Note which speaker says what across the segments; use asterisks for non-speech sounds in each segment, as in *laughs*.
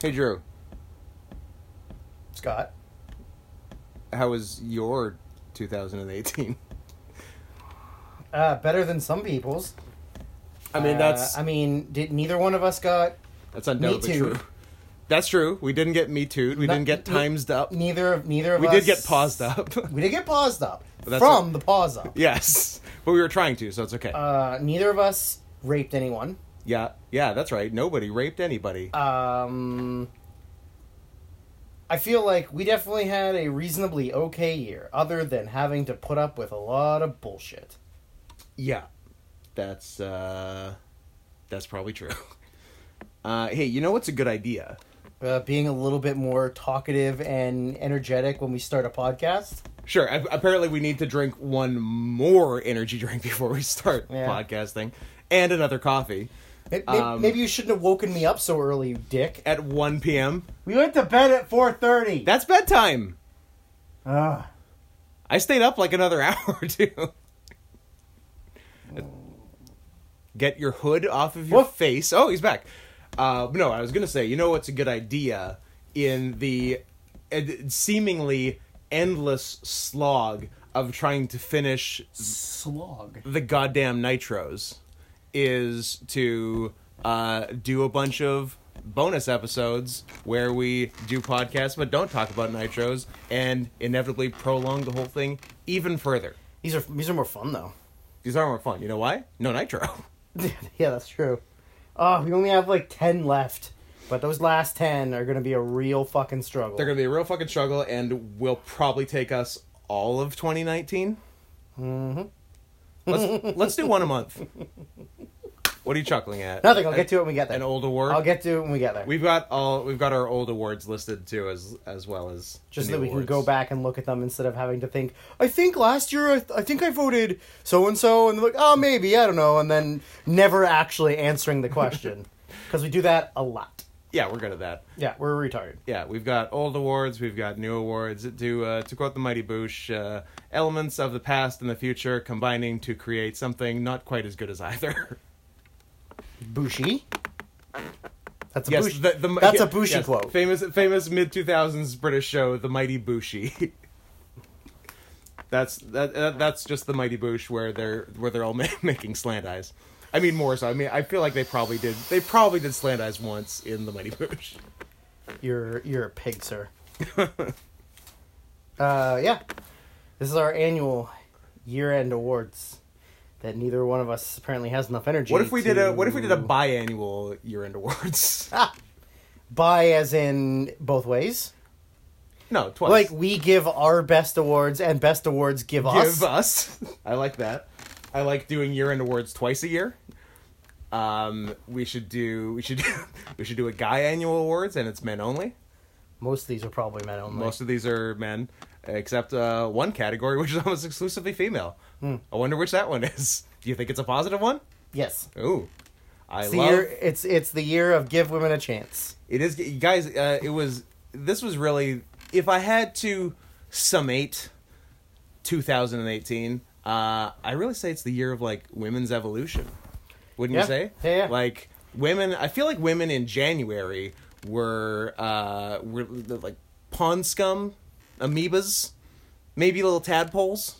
Speaker 1: Hey Drew,
Speaker 2: Scott.
Speaker 1: how was your 2018?
Speaker 2: Uh, better than some people's.
Speaker 1: *laughs* I mean
Speaker 2: Uh,
Speaker 1: that's
Speaker 2: I mean, did neither one of us got?
Speaker 1: that's undoubtedly
Speaker 2: Me Too.
Speaker 1: true. That's true. We didn't get me too. We
Speaker 2: Not-
Speaker 1: didn't get
Speaker 2: me-
Speaker 1: times up.
Speaker 2: Neither of neither of
Speaker 1: We
Speaker 2: us.
Speaker 1: did get paused up.
Speaker 2: *laughs* We did get paused up
Speaker 1: that's
Speaker 2: from the pause
Speaker 1: *laughs*
Speaker 2: up.
Speaker 1: yes, but we were trying to, so it's okay.
Speaker 2: Uh, neither of us raped anyone.
Speaker 1: yeah, yeah, that's right. Nobody raped anybody.
Speaker 2: Uh, Um, I feel like we definitely had a reasonably okay year, other than having to put up with a lot of bullshit.
Speaker 1: yeah, that's uh, that's probably true. *laughs* Uh, hey, you know what's a good idea?
Speaker 2: Uh, being a little bit more talkative and energetic when we start a podcast.
Speaker 1: Sure. a- Apparently, we need to drink one more energy drink *laughs* before we start
Speaker 2: Yeah.
Speaker 1: podcasting, and another coffee
Speaker 2: Maybe,
Speaker 1: Um,
Speaker 2: maybe you shouldn't have woken me up so early, you dick.
Speaker 1: at one p.m.
Speaker 2: We went to bed at four thirty. Ah.
Speaker 1: That's bedtime.
Speaker 2: Ugh.
Speaker 1: I stayed up like another *laughs* hour too. Get your hood off of your
Speaker 2: Woof.
Speaker 1: face. Oh, he's back. Uh, no, I was gonna say, you know what's a good idea in the ed- seemingly endless slog of trying to finish
Speaker 2: slog.
Speaker 1: the goddamn nitros is to uh, do a bunch of bonus episodes where we do podcasts but don't talk about nitros and inevitably prolong the whole thing even further.
Speaker 2: These are these are more fun though. *laughs*
Speaker 1: These are more fun. You know why? No nitro. *laughs*
Speaker 2: yeah, that's true. Oh, we only have like ten left, but those last ten are gonna be a real fucking struggle.
Speaker 1: They're going to be a real fucking struggle and will probably take us all of 2019. Mm-hmm. Let's, let's do one a month. What are you chuckling at?
Speaker 2: Nothing. I'll get to it when we get there.
Speaker 1: An old award?
Speaker 2: I'll get to it when we get there.
Speaker 1: We've got all we've got our old awards listed too, as as well as
Speaker 2: just so
Speaker 1: the
Speaker 2: that
Speaker 1: new
Speaker 2: we
Speaker 1: awards.
Speaker 2: can go back and look at them instead of having to think. I think last year, I, th- I think I voted so and so, and they're like, oh, maybe I don't know, and then never actually answering
Speaker 1: *laughs*
Speaker 2: the question because we do that a lot.
Speaker 1: Yeah, we're good at that.
Speaker 2: Yeah, we're retarded.
Speaker 1: Yeah, we've got old awards, we've got new awards. To uh, to quote the mighty Boosh, uh, elements of the past and the future combining to create something not quite as good as either. *laughs*
Speaker 2: Bushy. That's a
Speaker 1: yes,
Speaker 2: Bushy.
Speaker 1: the, the,
Speaker 2: That's
Speaker 1: yeah,
Speaker 2: a Bushy
Speaker 1: yes,
Speaker 2: quote.
Speaker 1: Famous famous mid two thousands British show, the mighty Bushy. *laughs* that's that, that that's just the mighty Boosh where they're where they're all *laughs* ma- making slant eyes. I mean more so. I mean I feel like they probably did they probably did slant eyes once in the mighty
Speaker 2: *laughs*
Speaker 1: Boosh.
Speaker 2: You're you're a
Speaker 1: *laughs*
Speaker 2: pig, sir. uh, yeah, this is our annual year-end awards that neither one of us apparently has enough energy.
Speaker 1: What if we
Speaker 2: to...
Speaker 1: did a What if we did a biannual year end awards?
Speaker 2: ah, buy as in both ways?
Speaker 1: *laughs* no, twice.
Speaker 2: Like we give our best awards and best awards give, us.
Speaker 1: give us. I like that. I like doing year end awards twice a year. Um, we should do we should *laughs* do, we should do a guy annual awards and it's men only.
Speaker 2: Most of these are probably men only.
Speaker 1: Most of these are men, except uh, one category *laughs* which is almost exclusively female. I wonder which that one is. Do you think it's a positive one?
Speaker 2: yes.
Speaker 1: Ooh, I
Speaker 2: It's the
Speaker 1: love.
Speaker 2: year, it's it's the year of give women a chance.
Speaker 1: It is, guys. Uh, it was. This was really. If I had to summate 2018, uh, I really say it's the year of like women's evolution. Wouldn't
Speaker 2: Yeah.
Speaker 1: you say?
Speaker 2: Yeah, yeah.
Speaker 1: Like women. I feel like women in January were uh, were like pond scum, amoebas, maybe little tadpoles.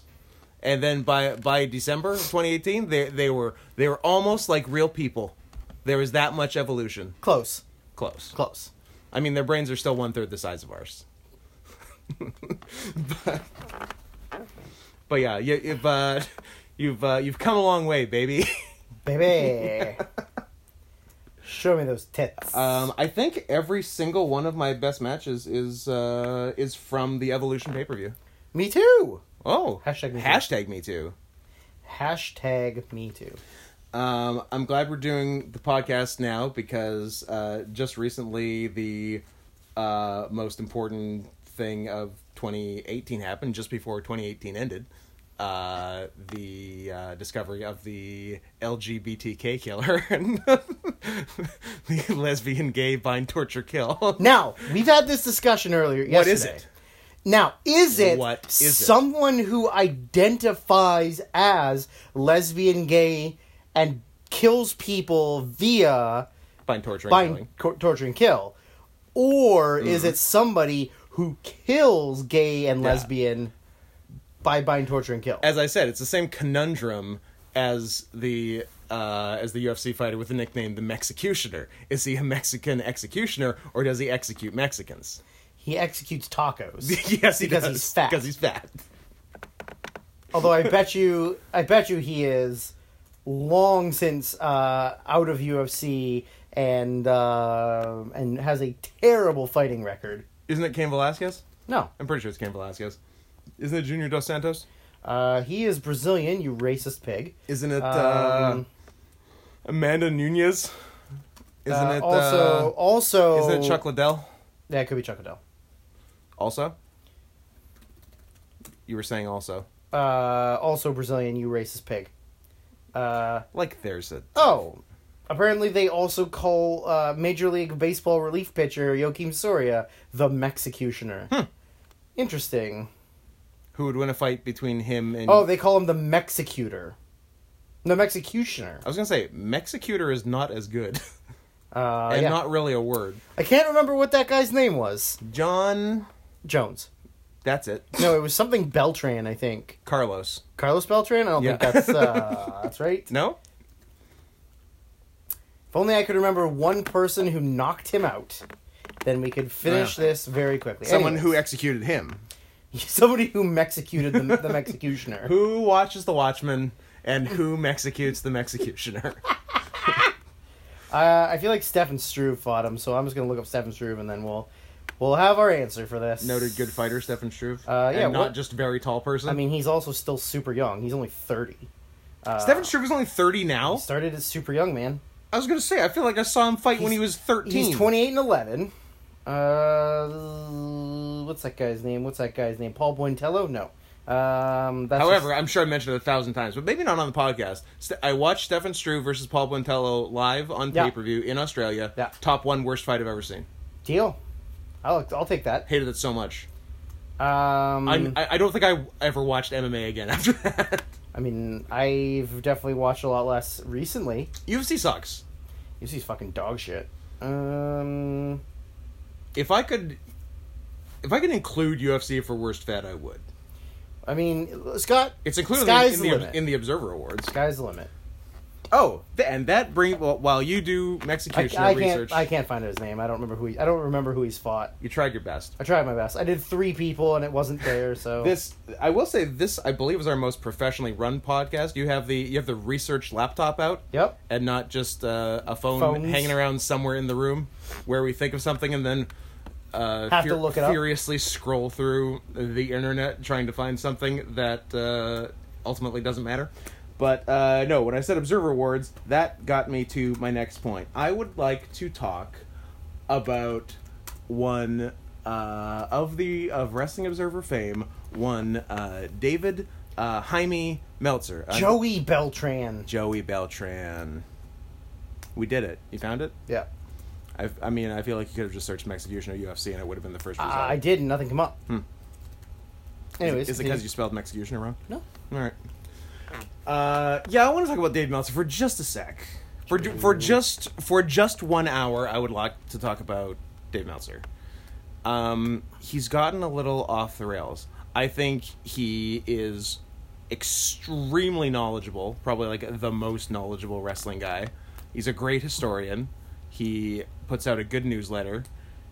Speaker 1: And then by by December 2018, they they were they were almost like real people. There was that much evolution.
Speaker 2: Close,
Speaker 1: Close.
Speaker 2: close.
Speaker 1: I mean, their brains are still one third the size of ours. *laughs* but, but yeah, you, you've uh, you've uh, you've come a long way, baby. *laughs*
Speaker 2: Baby, show me those tits.
Speaker 1: Um, I think every single one of my best matches is uh, is from the Evolution pay per view.
Speaker 2: me too.
Speaker 1: Oh,
Speaker 2: Hashtag me too.
Speaker 1: hashtag me too.
Speaker 2: Hashtag me too.
Speaker 1: Um, I'm glad we're doing the podcast now because uh, just recently the uh, most important thing of 2018 happened just before 2018 ended. Uh, the uh, discovery of the LGBTK killer, *laughs* the lesbian, gay, bind, torture, kill.
Speaker 2: Now we've had this discussion earlier.
Speaker 1: What is
Speaker 2: yesterday.
Speaker 1: it?
Speaker 2: Now is it
Speaker 1: What is it?
Speaker 2: someone who identifies as lesbian, gay, and kills people via
Speaker 1: Bind, torture, and
Speaker 2: bind,
Speaker 1: killing.
Speaker 2: co- torture, and kill, or is it somebody who kills gay and
Speaker 1: Mm-hmm. Yeah.
Speaker 2: lesbian by bind, torture, and kill?
Speaker 1: as I said, it's the same conundrum as the uh, as the UFC fighter with the nickname the Mexicutioner. Is he a Mexican executioner or does he execute Mexicans? *laughs*
Speaker 2: he executes tacos.
Speaker 1: yes, he
Speaker 2: because
Speaker 1: does.
Speaker 2: he's fat.
Speaker 1: Because he's fat.
Speaker 2: *laughs* Although I bet you, I bet you he is long since uh, out of UFC and uh, and has a terrible fighting record.
Speaker 1: Isn't it Cain Velasquez?
Speaker 2: No,
Speaker 1: I'm pretty sure it's Cain Velasquez. Isn't it Junior Dos Santos?
Speaker 2: uh, he is Brazilian. You racist pig.
Speaker 1: Isn't it uh,
Speaker 2: Um,
Speaker 1: Amanda Nunez? Isn't
Speaker 2: Uh,
Speaker 1: it
Speaker 2: also oh.
Speaker 1: uh,
Speaker 2: also
Speaker 1: Isn't it Chuck Liddell?
Speaker 2: Yeah, it could be Chuck Liddell.
Speaker 1: Also, you were saying also.
Speaker 2: Uh, also Brazilian. You racist pig. Uh,
Speaker 1: Like there's a
Speaker 2: oh, apparently they also call uh, Major League Baseball relief pitcher Joaquim Soria the Mexicutioner.
Speaker 1: Hmm.
Speaker 2: Interesting.
Speaker 1: who would win a fight between him and
Speaker 2: Oh, they call him the Mexicutor. The Mexicutioner.
Speaker 1: I was gonna say Mexicutor is not as good,
Speaker 2: Uh,
Speaker 1: and
Speaker 2: yeah.
Speaker 1: not really a word.
Speaker 2: I can't remember what that guy's name was.
Speaker 1: John,
Speaker 2: Jones.
Speaker 1: that's it.
Speaker 2: No, it was something Beltran, I think.
Speaker 1: Carlos.
Speaker 2: Carlos Beltran? I don't
Speaker 1: Yeah.
Speaker 2: think
Speaker 1: *laughs*
Speaker 2: that's, uh, that's right.
Speaker 1: No,
Speaker 2: If only I could remember one person who knocked him out, then we could finish
Speaker 1: Yeah.
Speaker 2: this very quickly.
Speaker 1: someone who
Speaker 2: Anyways.
Speaker 1: executed him.
Speaker 2: *laughs* Somebody who executed
Speaker 1: *laughs*
Speaker 2: the, the Mexicutioner.
Speaker 1: Who watches the Watchman and who executes the
Speaker 2: *laughs*
Speaker 1: Executioner?
Speaker 2: Uh, I feel like Stefan Struve fought him, so I'm just going to look up Stefan Struve and then we'll we'll have our answer for this.
Speaker 1: Noted good fighter Stefan Struve.
Speaker 2: Uh, yeah,
Speaker 1: and not
Speaker 2: what-
Speaker 1: just a very tall person.
Speaker 2: I mean, uh, he's also still super young. He's only 30.
Speaker 1: Stefan Struve is only thirty now.
Speaker 2: Started as super young, man.
Speaker 1: I was gonna say I feel like I saw him fight when
Speaker 2: He's-
Speaker 1: he was thirteen.
Speaker 2: He's 28 and 11. Uh, what's that guy's name? What's that guy's name? Paul Buentello? No. Um, that's
Speaker 1: However, I'm sure I mentioned it a thousand times, but maybe not on the podcast. Ste- I watched Stefan Struve versus Paul Buentello live on
Speaker 2: Yeah.
Speaker 1: pay per view in Australia.
Speaker 2: Yeah.
Speaker 1: Top one worst fight I've ever seen.
Speaker 2: just- deal. I'll, I'll take that.
Speaker 1: Hated it so much.
Speaker 2: Um,
Speaker 1: I I, I don't think I ever watched MMA again *laughs* after that.
Speaker 2: I mean, I've definitely watched a lot less recently.
Speaker 1: UFC sucks.
Speaker 2: UFC's fucking dog shit. Um,
Speaker 1: If I could, if I could include UFC for worst fed, I would.
Speaker 2: I mean, Scott.
Speaker 1: It's included in,
Speaker 2: Sky's
Speaker 1: in
Speaker 2: the
Speaker 1: the
Speaker 2: limit.
Speaker 1: in the Observer Awards.
Speaker 2: Sky's the limit.
Speaker 1: Oh, th- and that brings well, while you do
Speaker 2: I,
Speaker 1: executioner
Speaker 2: I
Speaker 1: research,
Speaker 2: can't. I can't find his name. I don't remember who. He, I don't remember who he's fought.
Speaker 1: you tried your best.
Speaker 2: I tried my best. I did three people, and it wasn't there. *laughs* So
Speaker 1: This I will say this I believe is our most professionally run podcast. You have the you have the research laptop out.
Speaker 2: Yep.
Speaker 1: and not just uh, a phone
Speaker 2: Phones.
Speaker 1: hanging around somewhere in the room where we think of something and then uh,
Speaker 2: Have to look it up.
Speaker 1: furiously scroll through the internet trying to find something that uh, ultimately doesn't matter. But uh, no, when I said Observer Awards, that got me to my next point. I would like to talk about one uh, of the of Wrestling Observer fame, one uh, David uh, Jaime Meltzer. Uh,
Speaker 2: Joey Beltran.
Speaker 1: Joey Beltran. We did it. You found it?
Speaker 2: Yeah.
Speaker 1: I, I mean, I feel like you could have just searched Mexicution or UFC and it would have been the first result.
Speaker 2: I did, and nothing come up. Anyways,
Speaker 1: Hmm. Is it because you spelled Mexicution wrong?
Speaker 2: No. Ah.
Speaker 1: All right. Uh, yeah, I want to talk about Dave Meltzer for just a sec. For, ju- for just for just one hour, I would like to talk about Dave Meltzer. Um, he's gotten a little off the rails. I think he is extremely knowledgeable, probably like the most knowledgeable wrestling guy. He's a great historian. He puts out a good newsletter.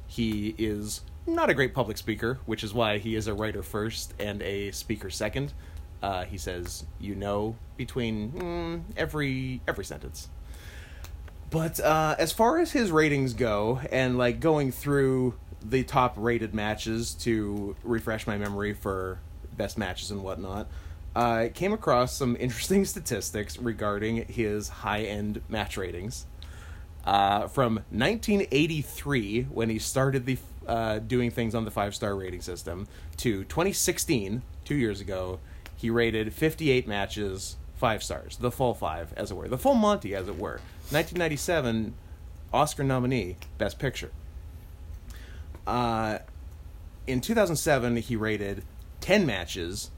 Speaker 1: He is not a great public speaker, which is why he is a writer first and a speaker second. Uh, he says, you know, between mm, every every sentence. But uh, as far as his ratings go, and like going through the top rated matches to refresh my memory for best matches and whatnot, I came across some interesting *laughs* statistics regarding his high end match ratings. Uh, from 1983, when he started the uh, doing things on the five star rating system, to 2016, two years ago, he rated 58 matches five stars, the full five, as it were, the full Monty, as it were. 1997, Oscar nominee, Best Picture. Uh, in 2007, he rated 10 matches,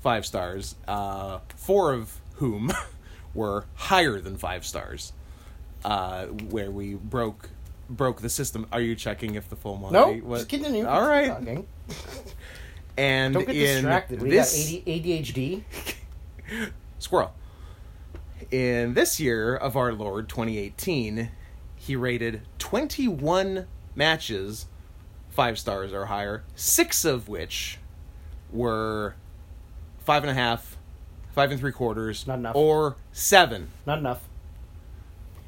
Speaker 1: five stars, uh, four of whom *laughs* were higher than five stars, uh, where we broke broke the system. Are you checking if the full Monty?
Speaker 2: No,
Speaker 1: was-
Speaker 2: just continue.
Speaker 1: Oh, All right.
Speaker 2: Talking.
Speaker 1: And
Speaker 2: Don't get
Speaker 1: in
Speaker 2: distracted. We
Speaker 1: this
Speaker 2: got ADHD.
Speaker 1: squirrel. In this year of our Lord 2018, he rated 21 matches, five stars or higher, six of which were five and a half, five and three quarters,
Speaker 2: Not enough.
Speaker 1: or seven.
Speaker 2: Not enough.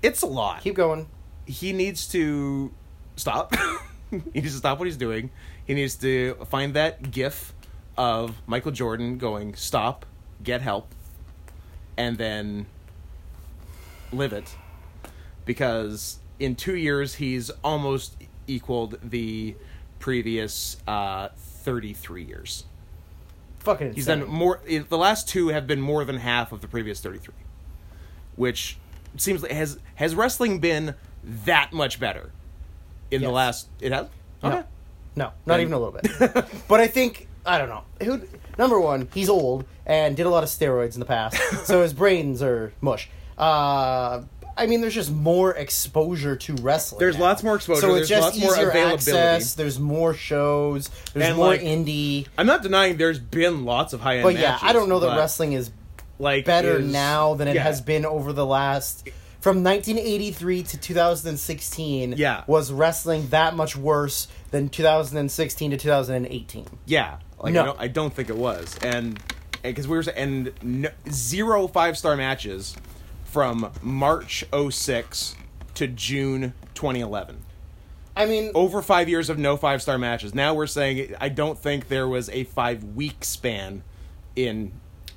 Speaker 1: It's a lot.
Speaker 2: Keep going.
Speaker 1: he needs to stop. *laughs* he needs to stop what he's doing. He needs to find that gif of Michael Jordan going, stop, get help, and then live it. Because in two years, he's almost equaled the previous uh, 33 years.
Speaker 2: Fucking.
Speaker 1: He's
Speaker 2: insane.
Speaker 1: done more. i- The last two have been more than half of the previous thirty-three, which seems like has has wrestling been that much better in the
Speaker 2: Yes.
Speaker 1: last. It has.
Speaker 2: No.
Speaker 1: Okay.
Speaker 2: No, not
Speaker 1: Then-
Speaker 2: even a little bit. *laughs* but I think I don't know. Who, number one, he's old and did a lot of steroids in the past,
Speaker 1: *laughs*
Speaker 2: so his brains are mush. Uh, I mean, there's just more exposure to wrestling.
Speaker 1: There's
Speaker 2: now.
Speaker 1: lots more exposure,
Speaker 2: So
Speaker 1: there's
Speaker 2: it's just
Speaker 1: lots more
Speaker 2: easier
Speaker 1: availability.
Speaker 2: access. There's more shows. There's
Speaker 1: And,
Speaker 2: more
Speaker 1: like,
Speaker 2: indie.
Speaker 1: I'm not denying there's been lots of high end.
Speaker 2: But yeah, I don't know that
Speaker 1: but,
Speaker 2: wrestling is
Speaker 1: like
Speaker 2: better
Speaker 1: is-
Speaker 2: now than it
Speaker 1: yeah.
Speaker 2: has been over the last from 1983 to 2016
Speaker 1: Yeah.
Speaker 2: was wrestling that much worse than 2016 to 2018
Speaker 1: Yeah, like
Speaker 2: No.
Speaker 1: I, don't, I don't think it was, and because we were sa- and no, zero five star matches from March 06 to June 2011.
Speaker 2: i mean
Speaker 1: over five years of no five star matches. Now we're saying I don't think there was a five week span in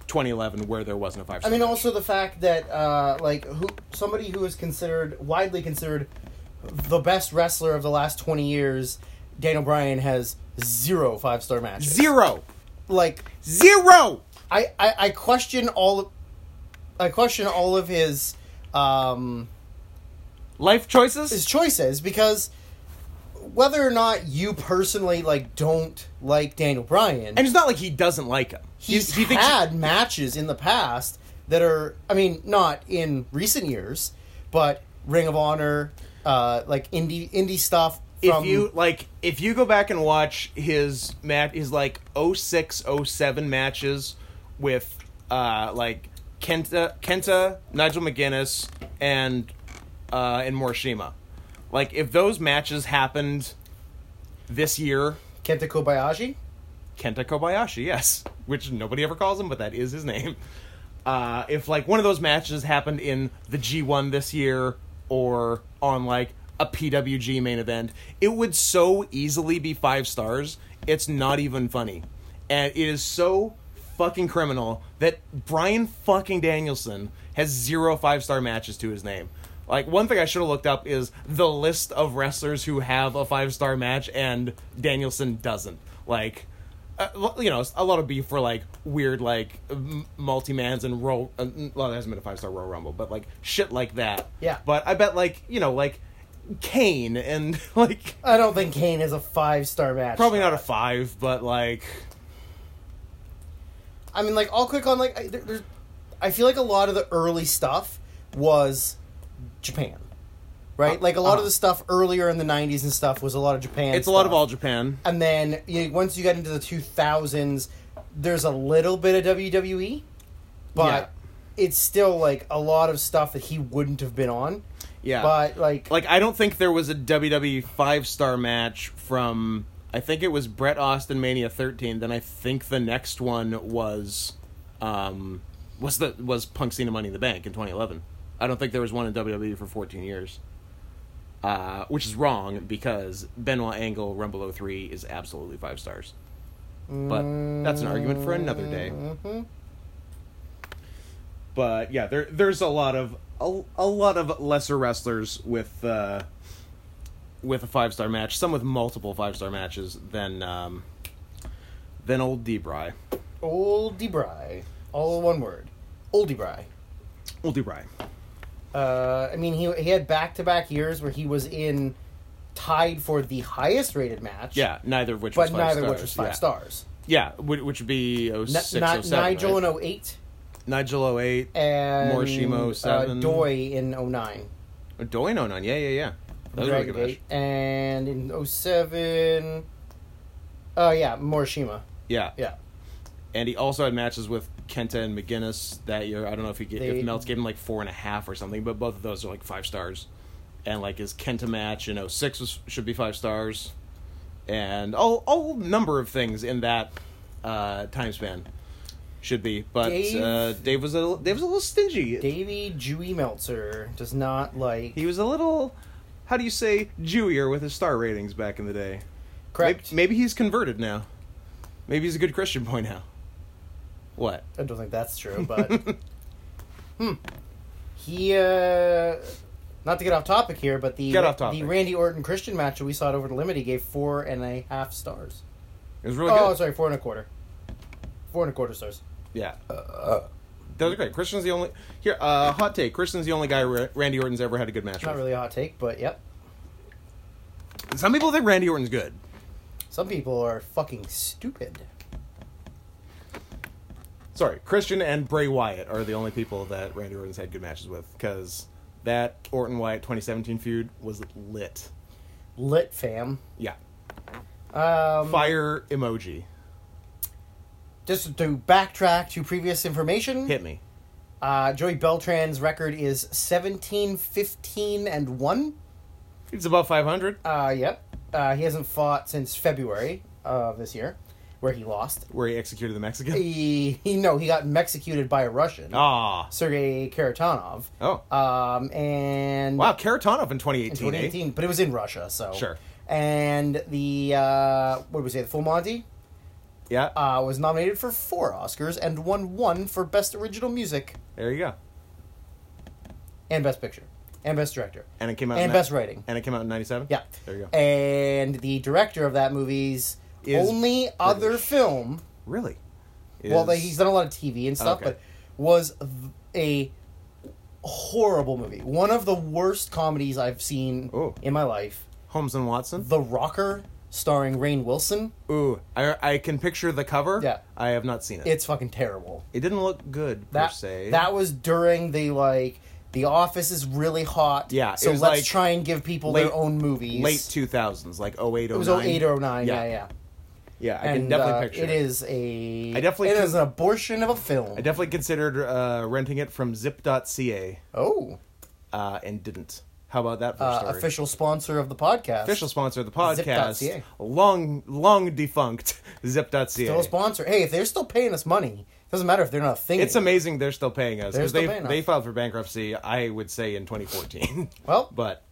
Speaker 1: 2011 where there wasn't a five
Speaker 2: I
Speaker 1: star.
Speaker 2: mean, also the fact that uh, like who somebody who is considered widely considered the best wrestler of the last twenty years, Daniel Bryan has zero five star matches.
Speaker 1: zero,
Speaker 2: Like
Speaker 1: zero.
Speaker 2: I, I, I question all, of, I question all of his, um,
Speaker 1: Life choices.
Speaker 2: his choices because whether or not you personally like don't like Daniel Bryan,
Speaker 1: and it's not like he doesn't like him.
Speaker 2: he's
Speaker 1: he thinks
Speaker 2: had matches in the past that are I mean not in recent years, but Ring of Honor, uh, like indie indie stuff. From,
Speaker 1: if you like if you go back and watch his mat his like 06 07 matches with uh like Kenta Kenta Nigel McGuinness and uh and Morishima like if those matches happened this year
Speaker 2: Kenta Kobayashi,
Speaker 1: Kenta Kobayashi, yes, which nobody ever calls him, but that is his name. Uh, if like one of those matches happened in the G1 this year or on like a PWG main event, it would so easily be five stars. It's not even funny, and it is so fucking criminal that Brian fucking Danielson has zero five star matches to his name. Like one thing I should have looked up is the list of wrestlers who have a five star match, and Danielson doesn't. Like uh, lo- you know, a lot of beef for like weird like m- multi-mans and roll. Uh, n- well, there hasn't been a five-star Royal Rumble, but like shit like that.
Speaker 2: Yeah.
Speaker 1: But I bet like you know like Kane and *laughs* like
Speaker 2: I don't think Kane has a five star match.
Speaker 1: probably not a five, but like
Speaker 2: I mean, like I'll click on like I, there, there's, I feel like a lot of the early stuff was Japan, right?
Speaker 1: Uh,
Speaker 2: like a lot of the stuff earlier in the '90s and stuff was a lot of Japan.
Speaker 1: uh-huh. it's a lot of
Speaker 2: stuff.
Speaker 1: all Japan.
Speaker 2: and then you know, once you get into the 2000s there's a little bit of wwe but it's still like a lot of stuff that he wouldn't have been on
Speaker 1: Yeah.
Speaker 2: but like,
Speaker 1: Like I don't think there was a WWE five-star match from I think it was Bret Austin Mania 13. Then I think the next one was um was the was Punk Cena Money in the Bank in 2011. I don't think there was one in WWE for 14 years. Uh, which is wrong because Benoit Angle Rumble 03 is absolutely five stars. But that's an argument for another day
Speaker 2: mhm.
Speaker 1: but yeah, there there's a lot of a, a lot of lesser wrestlers with uh, with a five star match, some with multiple five star matches than um, than old Debray.
Speaker 2: old debray all one word old debray
Speaker 1: Old Debray.
Speaker 2: uh, i mean he, he had back-to-back years where he was in tied for the highest rated match
Speaker 1: Yeah, neither of which was
Speaker 2: but
Speaker 1: five
Speaker 2: neither
Speaker 1: stars.
Speaker 2: of which was five
Speaker 1: yeah.
Speaker 2: stars
Speaker 1: Yeah, which, which would be oh
Speaker 2: Ni-
Speaker 1: six
Speaker 2: Ni-
Speaker 1: oh seven.
Speaker 2: nigel
Speaker 1: right?
Speaker 2: in 08
Speaker 1: Nigel 08,
Speaker 2: and
Speaker 1: Morishima
Speaker 2: uh,
Speaker 1: 07.
Speaker 2: doy in 09
Speaker 1: Doino on. oh Yeah, yeah, yeah. That was a really
Speaker 2: Dragon
Speaker 1: good
Speaker 2: Gate. And in 07. Oh, yeah, Morishima.
Speaker 1: Yeah.
Speaker 2: Yeah.
Speaker 1: And he also had matches with Kenta and McGinnis that year. I don't know if he ga-
Speaker 2: They-
Speaker 1: if Meltz gave him like four and a half or something, but both of those are like five stars. And like his Kenta match in 06 was, should be five stars, and all all number of things in that uh, time span should be. But
Speaker 2: Dave-
Speaker 1: uh, Dave was a little- Dave was a little stingy.
Speaker 2: Davey Dewey Meltzer does not like.
Speaker 1: He was a little, how do you say, Jewier with his star ratings back in the day.
Speaker 2: correct.
Speaker 1: Maybe, maybe he's converted now. Maybe he's a good Christian boy now. What?
Speaker 2: I don't think that's true,
Speaker 1: *laughs*
Speaker 2: but. *laughs* hmm. He, uh. Not to get off topic here, but the
Speaker 1: Get off topic.
Speaker 2: the Randy Orton Christian match that we saw at Over the Limit, he gave four and a half stars.
Speaker 1: It was really
Speaker 2: oh,
Speaker 1: good.
Speaker 2: sorry, four and a quarter. Four and a quarter stars.
Speaker 1: Yeah. that was uh, great. Christian's the only here. Uh, hot take: Christian's the only guy Ra- Randy Orton's ever had a good match
Speaker 2: Not
Speaker 1: with.
Speaker 2: really a hot take, but yep.
Speaker 1: Some people think Randy Orton's good.
Speaker 2: Some people are fucking stupid.
Speaker 1: Sorry, Christian and Bray Wyatt are the only people that Randy Orton's had good matches with because that Orton Wyatt 2017 feud was lit.
Speaker 2: Lit fam.
Speaker 1: Yeah.
Speaker 2: Um,
Speaker 1: Fire emoji.
Speaker 2: just to backtrack to previous information,
Speaker 1: Hit me.
Speaker 2: uh, Joey Beltran's record is 17, 15, and 1.
Speaker 1: It's above 500.
Speaker 2: Uh, yep. Uh, he hasn't fought since February of this year, where he lost.
Speaker 1: where he executed the Mexican.
Speaker 2: He, he no, he got executed by a Russian,
Speaker 1: Ah.
Speaker 2: Sergei Karatanov.
Speaker 1: Oh.
Speaker 2: Um, and
Speaker 1: wow, Karatanov in 2018.
Speaker 2: in
Speaker 1: eh?
Speaker 2: 2018, but it was in Russia, so
Speaker 1: Sure.
Speaker 2: And the uh, what did we say? The Full Monty
Speaker 1: eh? Yeah.
Speaker 2: uh, was nominated for four Oscars and won one for Best Original Music
Speaker 1: there you go.
Speaker 2: and Best Picture and Best Director
Speaker 1: And it came out in
Speaker 2: and
Speaker 1: ni-
Speaker 2: Best Writing.
Speaker 1: And it came out in 97?
Speaker 2: Yeah.
Speaker 1: There you go.
Speaker 2: And the director of that movie's
Speaker 1: Is
Speaker 2: only other film.
Speaker 1: really?
Speaker 2: Well,
Speaker 1: Is-
Speaker 2: he's done a lot of TV and stuff,
Speaker 1: Okay.
Speaker 2: but was th- a horrible movie. One of the worst comedies I've seen
Speaker 1: Oh.
Speaker 2: in my life.
Speaker 1: Holmes and Watson?
Speaker 2: The Rocker, starring Rain Wilson.
Speaker 1: Ooh, I, I can picture the cover.
Speaker 2: Yeah.
Speaker 1: I have not seen it.
Speaker 2: It's fucking terrible.
Speaker 1: it didn't look good,
Speaker 2: That
Speaker 1: per se.
Speaker 2: that was during the like the office is really hot.
Speaker 1: Yeah, it
Speaker 2: so
Speaker 1: was
Speaker 2: let's
Speaker 1: like
Speaker 2: try and give people
Speaker 1: late-
Speaker 2: their own movies.
Speaker 1: Late 2000s, like 08,
Speaker 2: it was 08 or 09, yeah, yeah.
Speaker 1: Yeah, I
Speaker 2: and
Speaker 1: can definitely
Speaker 2: uh,
Speaker 1: picture
Speaker 2: it is a.
Speaker 1: I definitely
Speaker 2: it
Speaker 1: can-
Speaker 2: is an abortion of a film.
Speaker 1: I definitely considered uh, renting it from zip.ca
Speaker 2: oh,
Speaker 1: uh, and didn't. How about that for a
Speaker 2: uh,
Speaker 1: story?
Speaker 2: official sponsor of the podcast.
Speaker 1: official sponsor of the podcast.
Speaker 2: Zip.ca.
Speaker 1: Long, long defunct *laughs* zip.ca.
Speaker 2: Still a sponsor. Hey, if they're still paying us money, doesn't matter if they're not a thing.
Speaker 1: It's amazing they're still paying us
Speaker 2: They're
Speaker 1: because
Speaker 2: still
Speaker 1: they
Speaker 2: paying us.
Speaker 1: they filed for bankruptcy. I would say in 2014,
Speaker 2: Well,
Speaker 1: *laughs* but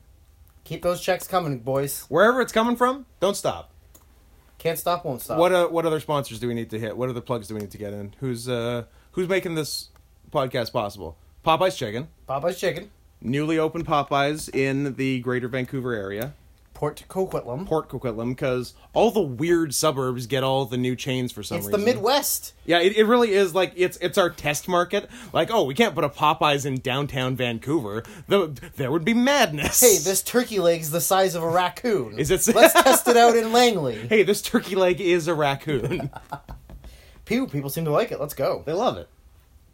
Speaker 2: keep those checks coming, boys.
Speaker 1: wherever it's coming from, don't stop.
Speaker 2: Can't stop, won't stop.
Speaker 1: What uh, what other sponsors do we need to hit? What other plugs do we need to get in? Who's uh who's making this podcast possible? Popeyes Chicken,
Speaker 2: Popeye's Chicken,
Speaker 1: newly opened Popeyes in the Greater Vancouver area,
Speaker 2: Port Coquitlam.
Speaker 1: Port Coquitlam, because all the weird suburbs get all the new chains for some
Speaker 2: it's the
Speaker 1: reason.
Speaker 2: Midwest.
Speaker 1: Yeah, it, it really is like it's it's our test market. Like, oh, we can't put a Popeyes in downtown Vancouver. The, there would be madness.
Speaker 2: Hey, this turkey leg's the size of a raccoon.
Speaker 1: Is it-
Speaker 2: Let's test it
Speaker 1: *laughs*
Speaker 2: out in Langley.
Speaker 1: Hey, this turkey leg is a raccoon.
Speaker 2: Pew, people seem to like it. Let's go.
Speaker 1: they love it.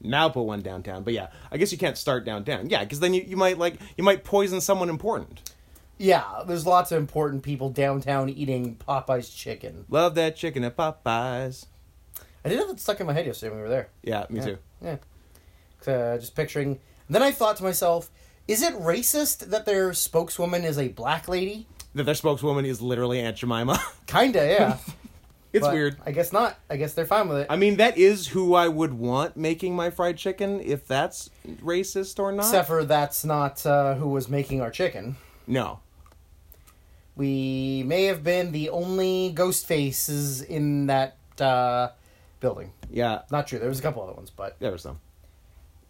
Speaker 1: Now put one downtown, but yeah, I guess you can't start downtown. Yeah, because then you, you might like you might poison someone important.
Speaker 2: Yeah, there's lots of important people downtown eating Popeye's chicken.
Speaker 1: Love that chicken at Popeyes.
Speaker 2: I did have it stuck in my head yesterday when we were there.
Speaker 1: Yeah, me too.
Speaker 2: Yeah. 'Cause, Uh, just picturing. then I thought to myself, is it racist that their spokeswoman is a black lady?
Speaker 1: That their spokeswoman is literally Aunt Jemima. *laughs*
Speaker 2: Kinda, yeah.
Speaker 1: it's
Speaker 2: But
Speaker 1: weird.
Speaker 2: I guess not. I guess they're fine with it.
Speaker 1: I mean, that is who I would want making my fried chicken. If that's racist or not,
Speaker 2: Except for that's not uh, who was making our chicken.
Speaker 1: no.
Speaker 2: We may have been the only ghost faces in that uh, building.
Speaker 1: Yeah,
Speaker 2: Not true. There was a couple other ones, but
Speaker 1: there was some.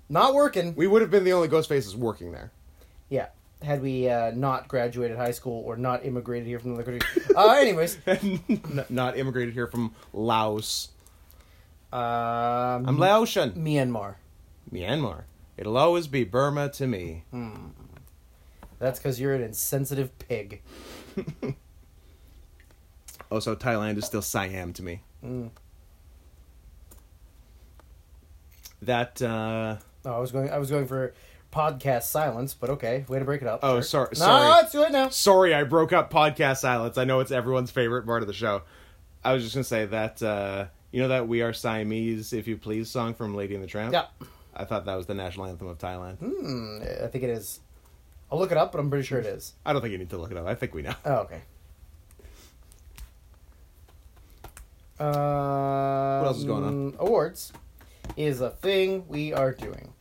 Speaker 2: not working.
Speaker 1: We would have been the only ghost faces working there.
Speaker 2: Yeah. Had we uh, not graduated high school or not immigrated here from another country. uh,
Speaker 1: *laughs*
Speaker 2: anyways,
Speaker 1: N- not immigrated here from Laos.
Speaker 2: um,
Speaker 1: I'm Laotian.
Speaker 2: Myanmar.
Speaker 1: Myanmar. It'll always be Burma to me.
Speaker 2: That's because you're an insensitive pig.
Speaker 1: Also, Thailand is still Siam to me. That, uh, uh,
Speaker 2: Oh, I was going. I was going for podcast silence, but okay, way to break it up.
Speaker 1: Oh, sorry-
Speaker 2: No,
Speaker 1: sorry.
Speaker 2: it's too late now.
Speaker 1: Sorry, I broke up podcast silence. I know it's everyone's favorite part of the show. I was just gonna say that uh, you know that "We Are Siamese, If You Please" song from Lady and the Tramp.
Speaker 2: Yeah.
Speaker 1: I thought that was the national anthem of Thailand.
Speaker 2: Hmm, I think it is. I'll look it up, but I'm pretty sure it is.
Speaker 1: I don't think you need to look it up. I think we know.
Speaker 2: Oh, okay. Uh,
Speaker 1: else is going on?
Speaker 2: Awards is a thing we are doing.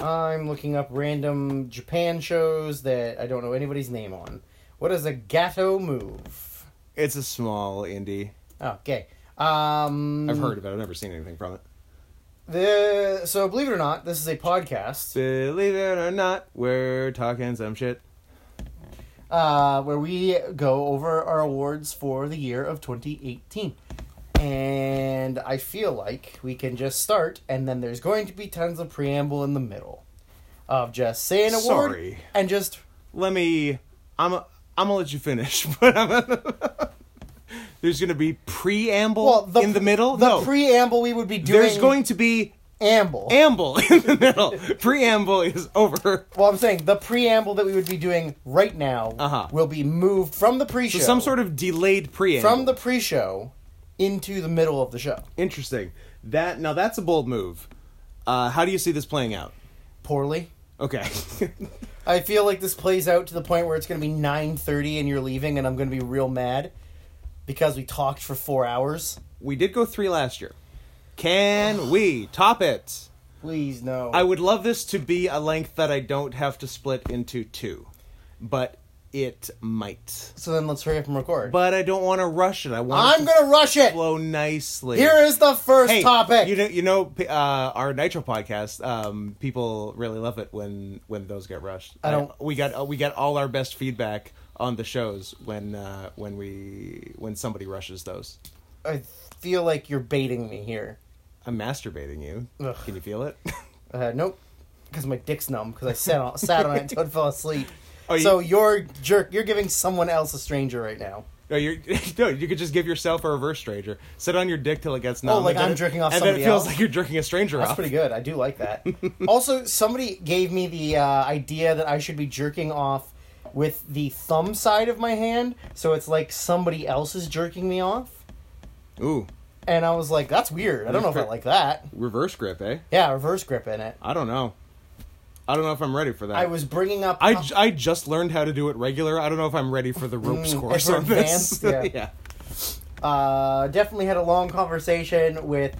Speaker 2: I'm looking up random Japan shows that I don't know anybody's name on. What is a gato move? Oh,
Speaker 1: It's a small indie.
Speaker 2: Okay. Um,
Speaker 1: I've heard of it. I've never seen anything from it.
Speaker 2: The so believe it or not, this is a podcast
Speaker 1: Believe it or not, we're talking some shit.
Speaker 2: uh, where we go over our awards for the year of 2018. And I feel like we can just start, and then there's going to be tons of preamble in the middle of just saying an award
Speaker 1: Sorry.
Speaker 2: and just
Speaker 1: Let me. I'm. A, I'm gonna let you finish, *laughs* but I'm. Gonna, there's gonna be preamble
Speaker 2: well the
Speaker 1: in the middle.
Speaker 2: The
Speaker 1: no,
Speaker 2: preamble we would be doing.
Speaker 1: there's going to be
Speaker 2: amble.
Speaker 1: amble *laughs* in the middle. preamble is over.
Speaker 2: well, I'm saying the preamble that we would be doing right now
Speaker 1: Uh-huh.
Speaker 2: will be moved from the pre-show,
Speaker 1: Some sort of delayed preamble.
Speaker 2: from the pre-show into the middle of the show.
Speaker 1: interesting. That now that's a bold move. Uh, how do you see this playing out?
Speaker 2: Poorly.
Speaker 1: Okay. *laughs*
Speaker 2: I feel like this plays out to the point where it's going to be 9:30 and you're leaving and I'm going to be real mad because we talked for 4 hours.
Speaker 1: we did go three last year. Can we top it?
Speaker 2: Please no.
Speaker 1: I would love this to be a length that I don't have to split into two, but it might.
Speaker 2: so then let's hurry up and record.
Speaker 1: But I don't want to rush it. I want
Speaker 2: I'm
Speaker 1: it to
Speaker 2: going to rush it.
Speaker 1: flow nicely.
Speaker 2: Here is the first
Speaker 1: hey,
Speaker 2: topic.
Speaker 1: You know, you know, p- uh, our Nitro podcast. Um, people really love it when when those get rushed.
Speaker 2: I don't-
Speaker 1: we got uh, we got all our best feedback on the shows when uh, when we when somebody rushes those.
Speaker 2: I feel like you're baiting me here.
Speaker 1: I'm masturbating you.
Speaker 2: Ugh.
Speaker 1: Can you feel it? *laughs*
Speaker 2: Uh, nope. Cuz my dick's numb cuz I sat on sat on it until it
Speaker 1: *laughs*
Speaker 2: fell asleep.
Speaker 1: Oh, you-
Speaker 2: so you're jerk you're giving someone else a stranger right now.
Speaker 1: No, you're, *laughs* no, you could just give yourself a reverse stranger. Sit on your dick till it gets numb.
Speaker 2: Oh, like
Speaker 1: and then
Speaker 2: I'm
Speaker 1: it-
Speaker 2: jerking off
Speaker 1: and
Speaker 2: somebody
Speaker 1: then it feels
Speaker 2: else?
Speaker 1: like you're jerking a stranger
Speaker 2: That's
Speaker 1: off.
Speaker 2: pretty good. I do
Speaker 1: *laughs*
Speaker 2: like that. also, somebody gave me the uh, idea that I should be jerking off with the thumb side of my hand, so it's like somebody else is jerking me off.
Speaker 1: Ooh,
Speaker 2: And I was like, that's weird. I don't know if I like that.
Speaker 1: reverse grip, eh?
Speaker 2: Yeah, reverse grip in it.
Speaker 1: I don't know. I don't know if I'm ready for that.
Speaker 2: I was bringing up.
Speaker 1: I, j- I just learned how to do it regular. I don't know if I'm ready for the ropes
Speaker 2: Mm,
Speaker 1: course
Speaker 2: ever
Speaker 1: on this.
Speaker 2: advanced? Yeah.
Speaker 1: *laughs*
Speaker 2: uh, definitely had a long conversation with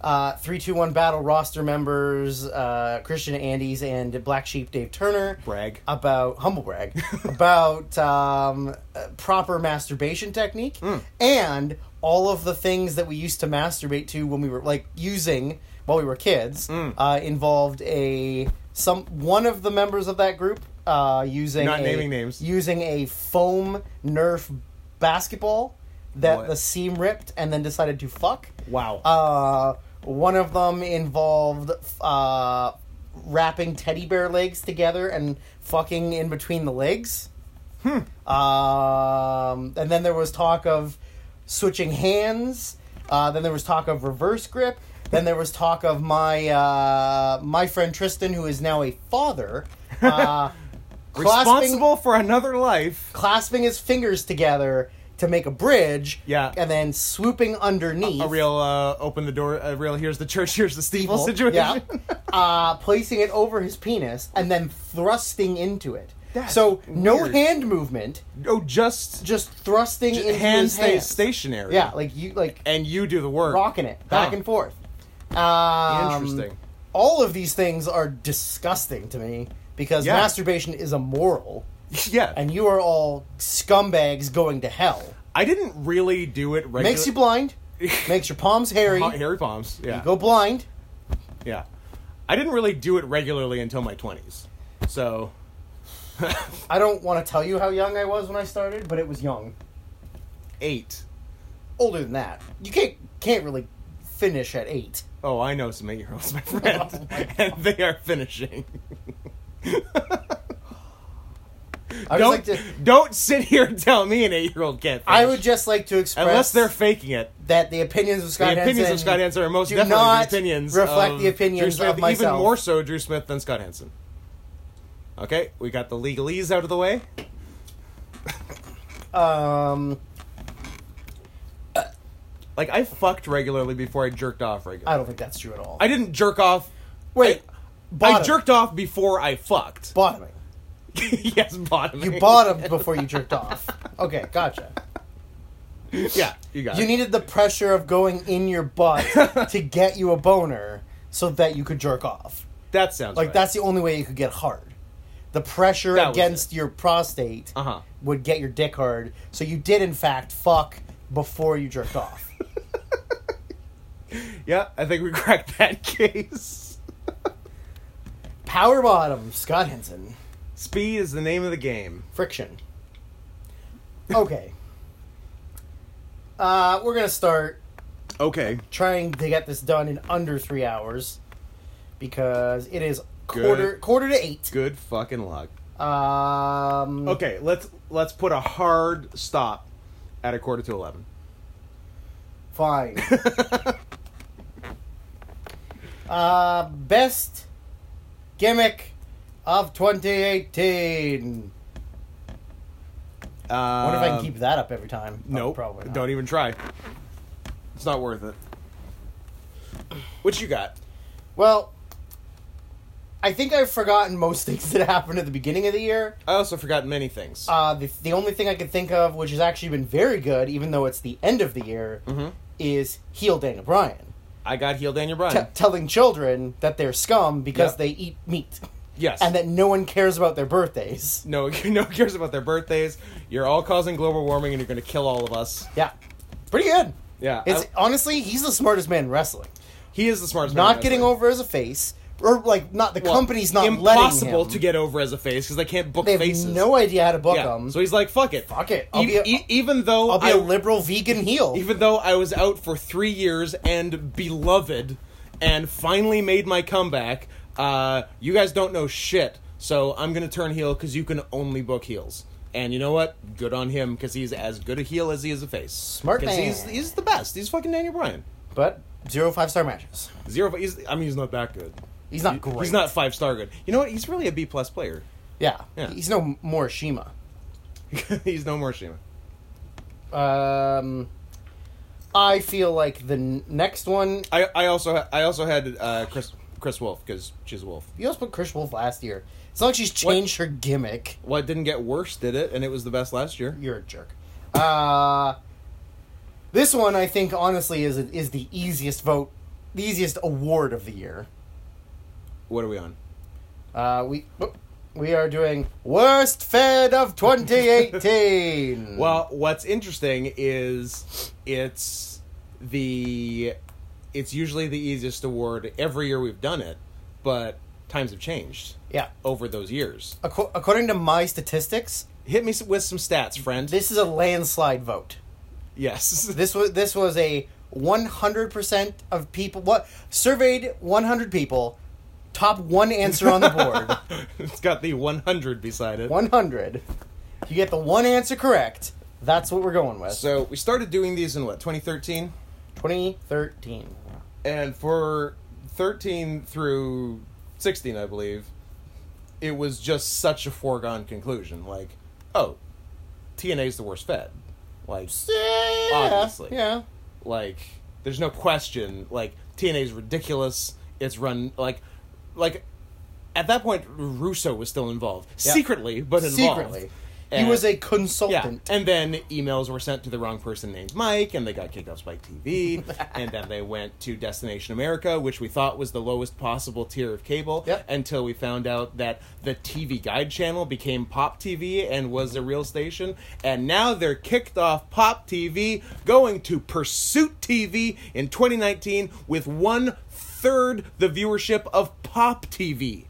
Speaker 2: uh, 321 Battle roster members, uh, Christian Andes and Black Sheep Dave Turner.
Speaker 1: Brag.
Speaker 2: About,
Speaker 1: *laughs*
Speaker 2: humble brag, about um, uh, proper masturbation technique
Speaker 1: Mm.
Speaker 2: and all of the things that we used to masturbate to when we were, like, using while we were kids
Speaker 1: Mm.
Speaker 2: uh, involved a, some, one of the members of that group uh, using
Speaker 1: Not
Speaker 2: a-
Speaker 1: naming names.
Speaker 2: using a foam Nerf basketball that
Speaker 1: What?
Speaker 2: the seam ripped and then decided to fuck.
Speaker 1: Wow.
Speaker 2: Uh, one of them involved uh, wrapping teddy bear legs together and fucking in between the legs.
Speaker 1: Hmm.
Speaker 2: Um, and then there was talk of switching hands. Uh, then there was talk of reverse grip. Then there was talk of my uh, my friend Tristan, who is now a father, uh, clasping
Speaker 1: *laughs* Responsible for another life.
Speaker 2: clasping his fingers together to make a bridge.
Speaker 1: Yeah.
Speaker 2: And then swooping underneath.
Speaker 1: A real uh, open the door. A real here's the church, here's the steeple situation.
Speaker 2: Yeah. *laughs* uh, placing it over his penis and then thrusting into it.
Speaker 1: That's
Speaker 2: so no
Speaker 1: weird.
Speaker 2: hand movement,
Speaker 1: *laughs* oh, just,
Speaker 2: just thrusting
Speaker 1: j-
Speaker 2: into
Speaker 1: hand
Speaker 2: his
Speaker 1: stays
Speaker 2: hand.
Speaker 1: stationary.
Speaker 2: Yeah, like you like
Speaker 1: and you do the work.
Speaker 2: rocking it back
Speaker 1: Huh.
Speaker 2: and forth. Um,
Speaker 1: Interesting.
Speaker 2: All of these things are disgusting to me because
Speaker 1: Yeah.
Speaker 2: masturbation is immoral,
Speaker 1: *laughs* yeah.
Speaker 2: and you are all scumbags going to hell.
Speaker 1: I didn't really do it. Regular-
Speaker 2: Makes you blind. makes your palms hairy.
Speaker 1: Hot *laughs* hairy palms. Yeah.
Speaker 2: You go blind.
Speaker 1: Yeah. I didn't really do it regularly until my twenties. So *laughs*
Speaker 2: I don't want to tell you how young I was when I started, but it was young.
Speaker 1: eight.
Speaker 2: Older than that. You can't can't really finish at eight.
Speaker 1: Oh, I know some eight-year-olds, my friend,
Speaker 2: *laughs* Oh my
Speaker 1: *laughs* and they are finishing.
Speaker 2: I
Speaker 1: don't
Speaker 2: would just like to.
Speaker 1: don't sit here and tell me an eight-year-old can't. Finish.
Speaker 2: I would just like to express
Speaker 1: unless they're faking it.
Speaker 2: that the opinions of Scott
Speaker 1: the opinions
Speaker 2: Hansen
Speaker 1: of Scott Hansen are most
Speaker 2: do
Speaker 1: definitely
Speaker 2: not
Speaker 1: the opinions
Speaker 2: reflect
Speaker 1: of
Speaker 2: the
Speaker 1: Drew
Speaker 2: opinions
Speaker 1: Smith,
Speaker 2: of myself.
Speaker 1: Even more so, Drew Smith than Scott Hansen. Okay, we got the legalese out of the way.
Speaker 2: Um,
Speaker 1: Like I fucked regularly before I jerked off regularly.
Speaker 2: I don't think that's true at all.
Speaker 1: I didn't jerk off.
Speaker 2: Wait,
Speaker 1: I- I
Speaker 2: bottom.
Speaker 1: jerked off before I fucked.
Speaker 2: bottoming.
Speaker 1: *laughs* yes, bottoming.
Speaker 2: You bottomed before you jerked off. Okay, gotcha.
Speaker 1: *laughs* Yeah, you got
Speaker 2: You
Speaker 1: it.
Speaker 2: needed the pressure of going in
Speaker 1: *laughs*
Speaker 2: your butt to get you a boner so that you could jerk off.
Speaker 1: that sounds
Speaker 2: Like
Speaker 1: right.
Speaker 2: that's the only way you could get hard. The pressure
Speaker 1: That was
Speaker 2: against your prostate
Speaker 1: Uh-huh.
Speaker 2: would get your dick hard. So you did in fact fuck before you jerked off.
Speaker 1: Yeah, I think we *laughs* cracked that case.
Speaker 2: Power bottom, Scott Henson.
Speaker 1: Speed is the name of the game.
Speaker 2: Friction. Okay. Uh, we're gonna start
Speaker 1: Okay.
Speaker 2: trying to get this done in under three hours because it is quarter
Speaker 1: Good.
Speaker 2: quarter to eight.
Speaker 1: Good fucking luck.
Speaker 2: Um,
Speaker 1: Okay, let's let's put a hard stop at a quarter to eleven. *laughs*
Speaker 2: Fine. uh, best gimmick of 2018. I wonder if I can keep that up every time. Oh,
Speaker 1: Um, Nope.
Speaker 2: probably not.
Speaker 1: Don't even try. It's not worth it. What you got?
Speaker 2: Well, I think I've forgotten most *laughs* things that happened at the beginning of the year.
Speaker 1: I also forgot many things.
Speaker 2: Uh, the, the only thing I could think of, which has actually been very good, even though it's the end of the year,
Speaker 1: Mhm.
Speaker 2: is heel Daniel Bryan.
Speaker 1: I got heel Daniel
Speaker 2: T-
Speaker 1: Bryan.
Speaker 2: telling children that they're scum because
Speaker 1: Yep.
Speaker 2: they eat meat *laughs*
Speaker 1: yes.
Speaker 2: and that no one cares about their birthdays.
Speaker 1: no, *laughs* no one cares about their birthdays. You're all causing global warming, and you're going to kill all of us.
Speaker 2: Yeah. Pretty good.
Speaker 1: Yeah,
Speaker 2: It's
Speaker 1: I-
Speaker 2: honestly, he's the smartest man in wrestling.
Speaker 1: he is the smartest. man
Speaker 2: Not
Speaker 1: in
Speaker 2: getting
Speaker 1: wrestling.
Speaker 2: over as a face or like not the
Speaker 1: Well,
Speaker 2: company's not
Speaker 1: impossible
Speaker 2: letting him.
Speaker 1: to get over as a face because they can't book
Speaker 2: They have
Speaker 1: faces.
Speaker 2: no idea how to book
Speaker 1: yeah.
Speaker 2: him.
Speaker 1: So he's like, "Fuck it,
Speaker 2: Fuck it. I'll
Speaker 1: E-
Speaker 2: be a-
Speaker 1: e- even though
Speaker 2: I'll be
Speaker 1: I-
Speaker 2: a liberal vegan heel.
Speaker 1: even though I was out for three years and beloved, and finally made my comeback. Uh, you guys don't know shit, so I'm gonna turn heel because you can only book heels. And you know what? Good on him because he's as good a heel as he is a face.
Speaker 2: Smart
Speaker 1: 'Cause
Speaker 2: man.
Speaker 1: He's, he's the best. He's fucking Daniel Bryan.
Speaker 2: but zero five star matches.
Speaker 1: Zero. He's, I mean, he's not that good.
Speaker 2: He's not
Speaker 1: He-
Speaker 2: great.
Speaker 1: He's not five star good. You know what? He's really a B plus player. *laughs*
Speaker 2: Yeah.
Speaker 1: Yeah.
Speaker 2: He's no Morishima.
Speaker 1: he's no more Shima.
Speaker 2: Um, I feel like the n- next one.
Speaker 1: I, I also ha- I also had uh, Chris Chris Wolf because she's a wolf.
Speaker 2: You also put Chris Wolf last year. It's not like she's
Speaker 1: What?
Speaker 2: changed her gimmick.
Speaker 1: Well, it didn't get worse, did it? And it was the best last year.
Speaker 2: You're a jerk. Uh, this one, I think, honestly, is is the easiest vote, the easiest award of the year.
Speaker 1: What are we on?
Speaker 2: Uh, we we are doing worst fed of 2018.
Speaker 1: Well, what's interesting is it's the it's usually the easiest award every year we've done it, but times have changed
Speaker 2: yeah.
Speaker 1: over those years.
Speaker 2: Acco- according to my statistics,
Speaker 1: Hit me s- with some stats, friend.
Speaker 2: this is a landslide vote.
Speaker 1: yes. *laughs*
Speaker 2: This was this was a 100% of people what surveyed 100 people, top one answer on the
Speaker 1: *laughs*
Speaker 2: board.
Speaker 1: it's got the 100 beside it.
Speaker 2: 100. You get the one answer correct. That's what we're going with.
Speaker 1: So, we started doing these in what, 2013?
Speaker 2: 2013.
Speaker 1: and for 13 through 16 i believe it was just such a foregone conclusion like oh tna's the worst fed like
Speaker 2: Yeah,
Speaker 1: Obviously.
Speaker 2: Yeah.
Speaker 1: like there's no question like tna's ridiculous it's run like like at that point russo was still involved
Speaker 2: Yeah.
Speaker 1: secretly but involved
Speaker 2: Secretly.
Speaker 1: And-
Speaker 2: he was a
Speaker 1: yeah,
Speaker 2: consultant.
Speaker 1: and then emails were sent to the wrong person named Mike, and they got kicked off Spike
Speaker 2: *laughs*
Speaker 1: TV, and then they went to Destination America, which we thought was the lowest possible tier of cable,
Speaker 2: Yep.
Speaker 1: until we found out that the TV Guide channel became Pop TV and was a real station, and now they're kicked off Pop TV, going to Pursuit TV in 2019 with one third the viewership of Pop TV.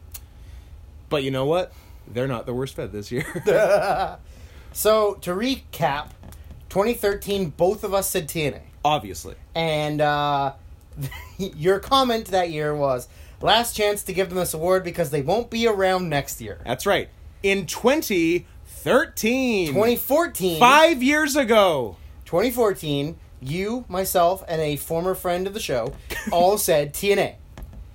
Speaker 1: But you know what? They're not the worst fed this year. *laughs*
Speaker 2: So to recap, 2013, both of us said TNA,
Speaker 1: Obviously.
Speaker 2: and uh, *laughs* your comment that year was last chance to give them this award because they won't be around next year.
Speaker 1: That's right. In 2013.
Speaker 2: 2014.
Speaker 1: Five years ago.
Speaker 2: 2014. You, myself, and a former friend of the show all said TNA.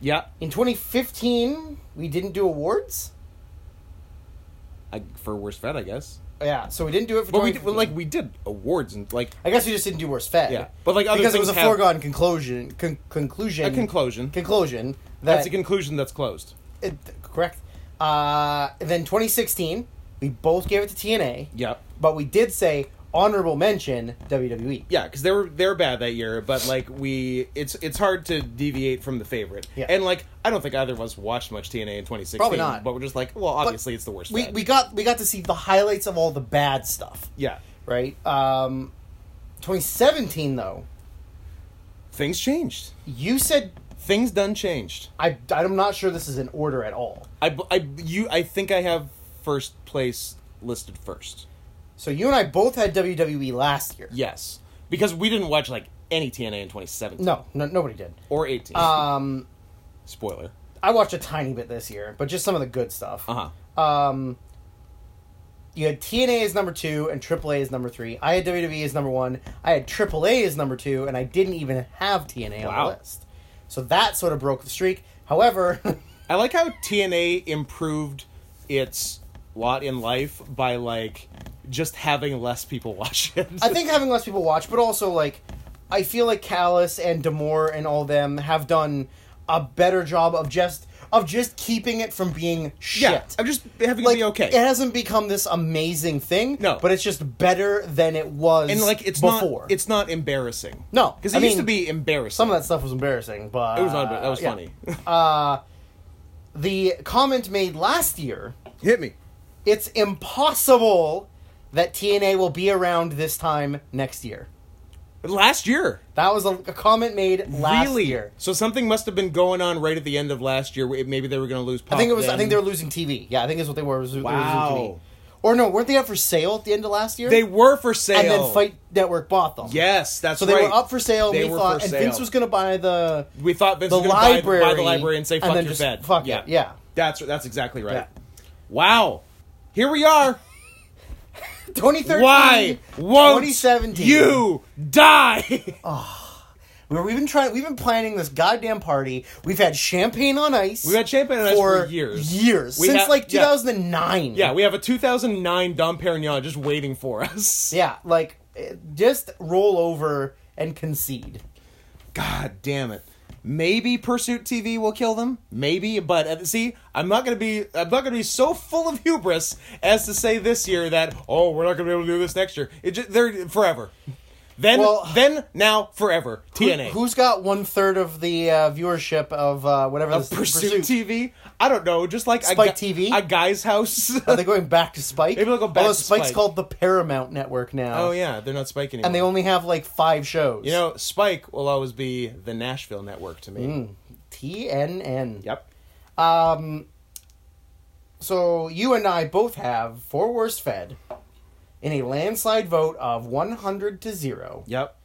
Speaker 1: Yeah.
Speaker 2: In 2015, we didn't do awards.
Speaker 1: I, for worst fed, I guess.
Speaker 2: Yeah, so we didn't do it for.
Speaker 1: But we
Speaker 2: 2015.
Speaker 1: did, well, like we did awards and like
Speaker 2: I guess we just didn't do worst fed.
Speaker 1: Yeah, but, like, other
Speaker 2: because it
Speaker 1: things
Speaker 2: was a
Speaker 1: have-
Speaker 2: foregone conclusion. Con- conclusion.
Speaker 1: a conclusion.
Speaker 2: conclusion. That,
Speaker 1: That's a conclusion that's closed.
Speaker 2: it, correct. Uh, then 2016, we both gave it to TNA,
Speaker 1: Yeah,
Speaker 2: but we did say honorable mention E. WWE.
Speaker 1: yeah, because they were they were bad that year, but like we, it's it's hard to deviate from the favorite.
Speaker 2: Yeah.
Speaker 1: and like I don't think either of us watched much TNA in 2016.
Speaker 2: Probably not.
Speaker 1: But we're just like, well, obviously it's the worst.
Speaker 2: We
Speaker 1: fed.
Speaker 2: we got we got to see the highlights of all the bad stuff,
Speaker 1: yeah,
Speaker 2: right? Um, 2017 though,
Speaker 1: things changed.
Speaker 2: you said
Speaker 1: Things done changed.
Speaker 2: I I'm not sure this is in order at all.
Speaker 1: I, b- I- you I think I have first place listed first.
Speaker 2: So you and I both had WWE last year.
Speaker 1: Yes, because we didn't watch like any TNA in 2017.
Speaker 2: No, no nobody did.
Speaker 1: or 18.
Speaker 2: Um,
Speaker 1: Spoiler.
Speaker 2: I watched a tiny bit this year, but just some of the good stuff.
Speaker 1: Uh huh.
Speaker 2: Um, you had TNA as number two and AAA as number three. I had WWE as number one. I had AAA as number two, and I didn't even have TNA on
Speaker 1: Wow.
Speaker 2: the list. So that sort of broke the streak. However, *laughs*
Speaker 1: I like how TNA improved its lot in life by like just having less people *laughs* watch it.
Speaker 2: I think having less people watch, but also like, I feel like Callus and Demore and all them have done a better job of just of just keeping it from being shit.
Speaker 1: yeah, I'm just having
Speaker 2: like
Speaker 1: it be okay.
Speaker 2: It hasn't become this amazing thing.
Speaker 1: No.
Speaker 2: but it's just better than it was.
Speaker 1: and like it's
Speaker 2: before.
Speaker 1: not it's not embarrassing.
Speaker 2: No,
Speaker 1: because
Speaker 2: I
Speaker 1: it used
Speaker 2: mean,
Speaker 1: to be embarrassing.
Speaker 2: some of that stuff was embarrassing, but
Speaker 1: it was not. That was
Speaker 2: yeah.
Speaker 1: funny. *laughs*
Speaker 2: The comment made last year:
Speaker 1: Hit me.
Speaker 2: it's impossible that TNA will be around this time next year.
Speaker 1: Last year.
Speaker 2: That was a, a comment made last
Speaker 1: really?
Speaker 2: year.
Speaker 1: So something must have been going on right at the end of last year. where Maybe they were going to lose. Pop
Speaker 2: I think it was. I
Speaker 1: then.
Speaker 2: think they were losing TV. Yeah, I think is what they were. was- they were losing
Speaker 1: Wow.
Speaker 2: TV. Or no, weren't they up for sale at the end of last year?
Speaker 1: They were for sale.
Speaker 2: and then Fight Network bought them.
Speaker 1: Yes, that's
Speaker 2: So they
Speaker 1: right.
Speaker 2: were up for sale.
Speaker 1: They
Speaker 2: we
Speaker 1: were
Speaker 2: thought,
Speaker 1: for
Speaker 2: and
Speaker 1: sale.
Speaker 2: Vince was going to buy the.
Speaker 1: We thought Vince
Speaker 2: the
Speaker 1: was going to buy,
Speaker 2: library,
Speaker 1: buy the library and say
Speaker 2: and
Speaker 1: "fuck
Speaker 2: then
Speaker 1: your
Speaker 2: just
Speaker 1: bed."
Speaker 2: fuck it, yeah.
Speaker 1: that's that's exactly right.
Speaker 2: Yeah.
Speaker 1: Wow, here we are.
Speaker 2: 2013.
Speaker 1: Why won't
Speaker 2: 2017.
Speaker 1: you
Speaker 2: *laughs*
Speaker 1: die?
Speaker 2: We were, we've been trying. We've been planning this goddamn party. We've had champagne on ice.
Speaker 1: We've had champagne on ice for years.
Speaker 2: Years
Speaker 1: We
Speaker 2: since
Speaker 1: have-
Speaker 2: like
Speaker 1: yeah.
Speaker 2: 2009.
Speaker 1: yeah, we have a 2009 Dom Perignon just waiting for us.
Speaker 2: yeah. Like, eh, just roll over and concede.
Speaker 1: God damn it. Maybe Pursuit TV will kill them. Maybe, but uh, see, I'm not gonna be I'm not gonna be so full of hubris as to say this year that oh we're not gonna be able to do this next year. It just, they're forever. Then
Speaker 2: Well-
Speaker 1: then now forever TNA.
Speaker 2: Who, has got one third of the uh, viewership of uh, whatever this
Speaker 1: Pursuit, *laughs* TV? I don't know. Just like a,
Speaker 2: Spike
Speaker 1: gu-
Speaker 2: TV?
Speaker 1: a guy's house. *laughs*
Speaker 2: Are they going back to Spike?
Speaker 1: Maybe they'll go back
Speaker 2: Although
Speaker 1: to
Speaker 2: Spike's
Speaker 1: Spike.
Speaker 2: called the Paramount Network now.
Speaker 1: oh yeah, they're not Spike anymore.
Speaker 2: And they only have like five shows.
Speaker 1: you know, Spike will always be the Nashville network to me.
Speaker 2: Hmm. TNN.
Speaker 1: Yep.
Speaker 2: Um, So you and I both have for worst fed in a landslide vote of 100 to 0
Speaker 1: Yep.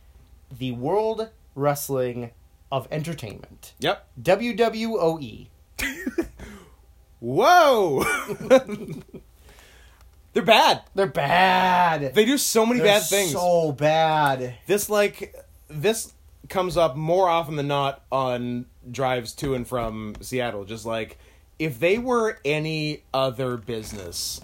Speaker 2: the World Wrestling of Entertainment.
Speaker 1: Yep.
Speaker 2: WWOE.
Speaker 1: Whoa. *laughs* they're bad.
Speaker 2: They're bad.
Speaker 1: They do so many
Speaker 2: They're
Speaker 1: bad things.
Speaker 2: So bad.
Speaker 1: this like this comes up more often than not on drives to and from Seattle. Just like if they were any other business,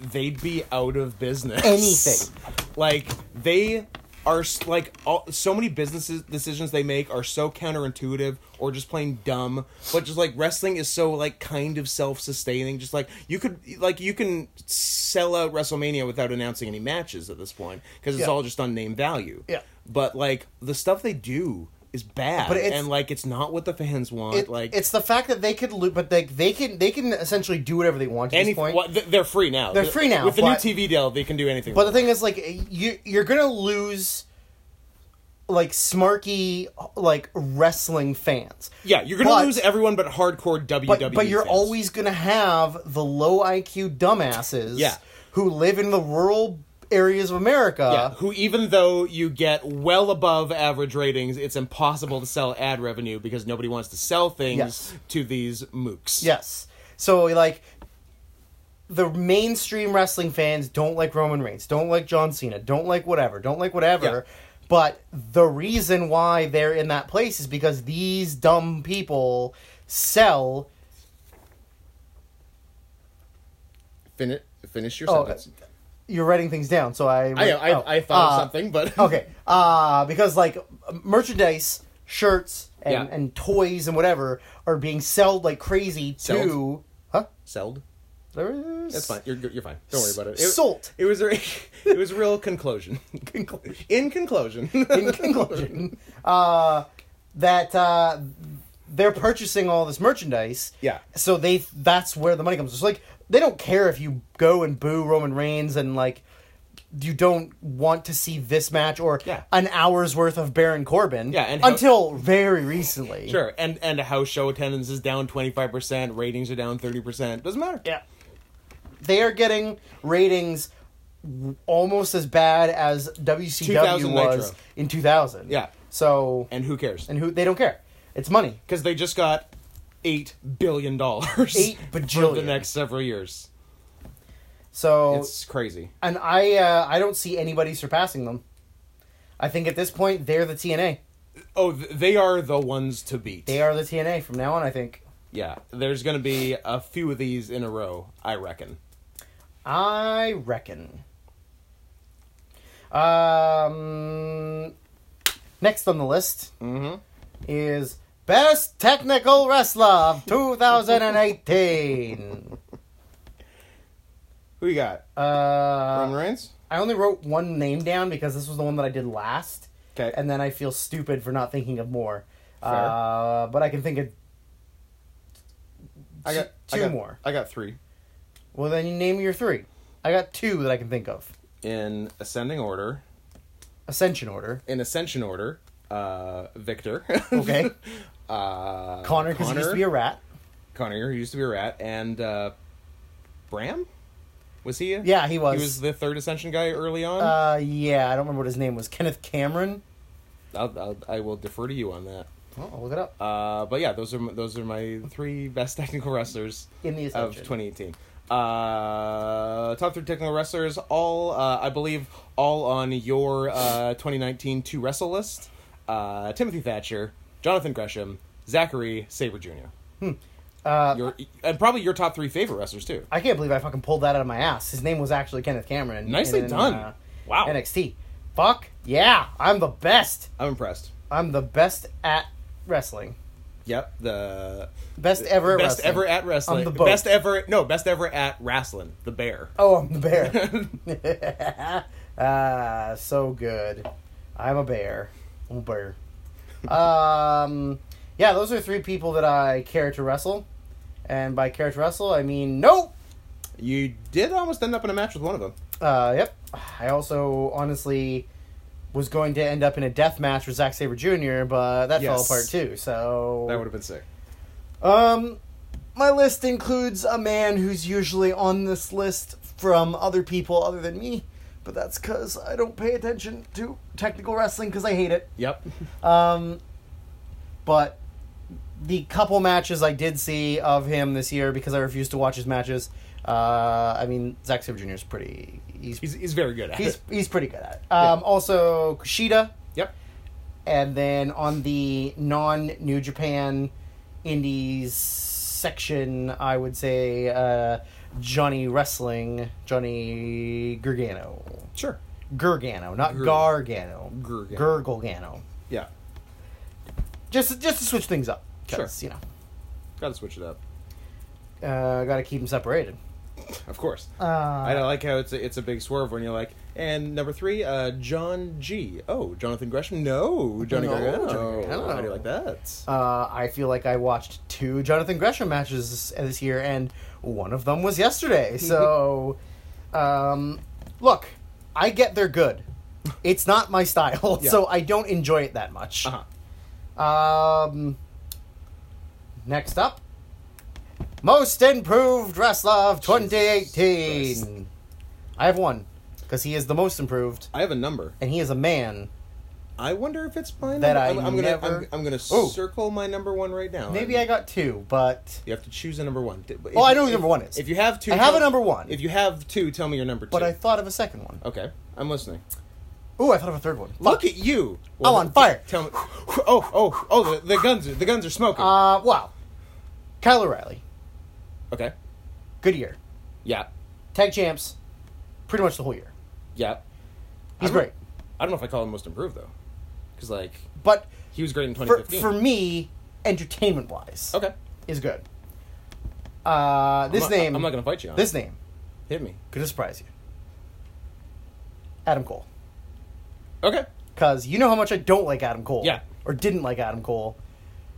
Speaker 1: they'd be out of business.
Speaker 2: Anything.
Speaker 1: Like they are s- like all, so many businesses decisions they make are so counterintuitive or just plain dumb but just like wrestling is so like kind of self-sustaining just like you could like you can sell out WrestleMania without announcing any matches at this point because it's
Speaker 2: Yeah.
Speaker 1: all just on name value
Speaker 2: Yeah.
Speaker 1: but like the stuff they do is bad
Speaker 2: But it's-
Speaker 1: and like it's not what the fans want
Speaker 2: It-
Speaker 1: like
Speaker 2: it's the fact that they could loop, but they, they can they can essentially do whatever they want at
Speaker 1: any
Speaker 2: this point.
Speaker 1: what- th- they're free now
Speaker 2: They're free now,
Speaker 1: with the
Speaker 2: but-
Speaker 1: new TV deal they can do anything
Speaker 2: But the thing is, like, you you're gonna lose, like, smarky, like wrestling fans.
Speaker 1: yeah you're gonna
Speaker 2: but-
Speaker 1: lose everyone but hardcore WWE
Speaker 2: But but you're
Speaker 1: E fans.
Speaker 2: always gonna have the low IQ dumbasses.
Speaker 1: Yeah.
Speaker 2: Who live in the rural areas of America.
Speaker 1: Yeah, Uh, who even though you get well above average ratings, it's impossible to sell ad revenue because nobody wants to sell things
Speaker 2: Yes.
Speaker 1: to these mooks.
Speaker 2: Yes. So like the mainstream wrestling fans don't like Roman Reigns, don't like John Cena, don't like whatever, don't like whatever. But the reason why they're in that place is because these dumb people sell
Speaker 1: Fin- Finish your
Speaker 2: Oh,
Speaker 1: sentence.
Speaker 2: You're writing things down, so I.
Speaker 1: I, I,
Speaker 2: oh,
Speaker 1: I thought
Speaker 2: uh,
Speaker 1: of something, but *laughs*
Speaker 2: okay, uh, because like merchandise, shirts, and,
Speaker 1: Yeah.
Speaker 2: and toys and whatever are being sold like crazy to.
Speaker 1: Sold?
Speaker 2: Huh?
Speaker 1: Sold.
Speaker 2: That's
Speaker 1: That's fine. You're good- you're fine. Don't worry about it. it
Speaker 2: Sold.
Speaker 1: It was a *laughs* it was a real conclusion.
Speaker 2: Conclusion.
Speaker 1: In conclusion,
Speaker 2: *laughs* In conclusion, uh, that uh, they're purchasing all this merchandise.
Speaker 1: Yeah.
Speaker 2: So they that's where the money comes. It's like they don't care if you go and boo Roman Reigns and like you don't want to see this match or
Speaker 1: Yeah.
Speaker 2: an hour's worth of Baron Corbin.
Speaker 1: Yeah, and how-
Speaker 2: until very recently.
Speaker 1: *laughs* sure. And and a house show attendance is down twenty five percent. Ratings are down thirty percent. Doesn't matter.
Speaker 2: Yeah. They are getting ratings w- almost as bad as WCW
Speaker 1: 2000 Nitro.
Speaker 2: was in 2000.
Speaker 1: Yeah.
Speaker 2: So
Speaker 1: And who cares?
Speaker 2: and who they don't care. It's money.
Speaker 1: Because they just got eight billion dollars.
Speaker 2: Eight
Speaker 1: *laughs* for the
Speaker 2: bajillion. Oh.
Speaker 1: next several years.
Speaker 2: So
Speaker 1: It's crazy.
Speaker 2: and I uh, I don't see anybody surpassing them. I think at this point they're the TNA.
Speaker 1: Oh, th- they are the ones to beat.
Speaker 2: They are the TNA from now on. I think.
Speaker 1: Yeah, there's gonna be a few of these in a row. I reckon.
Speaker 2: I reckon. Um, next on the list is best technical wrestler of 2018.
Speaker 1: Who you got?
Speaker 2: uh,
Speaker 1: Roman
Speaker 2: I
Speaker 1: Reigns.
Speaker 2: only wrote one name down because this was the one that I did last,
Speaker 1: Okay.
Speaker 2: and then I feel stupid for not thinking of more.
Speaker 1: Fair.
Speaker 2: Uh, but I can think of
Speaker 1: I got
Speaker 2: two
Speaker 1: I got-
Speaker 2: more.
Speaker 1: I got three
Speaker 2: Well, then you name your three. I got two that I can think of.
Speaker 1: in ascending order.
Speaker 2: Ascension order.
Speaker 1: In ascension order, uh, Victor. *laughs*
Speaker 2: Okay.
Speaker 1: uh,
Speaker 2: Connor, because he used to be a rat.
Speaker 1: Connor, who used to be a rat, and uh, Bram. Was he? A,
Speaker 2: Yeah, he was.
Speaker 1: He was the third ascension guy early on.
Speaker 2: Uh, yeah, I don't remember what his name was. Kenneth Cameron.
Speaker 1: I'll, I'll, I will defer to you on that.
Speaker 2: Oh, I'll look it up.
Speaker 1: Uh, but yeah, those are m- those are my three best *laughs* technical wrestlers
Speaker 2: In the
Speaker 1: of
Speaker 2: Ascension.
Speaker 1: 2018. Uh, top three technical wrestlers, all uh, I believe, all on your uh, 2019 to wrestle list. Uh, Timothy Thatcher, Jonathan Gresham, Zachary Saber Jr.
Speaker 2: Uh,
Speaker 1: Your and probably your top three favorite wrestlers too.
Speaker 2: I can't believe I fucking pulled that out of my ass. His name was actually Kenneth Cameron.
Speaker 1: Nicely
Speaker 2: in,
Speaker 1: done.
Speaker 2: uh,
Speaker 1: wow,
Speaker 2: NXT. Fuck yeah! I'm the best.
Speaker 1: I'm impressed.
Speaker 2: I'm the best at wrestling.
Speaker 1: Yep, the
Speaker 2: Best ever. At
Speaker 1: best
Speaker 2: wrestling.
Speaker 1: ever at wrestling.
Speaker 2: the boat.
Speaker 1: Best ever, no, best ever at wrestling. The bear.
Speaker 2: Oh, I'm the
Speaker 1: *laughs*
Speaker 2: bear. *laughs* ah, so good. I'm a bear. I'm a bear. Um, yeah, those are three people that I care to wrestle, and by care to wrestle, I mean nope.
Speaker 1: You did almost end up in a match with one of them.
Speaker 2: Uh, yep. I also honestly was going to end up in a death match with Zack Saber Jr., but that fell
Speaker 1: Yes.
Speaker 2: apart too. So
Speaker 1: That would have been sick.
Speaker 2: Um, my list includes a man who's usually on this list from other people other than me, but that's because I don't pay attention to technical wrestling because I hate it.
Speaker 1: Yep.
Speaker 2: Um, but the couple matches I did see of him this year because I refused to watch his matches. Uh, I mean, Zack Sabre Jr. is pretty.
Speaker 1: *laughs*
Speaker 2: He's
Speaker 1: He's
Speaker 2: he's
Speaker 1: he's very good at
Speaker 2: he's,
Speaker 1: it.
Speaker 2: pretty good at it. Um,
Speaker 1: Yeah.
Speaker 2: Also, Kushida
Speaker 1: Yep.
Speaker 2: and then on the non New Japan Indies section, I would say uh, Johnny Wrestling, Johnny Gargano,
Speaker 1: Sure.
Speaker 2: Gargano, not
Speaker 1: Gur-
Speaker 2: Gargano,
Speaker 1: Gargano.
Speaker 2: Gurgano.
Speaker 1: Yeah.
Speaker 2: Just just to switch things up, because
Speaker 1: Sure.
Speaker 2: you
Speaker 1: Gotta switch it up.
Speaker 2: know, uh, got to keep them separated.
Speaker 1: Of course.
Speaker 2: Uh,
Speaker 1: I like how it's a, it's a big swerve when you're like, and number three, uh, John G. Oh, Jonathan Gresham. No, Johnny
Speaker 2: No,
Speaker 1: Gargano.
Speaker 2: Johnny Gargano.
Speaker 1: How do you like that?
Speaker 2: Uh, I feel like I watched two Jonathan Gresham matches this- this year, and one of them
Speaker 1: *laughs*
Speaker 2: was yesterday. So, um, look, I get they're good. It's not my style, *laughs*
Speaker 1: Yeah.
Speaker 2: so I don't enjoy it that much.
Speaker 1: Uh-huh.
Speaker 2: Um, next up, most improved wrestler of 2018. I have one because he is the most improved,
Speaker 1: I have a number.
Speaker 2: and he is a man.
Speaker 1: I wonder if it's my
Speaker 2: That
Speaker 1: number.
Speaker 2: I
Speaker 1: I'm, I'm gonna
Speaker 2: never-
Speaker 1: I'm, I'm gonna
Speaker 2: Oh.
Speaker 1: circle my number one right now.
Speaker 2: Maybe I got two, but
Speaker 1: You have to choose a number one. If-
Speaker 2: Well, I know
Speaker 1: if-
Speaker 2: number one is.
Speaker 1: If you have two,
Speaker 2: I have
Speaker 1: tell-
Speaker 2: a number one.
Speaker 1: If you have two, tell me your number two.
Speaker 2: but I thought of a second one.
Speaker 1: okay, I'm listening.
Speaker 2: Ooh, I thought of a third one.
Speaker 1: Look at you!
Speaker 2: I'm on fire.
Speaker 1: Tell me. *sighs* Oh, oh, oh! The, the guns, are, the guns are smoking.
Speaker 2: Uh, wow. Kyle Uh, O'Reilly.
Speaker 1: okay.
Speaker 2: Good year.
Speaker 1: Yeah.
Speaker 2: tag champs pretty much the whole year.
Speaker 1: Yeah,
Speaker 2: He's
Speaker 1: I don't-
Speaker 2: great.
Speaker 1: I don't know if I call him most improved though, because like
Speaker 2: But
Speaker 1: he was great in
Speaker 2: for,
Speaker 1: 2015.
Speaker 2: for me, entertainment wise,
Speaker 1: okay,
Speaker 2: is good. Uh, this
Speaker 1: I'm not,
Speaker 2: name,
Speaker 1: I'm not gonna fight you on
Speaker 2: this name
Speaker 1: it. Hit me.
Speaker 2: could surprise you. Adam Cole.
Speaker 1: Okay,
Speaker 2: Because you know how much I don't like Adam Cole.
Speaker 1: Yeah.
Speaker 2: Or didn't like Adam Cole.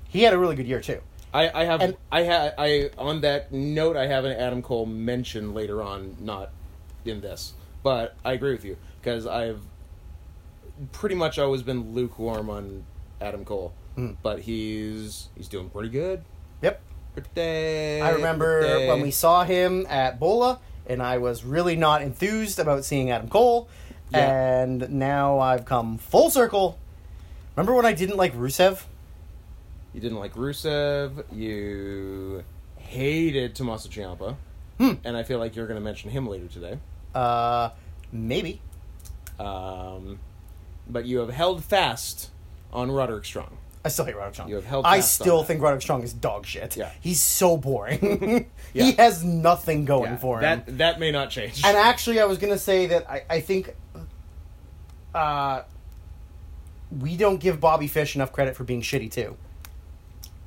Speaker 2: He had a really good year, too.
Speaker 1: I, I have
Speaker 2: And-
Speaker 1: I ha I on that note I have an Adam Cole mention later on, not in this, but I agree with you because I've pretty much always been lukewarm on Adam Cole,
Speaker 2: Hmm.
Speaker 1: but he's he's doing pretty good.
Speaker 2: Yep.
Speaker 1: Pretty,
Speaker 2: I remember
Speaker 1: pretty.
Speaker 2: when we saw him at Bola, and I was really not enthused about seeing Adam Cole.
Speaker 1: Yeah.
Speaker 2: And now I've come full circle. Remember when I didn't like Rusev?
Speaker 1: you didn't like Rusev, you hated Tommaso Ciampa,
Speaker 2: Hmm.
Speaker 1: and I feel like you're going to mention him later today.
Speaker 2: Uh, maybe.
Speaker 1: Um, but you have held fast on Roderick Strong.
Speaker 2: I still hate Roderick Strong.
Speaker 1: You have held
Speaker 2: I
Speaker 1: fast on
Speaker 2: still
Speaker 1: that.
Speaker 2: think Roderick Strong is dog shit.
Speaker 1: Yeah.
Speaker 2: He's so boring. *laughs*
Speaker 1: Yeah.
Speaker 2: He has nothing going
Speaker 1: Yeah,
Speaker 2: for him.
Speaker 1: That that may not change.
Speaker 2: And actually, I was gonna say that I, I think uh, we don't give Bobby Fish enough credit for being shitty too.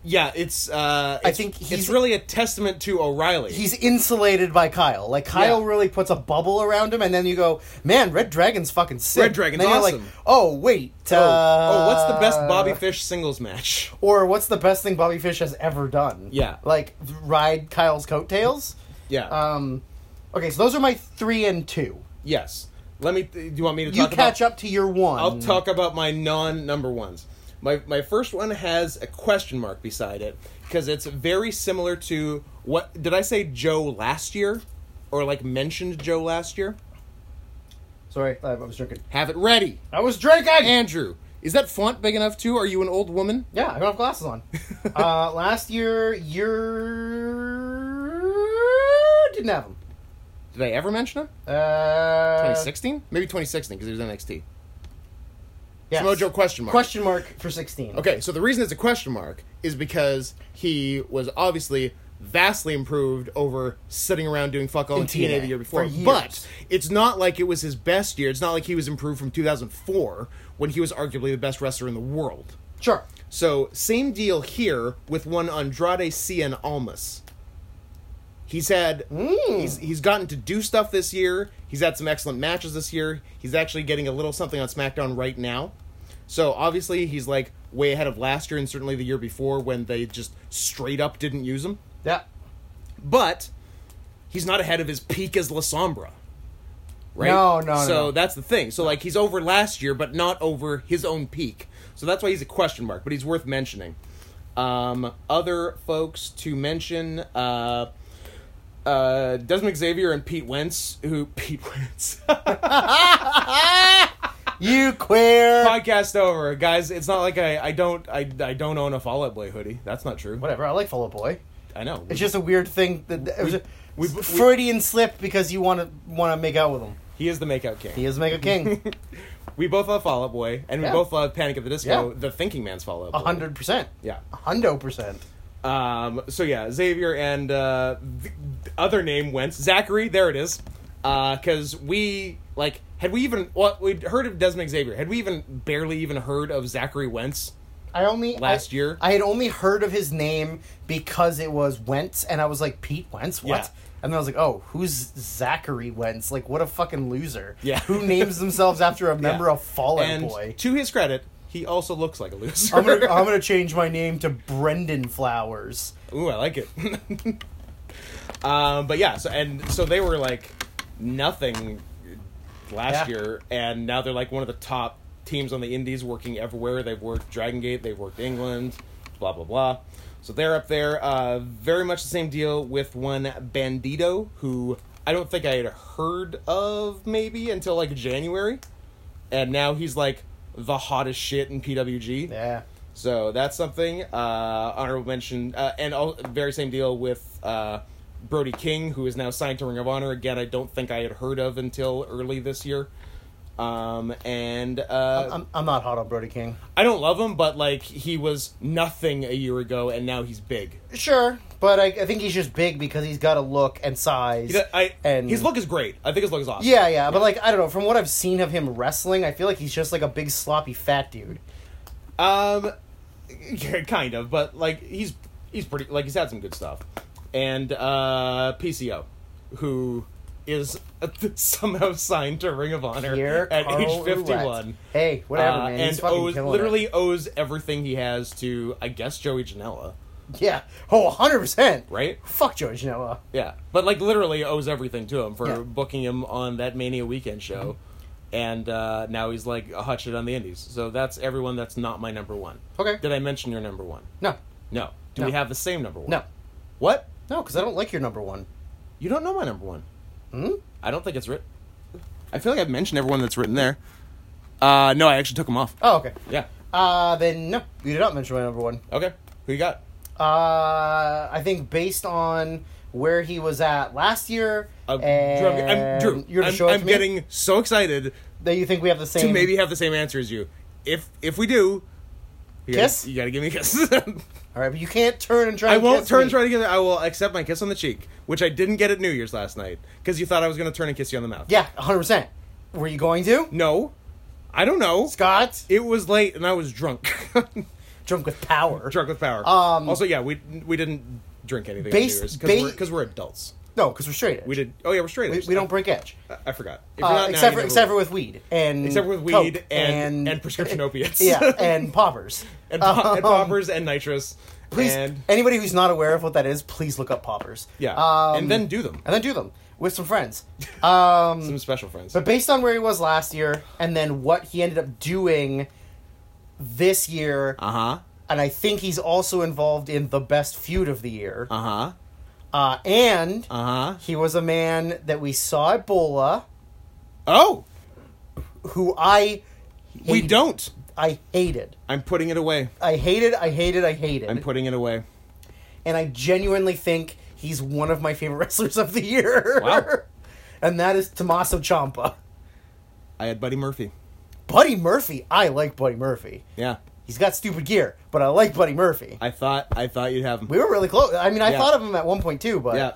Speaker 1: yeah, it's. Uh,
Speaker 2: I
Speaker 1: it's-
Speaker 2: think he's-
Speaker 1: it's really a testament to O'Reilly.
Speaker 2: He's insulated by Kyle. Like Kyle
Speaker 1: Yeah.
Speaker 2: really puts a bubble around him, and then you go, "Man, Red Dragon's fucking sick."
Speaker 1: Red Dragon's
Speaker 2: And then you're
Speaker 1: awesome.
Speaker 2: like, "Oh wait,
Speaker 1: oh, oh, what's the best
Speaker 2: uh,
Speaker 1: Bobby Fish singles match?
Speaker 2: Or what's the best thing Bobby Fish has ever done?
Speaker 1: Yeah.
Speaker 2: like ride Kyle's coattails.
Speaker 1: Yeah.
Speaker 2: Um, okay, so those are my three and two.
Speaker 1: yes. Let me. Do you want me to
Speaker 2: You
Speaker 1: talk about?
Speaker 2: catch up to your one.
Speaker 1: I'll talk about my non number ones. My my first one has a question mark beside it because it's very similar to what did I say Joe last year, or like mentioned Joe last year?
Speaker 2: Sorry, I I was drinking.
Speaker 1: Have it ready,
Speaker 2: I was drinking.
Speaker 1: Andrew. Is that font big enough too? Are you an old woman?
Speaker 2: Yeah, I don't have
Speaker 1: *laughs*
Speaker 2: glasses on. uh, last year, you didn't have them.
Speaker 1: Did I ever mention him?
Speaker 2: Uh,
Speaker 1: 2016? Maybe 2016 because he was NXT.
Speaker 2: yes.
Speaker 1: Samojo question mark.
Speaker 2: Question mark for 16.
Speaker 1: Okay, so the reason it's a question mark is because he was obviously vastly improved over sitting around doing fuck all in,
Speaker 2: In
Speaker 1: TNA, the
Speaker 2: TNA
Speaker 1: year before.
Speaker 2: for years.
Speaker 1: But it's not like it was his best year. It's not like he was improved from 2004 when he was arguably the best wrestler in the world.
Speaker 2: Sure.
Speaker 1: So same deal here with one Andrade Cien Almas. He's had he's he's gotten to do stuff this year. He's had some excellent matches this year. He's actually getting a little something on SmackDown right now. So obviously he's like way ahead of last year and certainly the year before when they just straight up didn't use him.
Speaker 2: Yeah.
Speaker 1: But he's not ahead of his peak as La Sombra. Right?
Speaker 2: No, no, no,
Speaker 1: So
Speaker 2: no.
Speaker 1: that's the thing. So like he's over last year, but not over his own peak. So that's why he's a question mark, but he's worth mentioning. Um, other folks to mention, uh, uh, Desmond Xavier and Pete Wentz, who *laughs* Pete Wentz.
Speaker 2: You queer.
Speaker 1: Podcast over, guys. It's not like I, I don't I, I don't own a Fall Out Boy hoodie. That's not true.
Speaker 2: Whatever, I like Follow Boy.
Speaker 1: I know.
Speaker 2: It's just a weird thing that it was a
Speaker 1: we- we-
Speaker 2: Freudian slip because you want to want to make out with him.
Speaker 1: he is the makeout king.
Speaker 2: He is
Speaker 1: *laughs*
Speaker 2: Mega King,
Speaker 1: We both love Fall Out Boy, and we
Speaker 2: Yeah.
Speaker 1: both love Panic at the Disco,
Speaker 2: Yeah.
Speaker 1: the Thinking Man's Fall Out Boy.
Speaker 2: hundred percent,
Speaker 1: Yeah.
Speaker 2: hundo percent.
Speaker 1: Um, so yeah, Xavier and uh, the the other name Wentz, Zachary. There it is. Because we like had we even well, we'd heard of Desmond Xavier. Had we even barely even heard of Zachary Wentz?
Speaker 2: I only
Speaker 1: Last
Speaker 2: I-
Speaker 1: year?
Speaker 2: I had only heard of his name because it was Wentz, and I was like Pete Wentz, what?
Speaker 1: Yeah.
Speaker 2: And then I was like, oh, who's Zachary Wentz? Like, what a fucking loser!
Speaker 1: Yeah.
Speaker 2: who names themselves after a
Speaker 1: *laughs*
Speaker 2: member
Speaker 1: Yeah.
Speaker 2: of Fall Out
Speaker 1: and
Speaker 2: Oh, Boy?
Speaker 1: to his credit, he also looks like a loser.
Speaker 2: I'm gonna, I'm gonna change my name to Brendan Flowers.
Speaker 1: Ooh, I like it. *laughs* um, but yeah, so and so they were like nothing last
Speaker 2: Yeah.
Speaker 1: year, and now they're like one of the top teams on the Indies, working everywhere. They've worked Dragon Gate, they've worked England, blah blah blah. So they're up there. Uh, very much the same deal with one Bandito, who I don't think I had heard of maybe until like January, and now he's like the hottest shit in PWG.
Speaker 2: Yeah,
Speaker 1: So that's something. Uh, honorable mention, uh, and all, very same deal with uh, Brody King, who is now signed to Ring of Honor. Again, I don't think I had heard of until early this year. Um, and uh,
Speaker 2: I'm, I'm not hot on Brody King.
Speaker 1: I don't love him, but like he was nothing a year ago, and now he's big.
Speaker 2: Sure, But I, I think he's just big because he's got a look and size.
Speaker 1: He got- I,
Speaker 2: and
Speaker 1: his look is great. I think his look is awesome.
Speaker 2: Yeah, yeah, but like I don't know. From what I've seen of him wrestling, I feel like he's just like a big sloppy fat dude.
Speaker 1: Um, *laughs* yeah, kind of, but like he's he's pretty like he's had some good stuff, and uh, PCO, who is *laughs* somehow signed to Ring of Honor
Speaker 2: Here,
Speaker 1: at
Speaker 2: Carl
Speaker 1: age fifty
Speaker 2: Ouellette.
Speaker 1: one.
Speaker 2: Hey, whatever,
Speaker 1: Uh,
Speaker 2: man.
Speaker 1: and
Speaker 2: he's fucking
Speaker 1: owes,
Speaker 2: killing it.
Speaker 1: literally owes everything he has to, I guess, Joey Janela,
Speaker 2: Yeah. Oh, 100%.
Speaker 1: right?
Speaker 2: Fuck George Noah.
Speaker 1: Yeah, but like literally owes everything to him for
Speaker 2: Yeah.
Speaker 1: booking him on that Mania weekend show, and uh, now he's like a hot shit on the Indies. So that's everyone. That's not my number one.
Speaker 2: Okay.
Speaker 1: Did I mention your number one?
Speaker 2: No.
Speaker 1: No. Do we
Speaker 2: No.
Speaker 1: have the same number one?
Speaker 2: No.
Speaker 1: What?
Speaker 2: No, because I don't like your number one.
Speaker 1: You don't know my number one.
Speaker 2: Hmm?
Speaker 1: I don't think it's written. I feel like I've mentioned everyone that's written there. Uh, no, I actually took them off.
Speaker 2: Oh, okay.
Speaker 1: Yeah.
Speaker 2: Uh, then no, you did not mention my number one.
Speaker 1: Okay. Who you got?
Speaker 2: Uh, I think based on where he was at last year,
Speaker 1: Uh,
Speaker 2: and
Speaker 1: Drew, I'm, I'm- Drew,
Speaker 2: you're to
Speaker 1: I'm,
Speaker 2: show it
Speaker 1: I'm
Speaker 2: to me?
Speaker 1: getting so excited
Speaker 2: that you think we have the same.
Speaker 1: to maybe have the same answer as you. If if we do, you gotta-
Speaker 2: Kiss?
Speaker 1: you gotta give me a kiss. *laughs*
Speaker 2: All right, but you can't turn and try.
Speaker 1: I
Speaker 2: and
Speaker 1: won't
Speaker 2: kiss
Speaker 1: turn
Speaker 2: me.
Speaker 1: try to get. I will accept my kiss on the cheek, which I didn't get at New Year's last night because you thought I was gonna turn and kiss you on the mouth.
Speaker 2: Yeah, 100. percent Were you going to
Speaker 1: No, I don't know.
Speaker 2: Scott?
Speaker 1: It was late and I was drunk. *laughs*
Speaker 2: Drunk with power.
Speaker 1: drunk with power.
Speaker 2: Um,
Speaker 1: also, yeah, we we didn't drink anything
Speaker 2: Based-
Speaker 1: on New Year's
Speaker 2: ba-
Speaker 1: because we're, adults.
Speaker 2: No, because we're straight. edge.
Speaker 1: We did. Oh yeah, we're straight.
Speaker 2: We,
Speaker 1: edge.
Speaker 2: we don't break edge.
Speaker 1: I, I forgot. If you're
Speaker 2: Uh,
Speaker 1: not now,
Speaker 2: except
Speaker 1: you
Speaker 2: for
Speaker 1: never
Speaker 2: except for
Speaker 1: will.
Speaker 2: with weed and
Speaker 1: Except with
Speaker 2: coke
Speaker 1: weed and-
Speaker 2: *laughs*
Speaker 1: and prescription opiates. *laughs*
Speaker 2: yeah, and poppers.
Speaker 1: and, po- and
Speaker 2: Um,
Speaker 1: poppers and nitrous.
Speaker 2: Please,
Speaker 1: and,
Speaker 2: anybody who's not aware of what that is, please look up poppers.
Speaker 1: yeah,
Speaker 2: um,
Speaker 1: and then do them.
Speaker 2: and then do them with some friends. Um,
Speaker 1: Some special friends.
Speaker 2: but based on where he was last year and then what he ended up doing this year,
Speaker 1: Uh huh.
Speaker 2: and I think he's also involved in the best feud of the year.
Speaker 1: Uh huh.
Speaker 2: Uh, and
Speaker 1: Uh huh.
Speaker 2: he was a man that we saw at Bola,
Speaker 1: Oh,
Speaker 2: who I
Speaker 1: we
Speaker 2: hated-
Speaker 1: don't.
Speaker 2: I hated.
Speaker 1: I'm putting it away.
Speaker 2: I hated, I hated, I hated.
Speaker 1: I'm putting it away.
Speaker 2: and I genuinely think he's one of my favorite *laughs* wrestlers of the year.
Speaker 1: Wow.
Speaker 2: *laughs* and that is Tommaso Ciampa.
Speaker 1: I had Buddy Murphy.
Speaker 2: Buddy Murphy, I like Buddy Murphy.
Speaker 1: Yeah,
Speaker 2: He's got stupid gear, but I like Buddy Murphy.
Speaker 1: I thought I thought you'd have him.
Speaker 2: we were really close. I mean, I
Speaker 1: Yeah.
Speaker 2: thought of him at one point too, but
Speaker 1: yeah,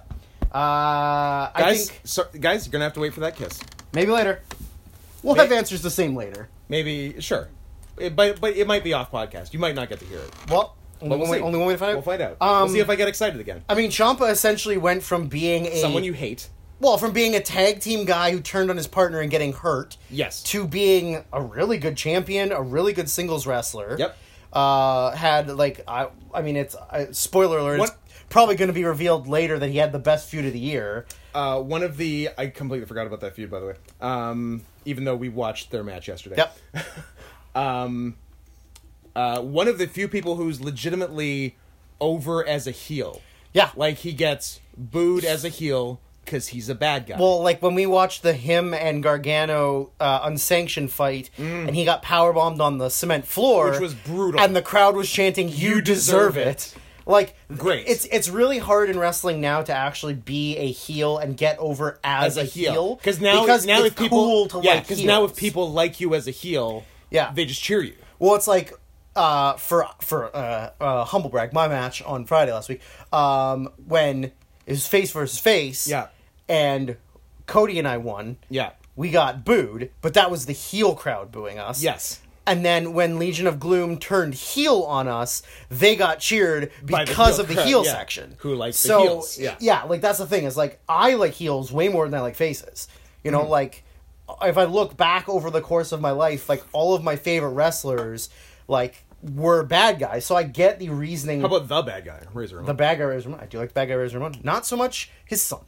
Speaker 2: uh, I
Speaker 1: guys,
Speaker 2: think
Speaker 1: so, guys, you're gonna have to wait for that kiss.
Speaker 2: maybe later. We'll
Speaker 1: May-
Speaker 2: have answers the same later.
Speaker 1: Maybe sure, it, but but it might be off podcast. You might not get to hear it.
Speaker 2: Well,
Speaker 1: But
Speaker 2: only,
Speaker 1: we'll
Speaker 2: one, way,
Speaker 1: see.
Speaker 2: only one way to find out.
Speaker 1: We'll find out.
Speaker 2: Um,
Speaker 1: we'll see if I get excited again.
Speaker 2: I mean, Champa essentially went from being a
Speaker 1: Someone you hate.
Speaker 2: well, from being a tag team guy who turned on his partner and getting hurt,
Speaker 1: Yes.
Speaker 2: to being a really good champion, a really good singles wrestler.
Speaker 1: Yep.
Speaker 2: Uh, had like I, I mean, it's uh, spoiler alert.
Speaker 1: What-
Speaker 2: It's probably going to be revealed later that he had the best feud of the year.
Speaker 1: Uh, one of the I completely forgot about that feud by the way. Um, even though we watched their match yesterday.
Speaker 2: Yep.
Speaker 1: um, uh, one of the few people who's legitimately over as a heel.
Speaker 2: Yeah.
Speaker 1: Like he gets booed as a heel because he's a bad guy.
Speaker 2: Well, like when we watched the him and Gargano uh, unsanctioned fight, and he got powerbombed on the cement floor,
Speaker 1: Mm. Which was brutal.
Speaker 2: and the crowd was chanting, "You, deserve,
Speaker 1: deserve
Speaker 2: it."
Speaker 1: it."
Speaker 2: Like
Speaker 1: Great.
Speaker 2: It's it's really hard in wrestling now to actually be a heel and get over as,
Speaker 1: as a heel because now
Speaker 2: because
Speaker 1: now
Speaker 2: it's
Speaker 1: if people
Speaker 2: cool to
Speaker 1: yeah
Speaker 2: like
Speaker 1: because now if
Speaker 2: heels.
Speaker 1: people like you as a heel
Speaker 2: Yeah.
Speaker 1: they just cheer you
Speaker 2: Well, it's like uh, for for uh, uh, humble brag, my match on Friday last week, um, when it was face versus face.
Speaker 1: Yeah.
Speaker 2: And Cody and I won.
Speaker 1: yeah
Speaker 2: We got booed, but that was the heel crowd booing us.
Speaker 1: Yes.
Speaker 2: And then when Legion of Gloom turned heel on us, they got cheered
Speaker 1: By the
Speaker 2: because
Speaker 1: heel
Speaker 2: of the
Speaker 1: crowd,
Speaker 2: heel
Speaker 1: yeah.
Speaker 2: section.
Speaker 1: Who likes the
Speaker 2: so,
Speaker 1: heels, yeah.
Speaker 2: like that's the thing is like I like heels way more than I like faces. You
Speaker 1: Hmm.
Speaker 2: know, like if I look back over the course of my life, like all of my favorite wrestlers, like were bad guys. So I get the reasoning.
Speaker 1: how about the bad guy Razor Ramon
Speaker 2: the bad guy Razor Ramon? I do like the bad guy Razor Ramon. Not so much his son,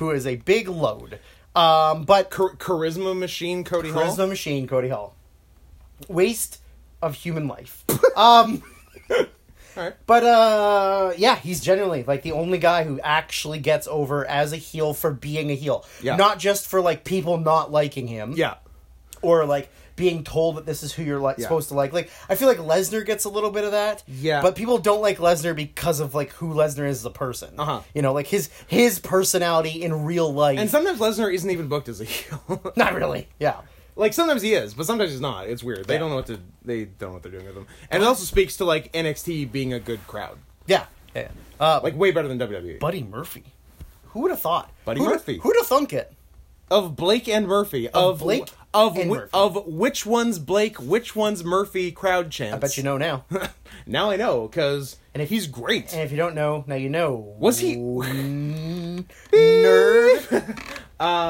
Speaker 2: who is a big load. Um, but
Speaker 1: Char- charisma machine Cody
Speaker 2: Charisma
Speaker 1: Hall
Speaker 2: Machine, Cody Hall. Waste of human
Speaker 1: *laughs*
Speaker 2: life. Um,
Speaker 1: all right
Speaker 2: But uh yeah, he's generally like the only guy who actually gets over as a heel for being a heel.
Speaker 1: Yeah.
Speaker 2: Not just for like people not liking him.
Speaker 1: yeah
Speaker 2: Or like being told that this is who you're like
Speaker 1: Yeah.
Speaker 2: supposed to like. Like I feel like Lesnar gets a little bit of that.
Speaker 1: Yeah.
Speaker 2: But people don't like Lesnar because of like who Lesnar is as a person.
Speaker 1: Uh-huh.
Speaker 2: You know, like his his personality in real life.
Speaker 1: and sometimes Lesnar isn't even booked as a *laughs* heel
Speaker 2: not really. Yeah.
Speaker 1: like sometimes he is but sometimes he's not it's weird they
Speaker 2: Yeah.
Speaker 1: don't know what to they don't know what they're doing with him and it also speaks to like NXT being a good crowd
Speaker 2: Yeah. Yeah. Uh,
Speaker 1: Like way better than E. WWE.
Speaker 2: Buddy Murphy. Who would have thought?
Speaker 1: Buddy
Speaker 2: Who'da-
Speaker 1: Murphy.
Speaker 2: Who'd have thunk it?
Speaker 1: of Blake and Murphy. Of,
Speaker 2: Blake
Speaker 1: of
Speaker 2: and
Speaker 1: whi-
Speaker 2: Murphy.
Speaker 1: of which one's Blake, which one's Murphy crowd chance.
Speaker 2: I bet you know now. and
Speaker 1: now I know cuz
Speaker 2: *laughs* And if-
Speaker 1: he's great.
Speaker 2: if you don't know, now you know.
Speaker 1: Was
Speaker 2: *laughs*
Speaker 1: he-
Speaker 2: Mm, nerd?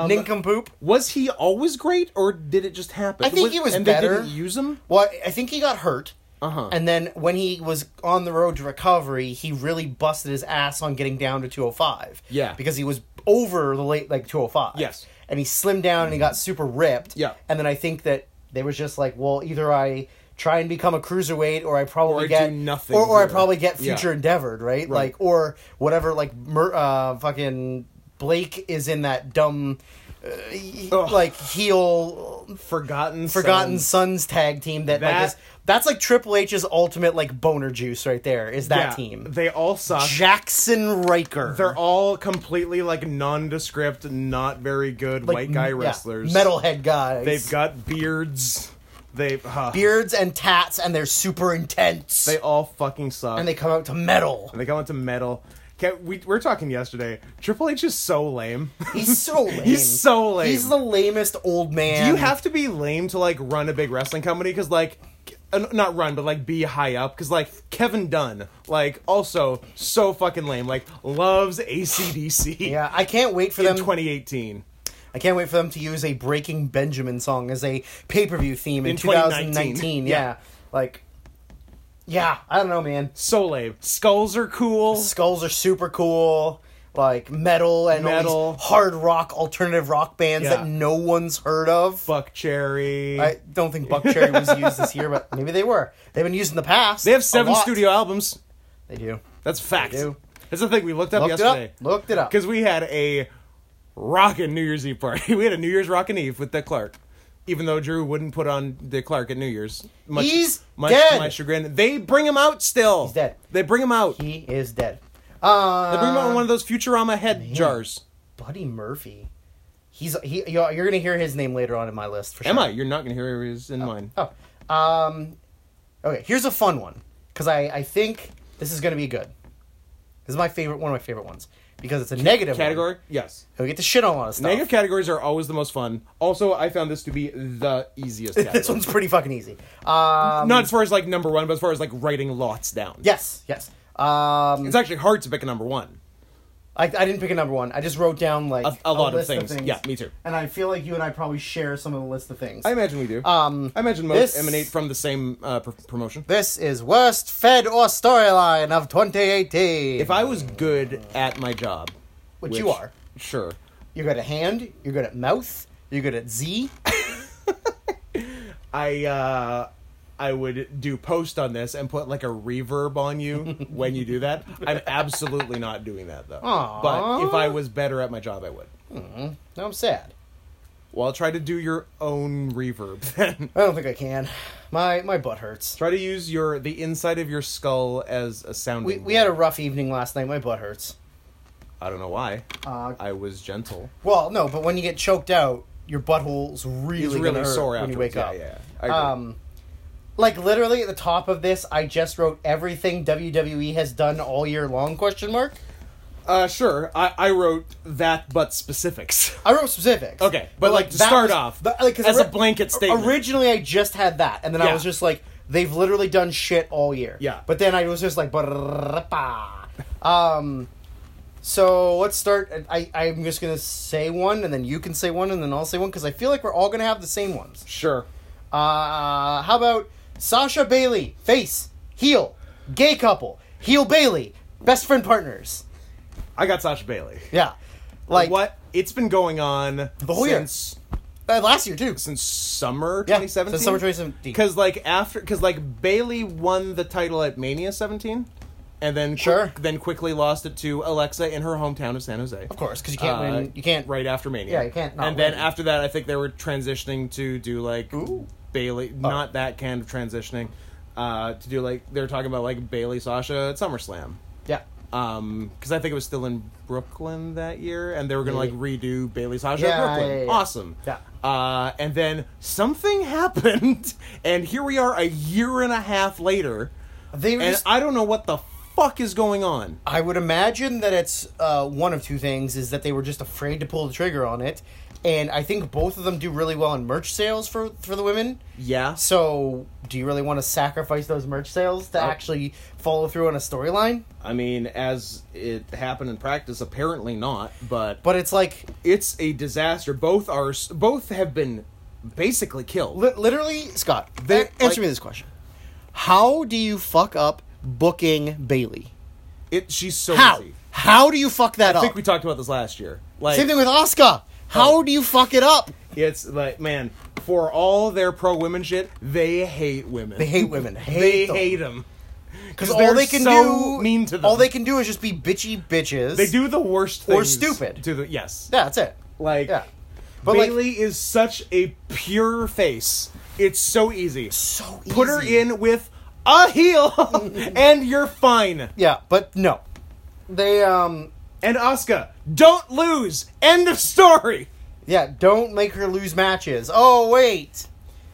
Speaker 2: Nincompoop?
Speaker 1: *laughs* was he always great or did it just happen?
Speaker 2: I think
Speaker 1: was,
Speaker 2: he was
Speaker 1: and
Speaker 2: better.
Speaker 1: they didn't use him?
Speaker 2: Well, I think he got hurt.
Speaker 1: Uh-huh.
Speaker 2: And then when he was on the road to recovery, he really busted his ass on getting down to 205.
Speaker 1: Yeah.
Speaker 2: Because he was over the late, like 205.
Speaker 1: Yes.
Speaker 2: And he slimmed down and he got super ripped.
Speaker 1: Yeah.
Speaker 2: And then I think that they was just like, well, either I try and become a cruiserweight or I probably
Speaker 1: Or I do
Speaker 2: get
Speaker 1: nothing
Speaker 2: Or, or I
Speaker 1: here.
Speaker 2: probably get
Speaker 1: Yeah.
Speaker 2: future endeavored, right?
Speaker 1: Right.
Speaker 2: Like, or whatever, like, mer- uh, fucking Blake is in that dumb, uh, he-
Speaker 1: Ugh.
Speaker 2: like, heel
Speaker 1: Forgotten
Speaker 2: Forgotten
Speaker 1: Sons.
Speaker 2: Sons tag team that, like
Speaker 1: That-
Speaker 2: is, that's like Triple H's ultimate like boner juice right there is that
Speaker 1: Yeah,
Speaker 2: team.
Speaker 1: They all suck.
Speaker 2: Jackson Riker.
Speaker 1: They're all completely like nondescript, not very good
Speaker 2: Like,
Speaker 1: white guy
Speaker 2: yeah,
Speaker 1: wrestlers.
Speaker 2: metalhead guys.
Speaker 1: They've got beards. They've uh,
Speaker 2: beards and tats and they're super intense.
Speaker 1: they all fucking suck.
Speaker 2: and they come out to metal.
Speaker 1: And they go into metal. Can, we we were talking yesterday. Triple H is so lame. *laughs*
Speaker 2: He's so lame.
Speaker 1: He's so lame.
Speaker 2: He's the lamest old man.
Speaker 1: you have to be lame to like run a big wrestling company because like, uh, not run, but like be high up because like Kevin Dunn, like also so fucking lame. Like loves ACDC
Speaker 2: Yeah, I can't wait for
Speaker 1: in
Speaker 2: them.
Speaker 1: 2018.
Speaker 2: I can't wait for them to use a Breaking Benjamin song as a pay per view theme in,
Speaker 1: In
Speaker 2: 2019.
Speaker 1: 2019,
Speaker 2: Yeah.
Speaker 1: yeah.
Speaker 2: like, yeah, I don't know, man.
Speaker 1: So lame. Skulls are cool.
Speaker 2: skulls are super cool like metal and all these
Speaker 1: Metal.
Speaker 2: hard rock alternative rock bands
Speaker 1: Yeah.
Speaker 2: that no one's heard of
Speaker 1: Fuck cherry.
Speaker 2: i don't think buckcherry was used this year but maybe they were they've been used in the past
Speaker 1: they have
Speaker 2: a
Speaker 1: seven
Speaker 2: lot.
Speaker 1: studio albums.
Speaker 2: they do
Speaker 1: That's fact.
Speaker 2: do.
Speaker 1: That's the thing we looked up
Speaker 2: looked
Speaker 1: yesterday.
Speaker 2: it up looked it up
Speaker 1: Because we had a rockin' New Year's Eve party. *laughs* We had a New Year's rockin' Eve with Dick Clark. Even though Drew wouldn't put on Dick Clark at New Year's. Much,
Speaker 2: He's
Speaker 1: much
Speaker 2: dead.
Speaker 1: to my chagrin. They bring him out still. He's
Speaker 2: dead.
Speaker 1: They bring him out.
Speaker 2: he is dead
Speaker 1: they bring him out
Speaker 2: uh
Speaker 1: in one of those Futurama head
Speaker 2: um,
Speaker 1: jars.
Speaker 2: buddy murphy he's he you're you're gonna hear his name later on in my list for sure
Speaker 1: Am I? You're not going to hear his in mine.
Speaker 2: Oh, um, okay. Here's a fun one because I I think this is gonna be good. This is my favorite, one of my favorite ones because it's a negative one.
Speaker 1: Category? Yes.
Speaker 2: We get to shit on a lot of stuff.
Speaker 1: Negative categories are always the most fun. Also, I found this to be the *laughs* easiest category.
Speaker 2: *laughs* This one's pretty fucking easy. Um,
Speaker 1: not as far as like number one, but as far as like writing lots down.
Speaker 2: yes, yes. Um,
Speaker 1: It's actually hard to pick a number one.
Speaker 2: I, I didn't pick a number one. I just wrote down like
Speaker 1: A, a lot of
Speaker 2: list
Speaker 1: things. Yeah, me too.
Speaker 2: And I feel like you and I probably share some of the list of things.
Speaker 1: I imagine we do.
Speaker 2: Um,
Speaker 1: I imagine most
Speaker 2: this-
Speaker 1: emanate from the same uh, pr- promotion.
Speaker 2: this is worst fed or storyline of 2018.
Speaker 1: If I was good at my job,
Speaker 2: Which you are.
Speaker 1: sure.
Speaker 2: you're good at hand, you're good at mouth, you're good at Z.
Speaker 1: I uh, I would do post on this and put like a reverb on *laughs* you when you do that. I'm absolutely not doing that though.
Speaker 2: Aw.
Speaker 1: But if I was better at my job, I would.
Speaker 2: No, I'm sad.
Speaker 1: Well, try to do your own reverb then.
Speaker 2: I don't think I can. My my butt hurts.
Speaker 1: try to use your the inside of your skull as a sounding.
Speaker 2: We, we had a
Speaker 1: board.
Speaker 2: rough evening last night. My butt hurts.
Speaker 1: I don't know why.
Speaker 2: Uh,
Speaker 1: I was gentle.
Speaker 2: well, no, but when you get choked out, your butthole's really
Speaker 1: It's
Speaker 2: gonna
Speaker 1: really
Speaker 2: hurt
Speaker 1: sore
Speaker 2: when you
Speaker 1: afterwards.
Speaker 2: wake
Speaker 1: yeah,
Speaker 2: up.
Speaker 1: Yeah, I agree.
Speaker 2: Um, like literally at the top of this, I just wrote everything WWE has done all year long? Question mark.
Speaker 1: Uh, sure. I, I wrote that, but specifics. *laughs*
Speaker 2: I wrote specifics.
Speaker 1: Okay, but, like, to
Speaker 2: that
Speaker 1: start
Speaker 2: was-
Speaker 1: off,
Speaker 2: the- like, 'cause
Speaker 1: as
Speaker 2: ori-
Speaker 1: a blanket statement.
Speaker 2: Originally, I just had that, and then I
Speaker 1: Yeah.
Speaker 2: was just like, they've literally done shit all year.
Speaker 1: Yeah.
Speaker 2: But then I was just like, "Brrrrapa." um, so let's start. I I'm just gonna say one, and then you can say one, and then I'll say one because I feel like we're all gonna have the same ones.
Speaker 1: sure.
Speaker 2: Uh, how about Sasha Bailey face heel gay couple heel Bailey best friend partners?
Speaker 1: I got Sasha Bailey.
Speaker 2: Yeah. Like
Speaker 1: what? It's been going on
Speaker 2: The whole year.
Speaker 1: since
Speaker 2: uh, last year too.
Speaker 1: since summer
Speaker 2: Yeah,
Speaker 1: 2017.
Speaker 2: since summer 2017.
Speaker 1: Because like after, because like Bailey won the title at Mania 17, and then quick-
Speaker 2: Sure.
Speaker 1: then quickly lost it to Alexa in her hometown of San Jose.
Speaker 2: Of course, because you can't
Speaker 1: Uh,
Speaker 2: win. You can't
Speaker 1: right after Mania.
Speaker 2: Yeah, you can't not
Speaker 1: and then
Speaker 2: win.
Speaker 1: after that, I think they were transitioning to do like
Speaker 2: Ooh. Oh.
Speaker 1: Bailey, not that kind of transitioning, uh, to do like they were talking about like Bailey Sasha at SummerSlam.
Speaker 2: Yeah.
Speaker 1: Um, because I think it was still in Brooklyn that year, and they were gonna like redo Bailey Sasha
Speaker 2: Yeah,
Speaker 1: at Brooklyn.
Speaker 2: yeah, yeah, yeah.
Speaker 1: Awesome.
Speaker 2: Yeah.
Speaker 1: Uh, and then something *laughs* happened, and here we are a year and a half later,
Speaker 2: They were
Speaker 1: and
Speaker 2: just
Speaker 1: I don't know what the fuck is going on?
Speaker 2: I would imagine that it's uh, one of two things: is that they were just afraid to pull the trigger on it, and I think both of them do really well in merch sales for for the women.
Speaker 1: Yeah.
Speaker 2: So, do you really want to sacrifice those merch sales to
Speaker 1: Oh.
Speaker 2: actually follow through on a storyline?
Speaker 1: I mean, as it happened in practice, apparently not, but
Speaker 2: But it's like
Speaker 1: it's a disaster. Both are s- both have been basically killed.
Speaker 2: li- literally, Scott.
Speaker 1: They-
Speaker 2: a- answer
Speaker 1: like-
Speaker 2: me this question: How do you fuck up booking Bailey?
Speaker 1: It she's so
Speaker 2: How?
Speaker 1: busy.
Speaker 2: How do you fuck that
Speaker 1: I
Speaker 2: up?
Speaker 1: think we talked about this last year. Like
Speaker 2: Same thing with Oscar. How do you fuck it up?
Speaker 1: it's like man, for all their pro women shit, they hate women.
Speaker 2: They hate women. Hate
Speaker 1: they
Speaker 2: them.
Speaker 1: hate them
Speaker 2: because all they can do
Speaker 1: mean to them.
Speaker 2: All they can do is just be bitchy bitches.
Speaker 1: they do the worst
Speaker 2: Or
Speaker 1: things
Speaker 2: stupid.
Speaker 1: to the yes
Speaker 2: Yeah, that's it.
Speaker 1: like
Speaker 2: Yeah. But, like-
Speaker 1: Bailey is such a pure face. It's so easy.
Speaker 2: So
Speaker 1: Put her
Speaker 2: easy.
Speaker 1: in with a
Speaker 2: *laughs*
Speaker 1: heel, *laughs* and you're fine.
Speaker 2: Yeah, but no, they um.
Speaker 1: And Asuka, don't lose. End of story.
Speaker 2: Yeah, don't make her lose matches. Oh wait,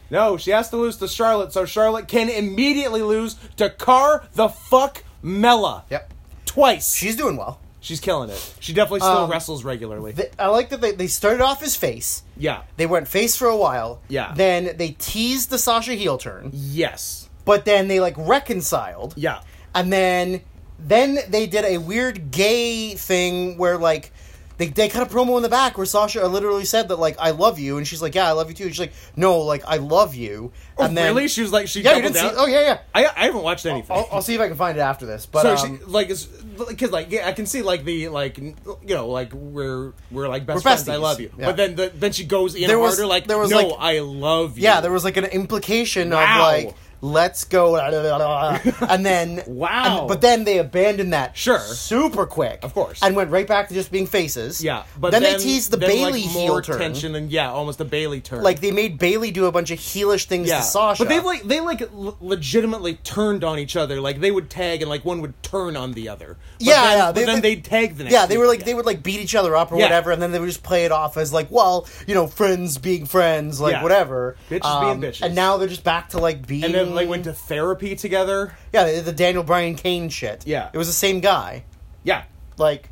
Speaker 1: No, she has to lose to Charlotte, so Charlotte can immediately lose to Car the fuck Mella.
Speaker 2: Yep.
Speaker 1: Twice.
Speaker 2: she's doing well.
Speaker 1: She's killing it. She definitely still
Speaker 2: Um,
Speaker 1: wrestles regularly.
Speaker 2: They, I like that they, they started off as face.
Speaker 1: yeah.
Speaker 2: They went face for a while.
Speaker 1: Yeah.
Speaker 2: Then they teased the Sasha heel turn,
Speaker 1: Yes.
Speaker 2: but then they like reconciled.
Speaker 1: Yeah.
Speaker 2: and then then they did a weird gay thing where like they, they cut a promo in the back where Sasha literally said that like I love you and she's like yeah I love you too and she's like no like I love you
Speaker 1: Oh,
Speaker 2: and then
Speaker 1: really? She was like, she
Speaker 2: yeah you
Speaker 1: doubled
Speaker 2: didn't see
Speaker 1: down?
Speaker 2: oh yeah yeah
Speaker 1: I, I haven't watched anything.
Speaker 2: I'll, I'll see if I can find it after this but
Speaker 1: so
Speaker 2: um,
Speaker 1: she, like it's because like yeah, I can see like the like n- you know like we're we're like best
Speaker 2: We're
Speaker 1: friends. I
Speaker 2: besties.
Speaker 1: love you,
Speaker 2: Yeah.
Speaker 1: but then the, then she goes in
Speaker 2: There was-
Speaker 1: harder like
Speaker 2: there was,
Speaker 1: no,
Speaker 2: like-
Speaker 1: I love you.
Speaker 2: yeah there was like an implication
Speaker 1: Wow.
Speaker 2: of like let's go *laughs* blah, blah, blah, blah, and then
Speaker 1: Wow.
Speaker 2: and- but then they abandoned that
Speaker 1: Sure.
Speaker 2: super quick
Speaker 1: Of course.
Speaker 2: and went right back to just being faces
Speaker 1: yeah. But
Speaker 2: but then, they teased the
Speaker 1: then, like,
Speaker 2: Bailey heel
Speaker 1: more
Speaker 2: turn
Speaker 1: tension and yeah, almost a Bailey turn.
Speaker 2: like they made Bailey do a bunch of heelish things
Speaker 1: yeah,
Speaker 2: to Sasha.
Speaker 1: but they like they like le- legitimately turned on each other. Like they would tag and like one would turn on the other. But
Speaker 2: Yeah,
Speaker 1: then,
Speaker 2: yeah,
Speaker 1: But
Speaker 2: they-
Speaker 1: then
Speaker 2: they-
Speaker 1: they'd tag the next.
Speaker 2: yeah, they were
Speaker 1: week
Speaker 2: like
Speaker 1: again.
Speaker 2: they would like beat each other up or
Speaker 1: Yeah.
Speaker 2: whatever, and then they would just play it off as like, well, you know, friends being friends, like
Speaker 1: Yeah.
Speaker 2: whatever. Um,
Speaker 1: Bitches being bitches.
Speaker 2: And now they're just back to like being.
Speaker 1: and then they went to therapy together.
Speaker 2: yeah the- the Daniel Bryan Kane shit.
Speaker 1: Yeah.
Speaker 2: it was the same guy.
Speaker 1: Yeah,
Speaker 2: Like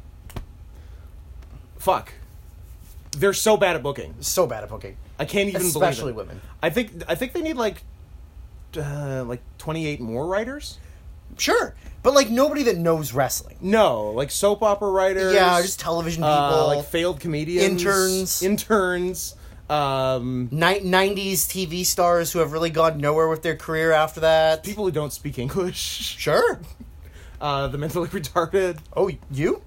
Speaker 1: fuck. They're so bad at booking.
Speaker 2: so bad at booking,
Speaker 1: I can't even
Speaker 2: especially
Speaker 1: believe it.
Speaker 2: women.
Speaker 1: I think I think they need like uh, like twenty eight more writers.
Speaker 2: Sure, but like nobody that knows wrestling.
Speaker 1: No, like soap opera writers.
Speaker 2: Yeah, just television people,
Speaker 1: uh, like failed comedians,
Speaker 2: Interns.
Speaker 1: interns. Um,
Speaker 2: Ni- 90s TV stars who have really gone nowhere with their career after that.
Speaker 1: people who don't speak English. *laughs*
Speaker 2: Sure.
Speaker 1: Uh, the mentally *laughs* retarded.
Speaker 2: Oh, you?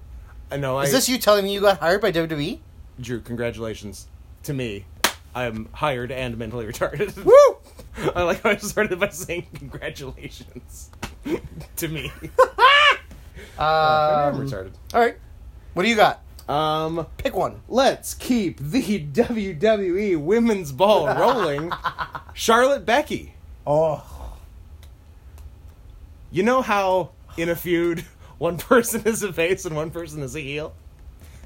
Speaker 1: I know. I
Speaker 2: Is this you telling me you got hired by WWE?
Speaker 1: Drew? Congratulations to me. I'm hired and mentally retarded.
Speaker 2: Woo!
Speaker 1: *laughs* I like how I started by saying congratulations *laughs* to
Speaker 2: *laughs*
Speaker 1: me. Oh, I'm
Speaker 2: Um,
Speaker 1: retarded.
Speaker 2: all right. What do you got?
Speaker 1: Um,
Speaker 2: Pick one.
Speaker 1: Let's keep the WWE women's ball rolling. Charlotte Becky.
Speaker 2: Oh.
Speaker 1: You know how in a feud *laughs* one person is a face and one person is a heel?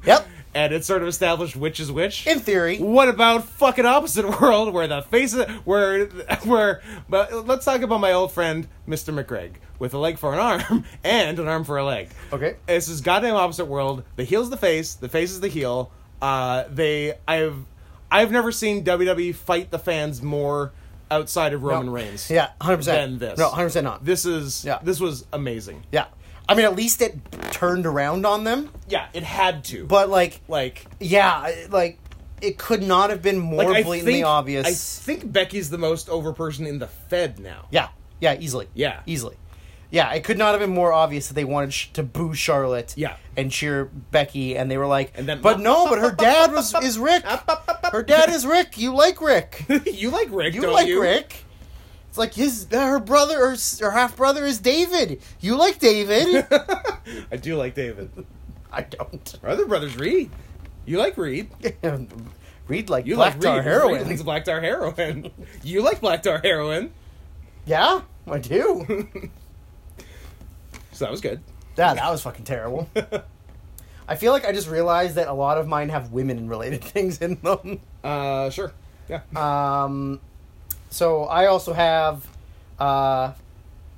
Speaker 2: Yep.
Speaker 1: And it's sort of established which is which.
Speaker 2: In theory.
Speaker 1: what about fucking opposite *laughs* world where the faces where *laughs* where but let's talk about my old friend Mr. McGregor with a leg for an *laughs* arm and an arm for a leg.
Speaker 2: Okay.
Speaker 1: This is goddamn opposite world. The heel's the face, the face is the heel. Uh they I've I've never seen WWE fight the fans more outside of Roman
Speaker 2: No.
Speaker 1: Reigns.
Speaker 2: Yeah, 100%.
Speaker 1: Than this.
Speaker 2: No, 100% not.
Speaker 1: This is
Speaker 2: Yeah.
Speaker 1: this was amazing.
Speaker 2: yeah. I mean, at least it turned around on them.
Speaker 1: Yeah, it had to.
Speaker 2: But, like,
Speaker 1: like
Speaker 2: yeah, I- like, it could not have been more
Speaker 1: like I
Speaker 2: blatantly
Speaker 1: think-
Speaker 2: obvious.
Speaker 1: I think Becky's the most over person in the Fed now.
Speaker 2: yeah. Yeah, easily.
Speaker 1: Yeah.
Speaker 2: Easily. Yeah, it could not have been more obvious that they wanted sh- to boo Charlotte
Speaker 1: Yeah.
Speaker 2: and cheer Becky, and they were like,
Speaker 1: And then-
Speaker 2: but no, but her dad was is Rick. Her dad is Rick. You like Rick.
Speaker 1: *laughs* you like Rick,
Speaker 2: You
Speaker 1: don't
Speaker 2: like
Speaker 1: you?
Speaker 2: Rick. It's like his her brother or s- her half brother is David. You like David.
Speaker 1: *laughs* I do like David.
Speaker 2: I don't. *laughs*
Speaker 1: Our other brother's Reed. You like Reed.
Speaker 2: Read like
Speaker 1: You
Speaker 2: black
Speaker 1: like
Speaker 2: tar
Speaker 1: Reed.
Speaker 2: heroin.
Speaker 1: Reed likes black tar heroin. *laughs* you like black tar heroin.
Speaker 2: Yeah,
Speaker 1: *laughs*
Speaker 2: I do.
Speaker 1: So that was good.
Speaker 2: yeah, that was
Speaker 1: *laughs*
Speaker 2: fucking terrible. I feel like I just realized that a lot of mine have women related *laughs* things in them.
Speaker 1: Uh, sure. Yeah.
Speaker 2: Um, so I also have. Uh,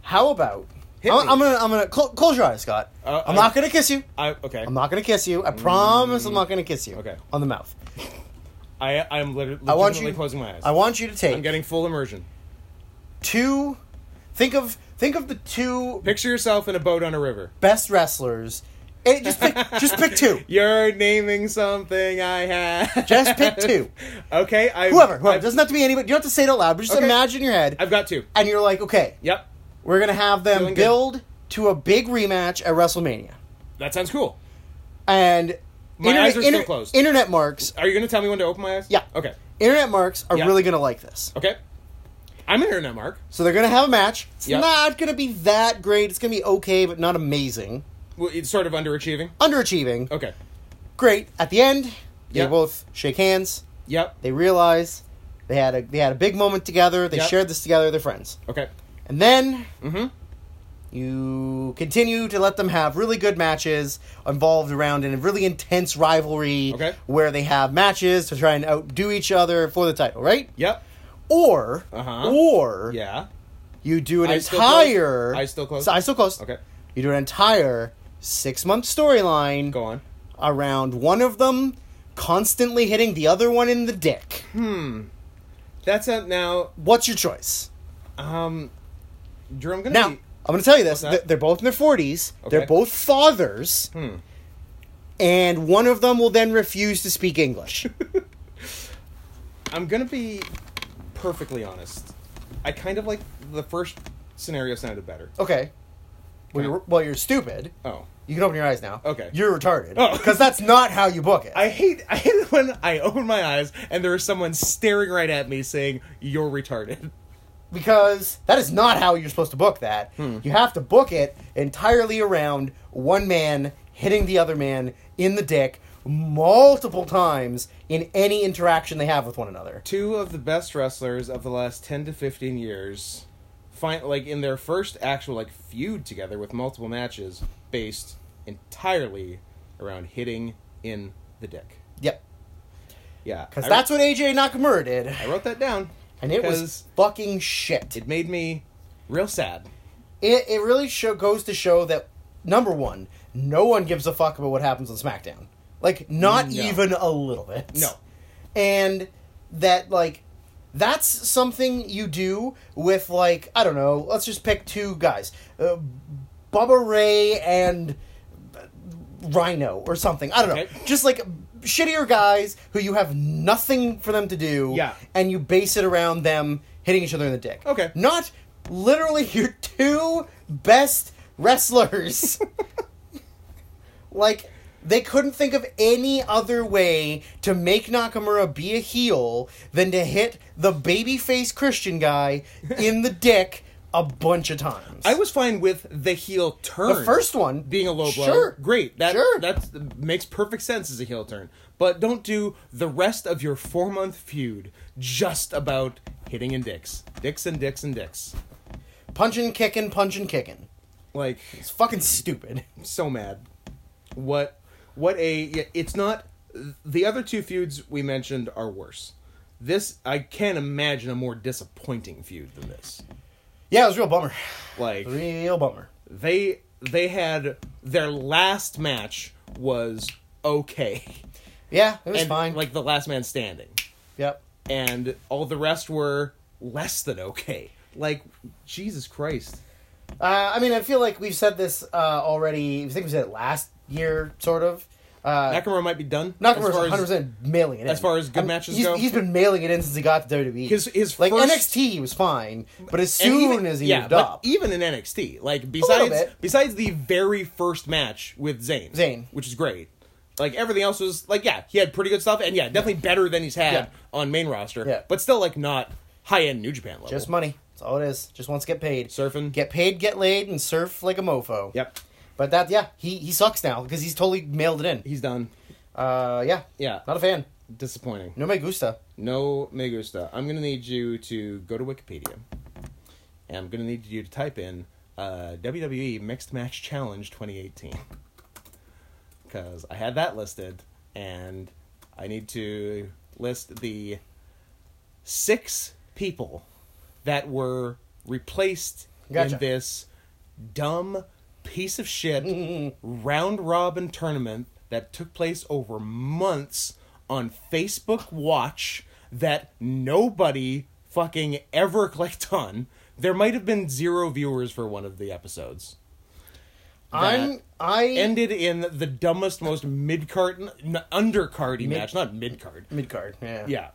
Speaker 2: how about
Speaker 1: Hit
Speaker 2: I'm,
Speaker 1: me.
Speaker 2: I'm gonna, I'm gonna cl- close your eyes, Scott.
Speaker 1: Uh,
Speaker 2: I'm
Speaker 1: I-
Speaker 2: not gonna kiss you.
Speaker 1: I, okay.
Speaker 2: I'm not gonna kiss you. I promise, I'm not gonna kiss you.
Speaker 1: Mm. Okay.
Speaker 2: On the mouth.
Speaker 1: I I'm literally
Speaker 2: I want you
Speaker 1: closing my eyes.
Speaker 2: I want you to take
Speaker 1: I'm getting full immersion.
Speaker 2: two. Think of, think of the two
Speaker 1: Picture yourself in a boat on a river.
Speaker 2: best wrestlers. Eh, just pick, just pick two.
Speaker 1: You're naming something I have.
Speaker 2: Just pick two.
Speaker 1: *laughs* okay, I
Speaker 2: Whoever, whoever.
Speaker 1: I've,
Speaker 2: doesn't have to be anybody. You don't have to say it out loud, but just
Speaker 1: Okay.
Speaker 2: imagine in your head,
Speaker 1: I've got two.
Speaker 2: and you're like, okay,
Speaker 1: Yep,
Speaker 2: we're gonna have them
Speaker 1: Feeling good.
Speaker 2: build to a big rematch at WrestleMania,
Speaker 1: that sounds cool.
Speaker 2: and
Speaker 1: My eyes are still closed.
Speaker 2: Internet marks,
Speaker 1: Are you going to tell me when to open my eyes?
Speaker 2: Yeah.
Speaker 1: Okay.
Speaker 2: internet marks are
Speaker 1: Yeah.
Speaker 2: really gonna like this.
Speaker 1: Okay. I'm an internet mark.
Speaker 2: So they're gonna have a match. It's
Speaker 1: Yeah.
Speaker 2: not gonna be that great. It's gonna be okay, but not amazing.
Speaker 1: Well, It's sort of underachieving.
Speaker 2: Underachieving.
Speaker 1: Okay.
Speaker 2: Great. At the end, they
Speaker 1: Yeah.
Speaker 2: both shake hands.
Speaker 1: Yep.
Speaker 2: They realize they had a they had a big moment together. They
Speaker 1: Yeah.
Speaker 2: shared this together. They're friends.
Speaker 1: Okay.
Speaker 2: And then
Speaker 1: Mm-hmm.
Speaker 2: you continue to let them have really good matches involved around in a really intense rivalry
Speaker 1: Okay.
Speaker 2: where they have matches to try and outdo each other for the title, right?
Speaker 1: Yep.
Speaker 2: Or
Speaker 1: Uh-huh.
Speaker 2: or
Speaker 1: Yeah.
Speaker 2: you do an
Speaker 1: Eyes still
Speaker 2: entire
Speaker 1: closed? Eyes still closed?
Speaker 2: Eyes still closed.
Speaker 1: Okay.
Speaker 2: You do an entire six month storyline
Speaker 1: Go on.
Speaker 2: around one of them constantly hitting the other one in the dick.
Speaker 1: Hmm. That's it now.
Speaker 2: What's your choice?
Speaker 1: Um, Drew, I'm gonna
Speaker 2: Now,
Speaker 1: be-
Speaker 2: I'm going to tell you
Speaker 1: What's
Speaker 2: this.
Speaker 1: that?
Speaker 2: Th- They're both in their 40s. They're
Speaker 1: Okay. Hmm.
Speaker 2: both fathers. And one of them will then refuse to speak
Speaker 1: *laughs*
Speaker 2: English.
Speaker 1: I'm gonna be perfectly honest. I kind of like the first scenario sounded better.
Speaker 2: okay. Well you're, well, you're stupid.
Speaker 1: Oh,
Speaker 2: You can open your eyes now.
Speaker 1: Okay.
Speaker 2: You're retarded.
Speaker 1: Oh.
Speaker 2: Because that's not how you book it.
Speaker 1: I hate *laughs* I hate it when I open my eyes and there is someone staring right at me saying you're retarded.
Speaker 2: because that is not how you're supposed to book that.
Speaker 1: Hmm.
Speaker 2: You have to book it entirely around one man hitting the other man in the dick multiple times in any interaction they have with one another.
Speaker 1: Two of the best wrestlers of the last ten to fifteen years, find like in their first actual like feud together with multiple matches based entirely around hitting in the dick.
Speaker 2: Yep.
Speaker 1: Yeah,
Speaker 2: Because
Speaker 1: I-
Speaker 2: that's what AJ Nakamura did.
Speaker 1: I wrote that down,
Speaker 2: And it was
Speaker 1: because
Speaker 2: fucking shit. It,
Speaker 1: it made me real sad.
Speaker 2: it, really show, goes to show that, number one, no one gives a fuck about what happens on SmackDown. Like, not
Speaker 1: No.
Speaker 2: even a little bit.
Speaker 1: No.
Speaker 2: and that like that's something you do with like I don't know. Let's just pick two guys, uh, Bubba Ray and Rhino or something. I don't know.
Speaker 1: Okay.
Speaker 2: Just like shittier guys who you have nothing for them to do.
Speaker 1: Yeah.
Speaker 2: and you base it around them hitting each other in the dick.
Speaker 1: Okay.
Speaker 2: not literally your two best
Speaker 1: *laughs*
Speaker 2: wrestlers. Like they couldn't think of any other way to make Nakamura be a heel than to hit the babyface Christian guy in the dick a bunch of times.
Speaker 1: I was fine with the heel turn.
Speaker 2: the first one
Speaker 1: being a low blow,
Speaker 2: Sure,
Speaker 1: great. That
Speaker 2: sure.
Speaker 1: that's makes perfect sense as a heel turn. But don't do the rest of your four month feud just about hitting and dicks, dicks and dicks and dicks.
Speaker 2: punching, kicking, punching, kicking.
Speaker 1: Like
Speaker 2: It's fucking stupid.
Speaker 1: so mad. What what a yeah, it's not the other two feuds we mentioned are worse. This I can't imagine a more disappointing feud than this.
Speaker 2: Yeah, it was a real bummer.
Speaker 1: Like
Speaker 2: Real bummer.
Speaker 1: they they had their last match was okay.
Speaker 2: Yeah, it was
Speaker 1: and
Speaker 2: fine.
Speaker 1: like the last man standing
Speaker 2: yep.
Speaker 1: and all the rest were less than okay like jesus christ
Speaker 2: Uh, I mean, I feel like we've said this uh, already. I think we said it last year, sort of. Uh,
Speaker 1: nakamura might be done
Speaker 2: Nakamura's
Speaker 1: as far as-
Speaker 2: 100 percent mailing it in.
Speaker 1: as far as good
Speaker 2: I'm-
Speaker 1: matches
Speaker 2: he's,
Speaker 1: go?
Speaker 2: he's been mailing it in since he got to WWE.
Speaker 1: His- his
Speaker 2: like
Speaker 1: first-
Speaker 2: NXT, he was fine, but as
Speaker 1: and
Speaker 2: soon
Speaker 1: even-
Speaker 2: as he
Speaker 1: yeah,
Speaker 2: moved
Speaker 1: but e-
Speaker 2: up,
Speaker 1: even in nxt like besides
Speaker 2: bit.
Speaker 1: besides the very first match with Zayn,
Speaker 2: Zayn.
Speaker 1: which is great like everything else was like yeah he had pretty good stuff and yeah definitely better than he's had
Speaker 2: Yeah.
Speaker 1: on main roster
Speaker 2: Yeah.
Speaker 1: but still like not high end new japan level
Speaker 2: just money. That's all it is. Just wants to get paid.
Speaker 1: Surfing.
Speaker 2: get paid, get laid, and surf like a mofo.
Speaker 1: yep
Speaker 2: But that, yeah, he he sucks now because he's totally mailed it in.
Speaker 1: he's done
Speaker 2: Uh, yeah,
Speaker 1: yeah
Speaker 2: not a fan.
Speaker 1: disappointing
Speaker 2: No me gusta.
Speaker 1: No me gusta. I'm gonna need you to go to Wikipedia, and I'm gonna need you to type in uh, WWE Mixed Match Challenge 2018, because I had that listed, and I need to list the six people that were replaced
Speaker 2: Gotcha.
Speaker 1: in this dumb piece of shit round robin tournament that took place over months on Facebook Watch that nobody fucking ever *laughs* clicked on. There might have been zero viewers for one of the episodes.
Speaker 2: I'm I
Speaker 1: Ended in the dumbest, most mid card, n- under cardy match, not mid card.
Speaker 2: mid card. Yeah.
Speaker 1: Yeah.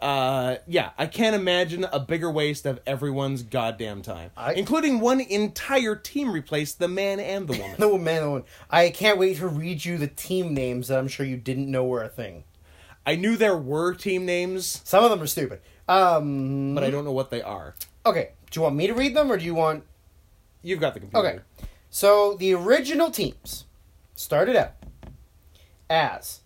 Speaker 1: Uh, yeah, I can't imagine a bigger waste of everyone's goddamn time,
Speaker 2: I-
Speaker 1: including one entire team replaced the man and the
Speaker 2: *laughs*
Speaker 1: woman.
Speaker 2: No man, no, I can't wait to read you the team names that I'm sure you didn't know were a thing.
Speaker 1: I knew there were team names,
Speaker 2: Some of them are stupid. Um,
Speaker 1: but I don't know what they are.
Speaker 2: okay, do you want me to read them or do you want?
Speaker 1: You've got the computer.
Speaker 2: Okay, so the original teams started out as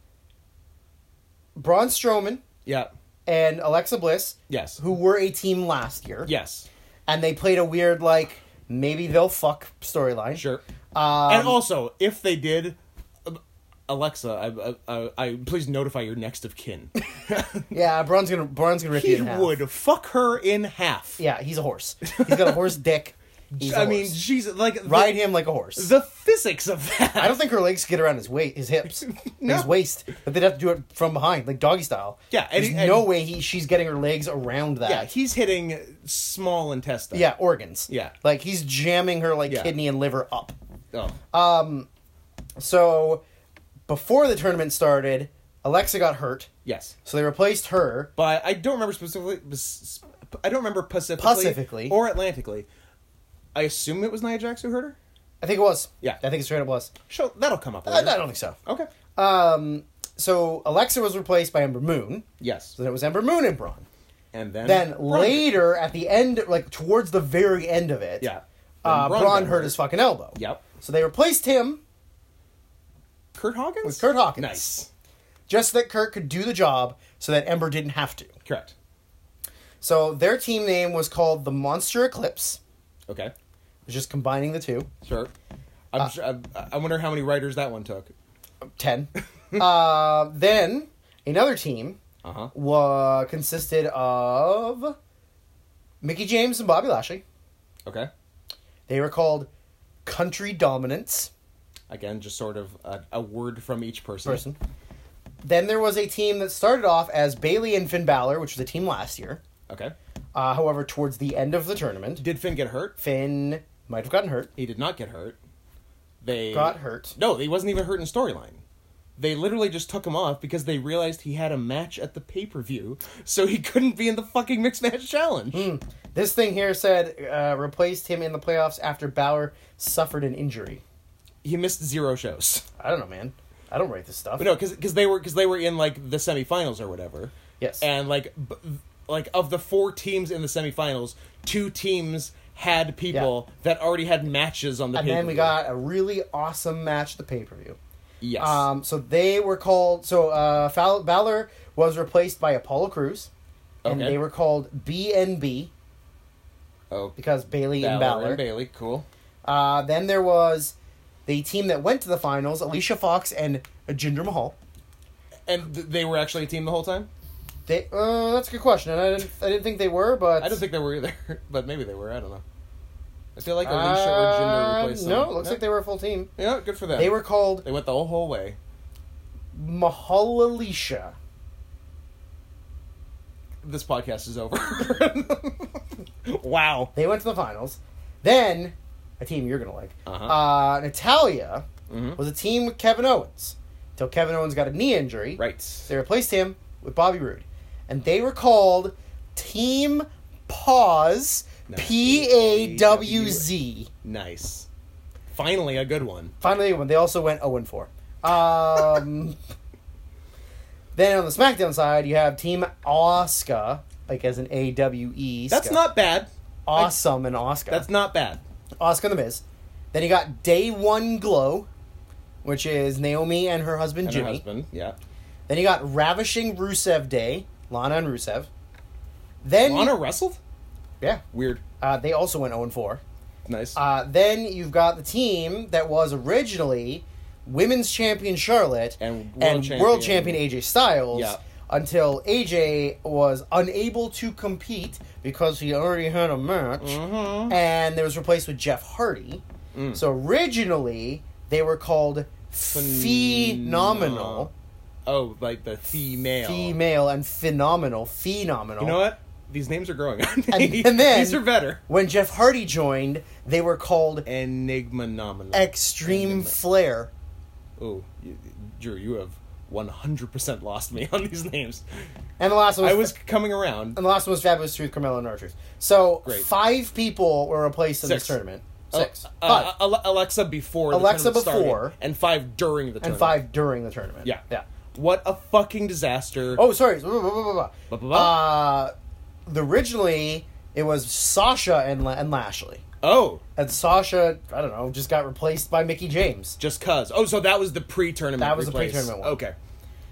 Speaker 2: Braun Strowman
Speaker 1: Yeah.
Speaker 2: and Alexa Bliss,
Speaker 1: Yes.
Speaker 2: who were a team last year.
Speaker 1: Yes.
Speaker 2: and they played a weird like maybe they'll fuck storyline.
Speaker 1: Sure.
Speaker 2: Um,
Speaker 1: and also, if they did, uh, Alexa, I, I, I, please notify your next of
Speaker 2: *laughs*
Speaker 1: kin.
Speaker 2: Yeah, Braun's gonna Braun's gonna rip
Speaker 1: he
Speaker 2: you in half.
Speaker 1: would fuck her in half.
Speaker 2: Yeah, he's a horse. He's got a
Speaker 1: *laughs*
Speaker 2: horse dick. He's a
Speaker 1: I mean,
Speaker 2: horse.
Speaker 1: Jesus, like the-
Speaker 2: ride him like a horse.
Speaker 1: The physics of that.
Speaker 2: I don't think her legs get around his weight, his hips,
Speaker 1: *laughs* No.
Speaker 2: his waist. But they'd have to do it from behind, like doggy style.
Speaker 1: Yeah, and
Speaker 2: there's
Speaker 1: he- and-
Speaker 2: no way he she's getting her legs around
Speaker 1: *laughs*
Speaker 2: that.
Speaker 1: Yeah, he's hitting small intestine.
Speaker 2: yeah, organs.
Speaker 1: Yeah.
Speaker 2: like he's jamming her like
Speaker 1: Yeah.
Speaker 2: kidney and liver up.
Speaker 1: Oh.
Speaker 2: Uh, So before the tournament started, Alexa got hurt,
Speaker 1: yes.
Speaker 2: so they replaced her.
Speaker 1: But I don't remember specifically. s- I don't remember pacifically,
Speaker 2: Pacifically.
Speaker 1: or Atlantically. I assume it was Nia Jax who hurt her.
Speaker 2: I think it was.
Speaker 1: Yeah. Uh, Oh.
Speaker 2: I think it's straight up was.
Speaker 1: Sure, that'll come up
Speaker 2: I, I
Speaker 1: later.
Speaker 2: don't think so.
Speaker 1: Okay.
Speaker 2: Um, so Alexa was replaced by Ember Moon.
Speaker 1: Yes.
Speaker 2: So then it was Ember Moon and Braun.
Speaker 1: And then
Speaker 2: Then
Speaker 1: Braun-
Speaker 2: later, at the end, like towards the very end of it,
Speaker 1: Yeah. Then
Speaker 2: uh, Braun,
Speaker 1: got
Speaker 2: hurt his fucking elbow.
Speaker 1: Yep.
Speaker 2: So they replaced him
Speaker 1: Kurt Hawkins.
Speaker 2: with Kurt Hawkins.
Speaker 1: Nice.
Speaker 2: Just so that Kurt could do the job, so that Ember didn't have to.
Speaker 1: Correct.
Speaker 2: So their team name was called the Monster Eclipse.
Speaker 1: Okay.
Speaker 2: It was Just combining the two,
Speaker 1: Sure. I'm
Speaker 2: Uh,
Speaker 1: sure, I, I wonder how many writers that one took. *laughs*
Speaker 2: ten. uh, then another team
Speaker 1: Uh huh.
Speaker 2: wa- consisted of Mickey James and Bobby Lashley.
Speaker 1: Okay.
Speaker 2: They were called Country Dominance
Speaker 1: Again, just sort of a, a word from each person.
Speaker 2: person. Then there was a team that started off as Bailey and Finn Balor, which was a team last year.
Speaker 1: Okay.
Speaker 2: Uh, however, towards the end of the tournament,
Speaker 1: Did Finn get hurt?
Speaker 2: Finn might have gotten hurt.
Speaker 1: He did not get hurt. They
Speaker 2: Got hurt.
Speaker 1: No, he wasn't even hurt in storyline. They literally just took him off because they realized he had a match at the pay per view, so he couldn't be in the fucking mixed match challenge.
Speaker 2: Hmm. This thing here said uh, replaced him in the playoffs after Balor suffered an injury.
Speaker 1: He missed zero shows.
Speaker 2: I don't know, man. I don't write this stuff.
Speaker 1: But no, because they were because they were in like the semifinals or whatever.
Speaker 2: Yes.
Speaker 1: And like b- like of the four teams in the semifinals, two teams had people that already had matches on the.
Speaker 2: and then we
Speaker 1: pay-per-view.
Speaker 2: got a really awesome match at the pay per view.
Speaker 1: yes.
Speaker 2: Um, so they were called. So uh, Fal- Balor was replaced by Apollo Cruz, and
Speaker 1: Okay.
Speaker 2: they were called BNB
Speaker 1: oh,
Speaker 2: because Bailey
Speaker 1: Balor
Speaker 2: and Balor.
Speaker 1: and Bailey, cool.
Speaker 2: Uh, then there was the team that went to the finals: Alicia Fox and Jinder Mahal.
Speaker 1: And th- they were actually a team the whole time.
Speaker 2: They, uh, that's a good question. And I didn't, I didn't think they were, but
Speaker 1: I don't think they were either, *laughs* but maybe they were. I don't know. I feel like Alicia or Jinder
Speaker 2: Uh,
Speaker 1: replaced them.
Speaker 2: no, it looks like they were a full team.
Speaker 1: Yeah, good for them.
Speaker 2: They were called
Speaker 1: They went the whole, whole way.
Speaker 2: Mahal Alicia.
Speaker 1: This podcast is
Speaker 2: *laughs*
Speaker 1: over. wow.
Speaker 2: They went to the finals. Then a team you're gonna like.
Speaker 1: Uh-huh.
Speaker 2: Uh, Natalia
Speaker 1: Mhm.
Speaker 2: was a team with Kevin Owens until Kevin Owens got a knee injury.
Speaker 1: Right.
Speaker 2: They replaced him with Bobby Roode, and they were called Team Pause.
Speaker 1: No,
Speaker 2: P A W Z.
Speaker 1: Nice. Finally, a good one.
Speaker 2: Finally, when they also went zero and four.
Speaker 1: *laughs*
Speaker 2: Um, then on the SmackDown side, you have Team Oscar, like as an A W E.
Speaker 1: That's not bad.
Speaker 2: awesome, and Oscar.
Speaker 1: That's not bad.
Speaker 2: Oscar the Miz. Then you got Day One Glow, which is Naomi and her husband
Speaker 1: And her
Speaker 2: Jimmy.
Speaker 1: husband, yeah.
Speaker 2: Then you got Ravishing Rusev Day, Lana and Rusev. Then
Speaker 1: Lana wrestled.
Speaker 2: yeah,
Speaker 1: Weird.
Speaker 2: uh, they also went zero and four.
Speaker 1: Nice.
Speaker 2: Uh, then you've got the team that was originally women's champion Charlotte
Speaker 1: And world
Speaker 2: world
Speaker 1: champion-
Speaker 2: champion AJ Styles
Speaker 1: Yeah.
Speaker 2: until AJ was unable to compete because he already had a match,
Speaker 1: Mm-hmm.
Speaker 2: and it was replaced with Jeff Hardy.
Speaker 1: Mm.
Speaker 2: So originally they were called phenomenal,
Speaker 1: Oh, like the female.
Speaker 2: female and phenomenal, phenomenal.
Speaker 1: You know what? These names are growing on me.
Speaker 2: And, and then
Speaker 1: These are better.
Speaker 2: When Jeff Hardy joined, they were called
Speaker 1: Enigma nominal.
Speaker 2: Extreme Flair.
Speaker 1: Oh, you, Drew, you have 100% lost me on these names.
Speaker 2: And the last one
Speaker 1: I
Speaker 2: was,
Speaker 1: was coming around.
Speaker 2: and the last one was Fabulous Truth, Carmelo and Archers. So
Speaker 1: Great.
Speaker 2: five people were replaced in
Speaker 1: Six.
Speaker 2: this tournament. Six.
Speaker 1: Oh,
Speaker 2: Five.
Speaker 1: uh, Ale- Alexa before the
Speaker 2: Alexa
Speaker 1: tournament started,
Speaker 2: before.
Speaker 1: and five during the
Speaker 2: and
Speaker 1: tournament.
Speaker 2: five during the tournament.
Speaker 1: Yeah.
Speaker 2: Yeah.
Speaker 1: What a fucking disaster.
Speaker 2: Oh, sorry. Blah, blah, blah, blah, blah.
Speaker 1: Blah, blah, blah.
Speaker 2: Uh, the, originally, it was Sasha and, La- and Lashley.
Speaker 1: Oh,
Speaker 2: And Sasha, I don't know, just got replaced by Mickey James.
Speaker 1: just cuz. Oh, so that was the pre-tournament
Speaker 2: That was the
Speaker 1: replace.
Speaker 2: pre-tournament one.
Speaker 1: Okay.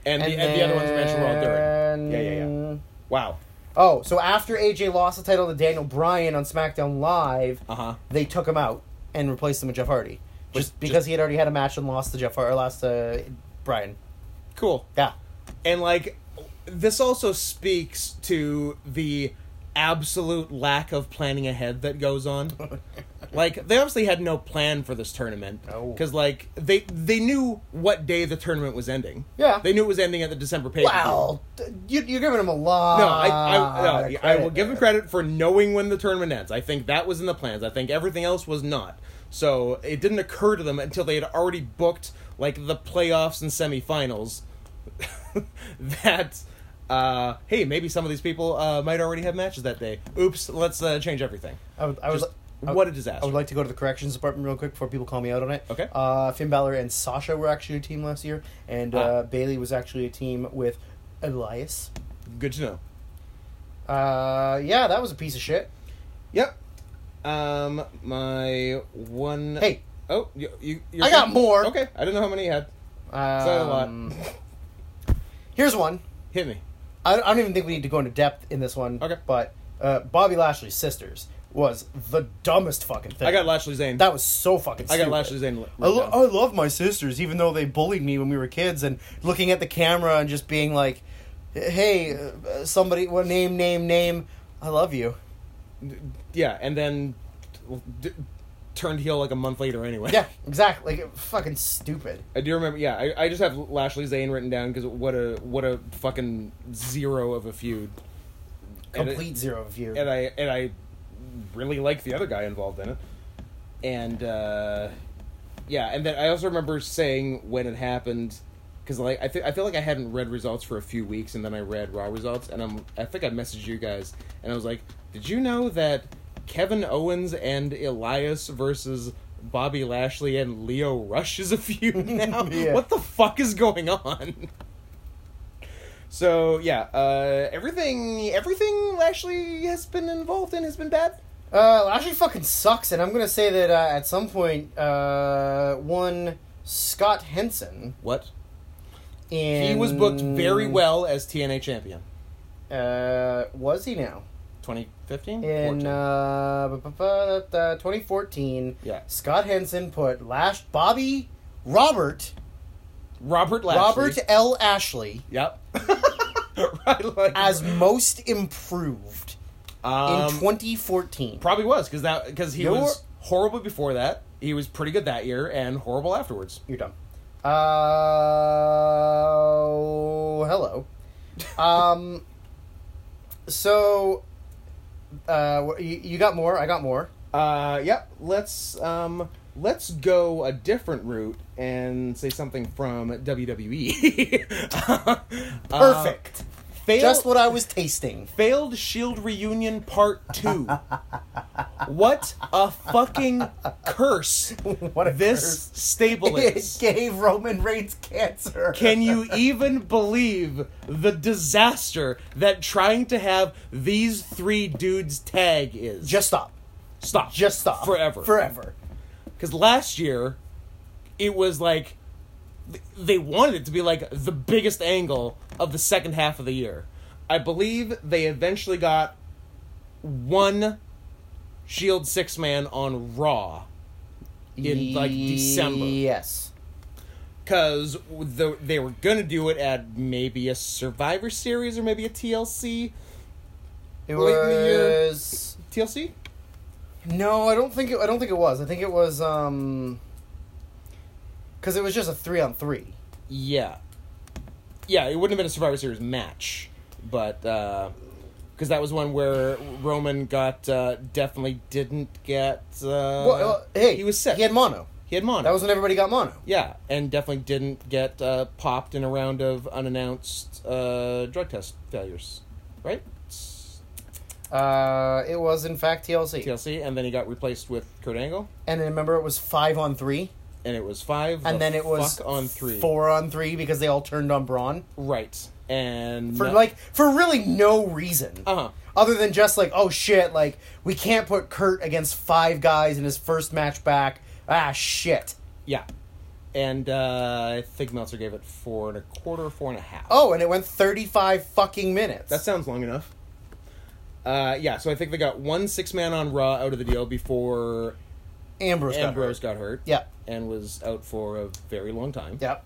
Speaker 1: And, the, and the other ones mentioned were all during. Yeah, yeah, yeah.
Speaker 2: then-
Speaker 1: Wow.
Speaker 2: Oh, so after AJ lost the title to Daniel Bryan on SmackDown Live,
Speaker 1: Uh-huh.
Speaker 2: they took him out and replaced him with Jeff Hardy, just
Speaker 1: Just-
Speaker 2: because he had already had a match and lost to Jeff Hardy, or lost to Bryan.
Speaker 1: Cool.
Speaker 2: Yeah,
Speaker 1: And like this also speaks to the absolute lack of planning ahead that goes
Speaker 2: *laughs*
Speaker 1: on. like they obviously had no plan for this tournament
Speaker 2: No.
Speaker 1: because like they they knew what day the tournament was ending.
Speaker 2: Yeah.
Speaker 1: they knew it was ending at the December pay.
Speaker 2: well, th- you, you're giving him a lot.
Speaker 1: No, I, I, no,
Speaker 2: of
Speaker 1: I will give him
Speaker 2: Ah, there.
Speaker 1: credit for knowing when the tournament ends. I think that was in the plans. I think everything else was not. So it didn't occur to them until they had already booked like the playoffs and semifinals *laughs* that uh, hey maybe some of these people uh, might already have matches that day. Oops, let's uh, change everything.
Speaker 2: I would, I would,
Speaker 1: Just,
Speaker 2: I would-
Speaker 1: what a disaster!
Speaker 2: uh, I would like to go to the corrections department real quick before people call me out on it.
Speaker 1: Okay.
Speaker 2: Uh, Finn Balor and Sasha were actually a team last year, and
Speaker 1: Ah.
Speaker 2: uh, Bailey was actually a team with Elias.
Speaker 1: Good to know.
Speaker 2: Uh, yeah, that was a piece of shit.
Speaker 1: Yep. Um, my one.
Speaker 2: Hey.
Speaker 1: Oh, you. you you're
Speaker 2: I got more.
Speaker 1: Okay, I don't know how many you had.
Speaker 2: Um, *laughs*
Speaker 1: So a lot.
Speaker 2: Here's one.
Speaker 1: Hit me.
Speaker 2: I, I don't even think we need to go into depth in this one.
Speaker 1: Okay.
Speaker 2: But uh, Bobby Lashley's sisters was the dumbest fucking thing.
Speaker 1: I got Lashley Zane.
Speaker 2: That was so fucking.
Speaker 1: I
Speaker 2: Stupid.
Speaker 1: got Lashley Zane. written
Speaker 2: I, lo-
Speaker 1: down.
Speaker 2: I love my sisters, even though they bullied me when we were kids, and looking at the camera and just being like, "Hey, uh, somebody, what name, name, name? I love you."
Speaker 1: *laughs*
Speaker 2: oh.
Speaker 1: Yeah, and then d- turned heel like a month later anyway.
Speaker 2: Yeah, exactly. Like fucking stupid.
Speaker 1: I do remember. Yeah, I, I just have Lashley Zane written down because what a what a fucking zero of a feud. And it-
Speaker 2: Complete zero view.
Speaker 1: and I and I really like the other guy involved in it. And uh, yeah, and then I also remember saying when it happened because like I, th- I feel like I hadn't read results for a few weeks, and then I read Raw results, and I'm I think I messaged you guys, and I was like, did you know that Kevin Owens and Elias versus Bobby Lashley and Leo Rush is a feud now?
Speaker 2: Yeah.
Speaker 1: What the fuck is going on? So yeah, uh, everything everything Lashley has been involved in has been bad.
Speaker 2: Uh, Lashley fucking sucks, and I'm gonna say that uh, at some point, uh, one Scott Henson
Speaker 1: What?
Speaker 2: in
Speaker 1: He was booked very well as TNA champion.
Speaker 2: Uh, was he now?
Speaker 1: 2015?
Speaker 2: In uh, bu- bu- bu- uh, 2014,
Speaker 1: Yeah.
Speaker 2: Scott Henson put Lash Bobby Robert
Speaker 1: Robert Lashley.
Speaker 2: Robert L. Ashley
Speaker 1: Yep. *laughs* right, like,
Speaker 2: as most improved
Speaker 1: um,
Speaker 2: in 2014.
Speaker 1: probably was because that because he
Speaker 2: You're-
Speaker 1: was horrible before that. He was pretty good that year and horrible afterwards.
Speaker 2: You're dumb.
Speaker 1: *laughs*
Speaker 2: Uh, hello. Um, so, uh, wh- you, you got more. I got more.
Speaker 1: Uh, yep. Let's um let's go a different route and say something from WWE. *laughs* Uh,
Speaker 2: Perfect.
Speaker 1: fail-
Speaker 2: Just what I was tasting.
Speaker 1: Failed Shield Reunion Part 2. what a
Speaker 2: *laughs*
Speaker 1: fucking curse
Speaker 2: What a
Speaker 1: this staple
Speaker 2: *laughs* It
Speaker 1: is.
Speaker 2: gave Roman Reigns cancer.
Speaker 1: Can you even believe the disaster that trying to have these three dudes tag is?
Speaker 2: just stop?
Speaker 1: stop.
Speaker 2: Just stop.
Speaker 1: Forever.
Speaker 2: Forever.
Speaker 1: Because last year, it was like th- they wanted it to be like the biggest angle of the second half of the year. I believe they eventually got one Shield six man on Raw in like December.
Speaker 2: Yes.
Speaker 1: because the, they were gonna do it at maybe a Survivor Series or maybe a TLC.
Speaker 2: It
Speaker 1: Late in the year.
Speaker 2: was
Speaker 1: TLC?
Speaker 2: no, I don't think it. I don't think it was. I think it was um, because it was just a three on three.
Speaker 1: Yeah. Yeah, it wouldn't have been a Survivor Series match, but because that was one where Roman got uh, definitely didn't get. Uh,
Speaker 2: well, well, hey,
Speaker 1: he was sick.
Speaker 2: He had mono.
Speaker 1: He had mono.
Speaker 2: That was when everybody got mono.
Speaker 1: yeah, and definitely didn't get uh, popped in a round of unannounced uh, drug test failures, right?
Speaker 2: Uh, it was in fact TLC.
Speaker 1: TLC, and then he got replaced with Kurt Angle,
Speaker 2: And then remember, it was five on three,
Speaker 1: and it was five.
Speaker 2: and
Speaker 1: the
Speaker 2: then it was
Speaker 1: fuck on three,
Speaker 2: four on three because they all turned on Braun
Speaker 1: right? And
Speaker 2: for like for really no reason.
Speaker 1: uh huh,
Speaker 2: other than just like oh shit like we can't put kurt against five guys in his first match back ah shit
Speaker 1: yeah, and uh, I think Meltzer gave it four and a quarter, four and a half.
Speaker 2: oh and it went 35 fucking minutes
Speaker 1: That sounds long enough. Uh, yeah, so I think they got one six man on Raw out of the deal before Ambrose
Speaker 2: ambrose, ambrose
Speaker 1: got hurt.
Speaker 2: yeah
Speaker 1: And was out for a very long time.
Speaker 2: yep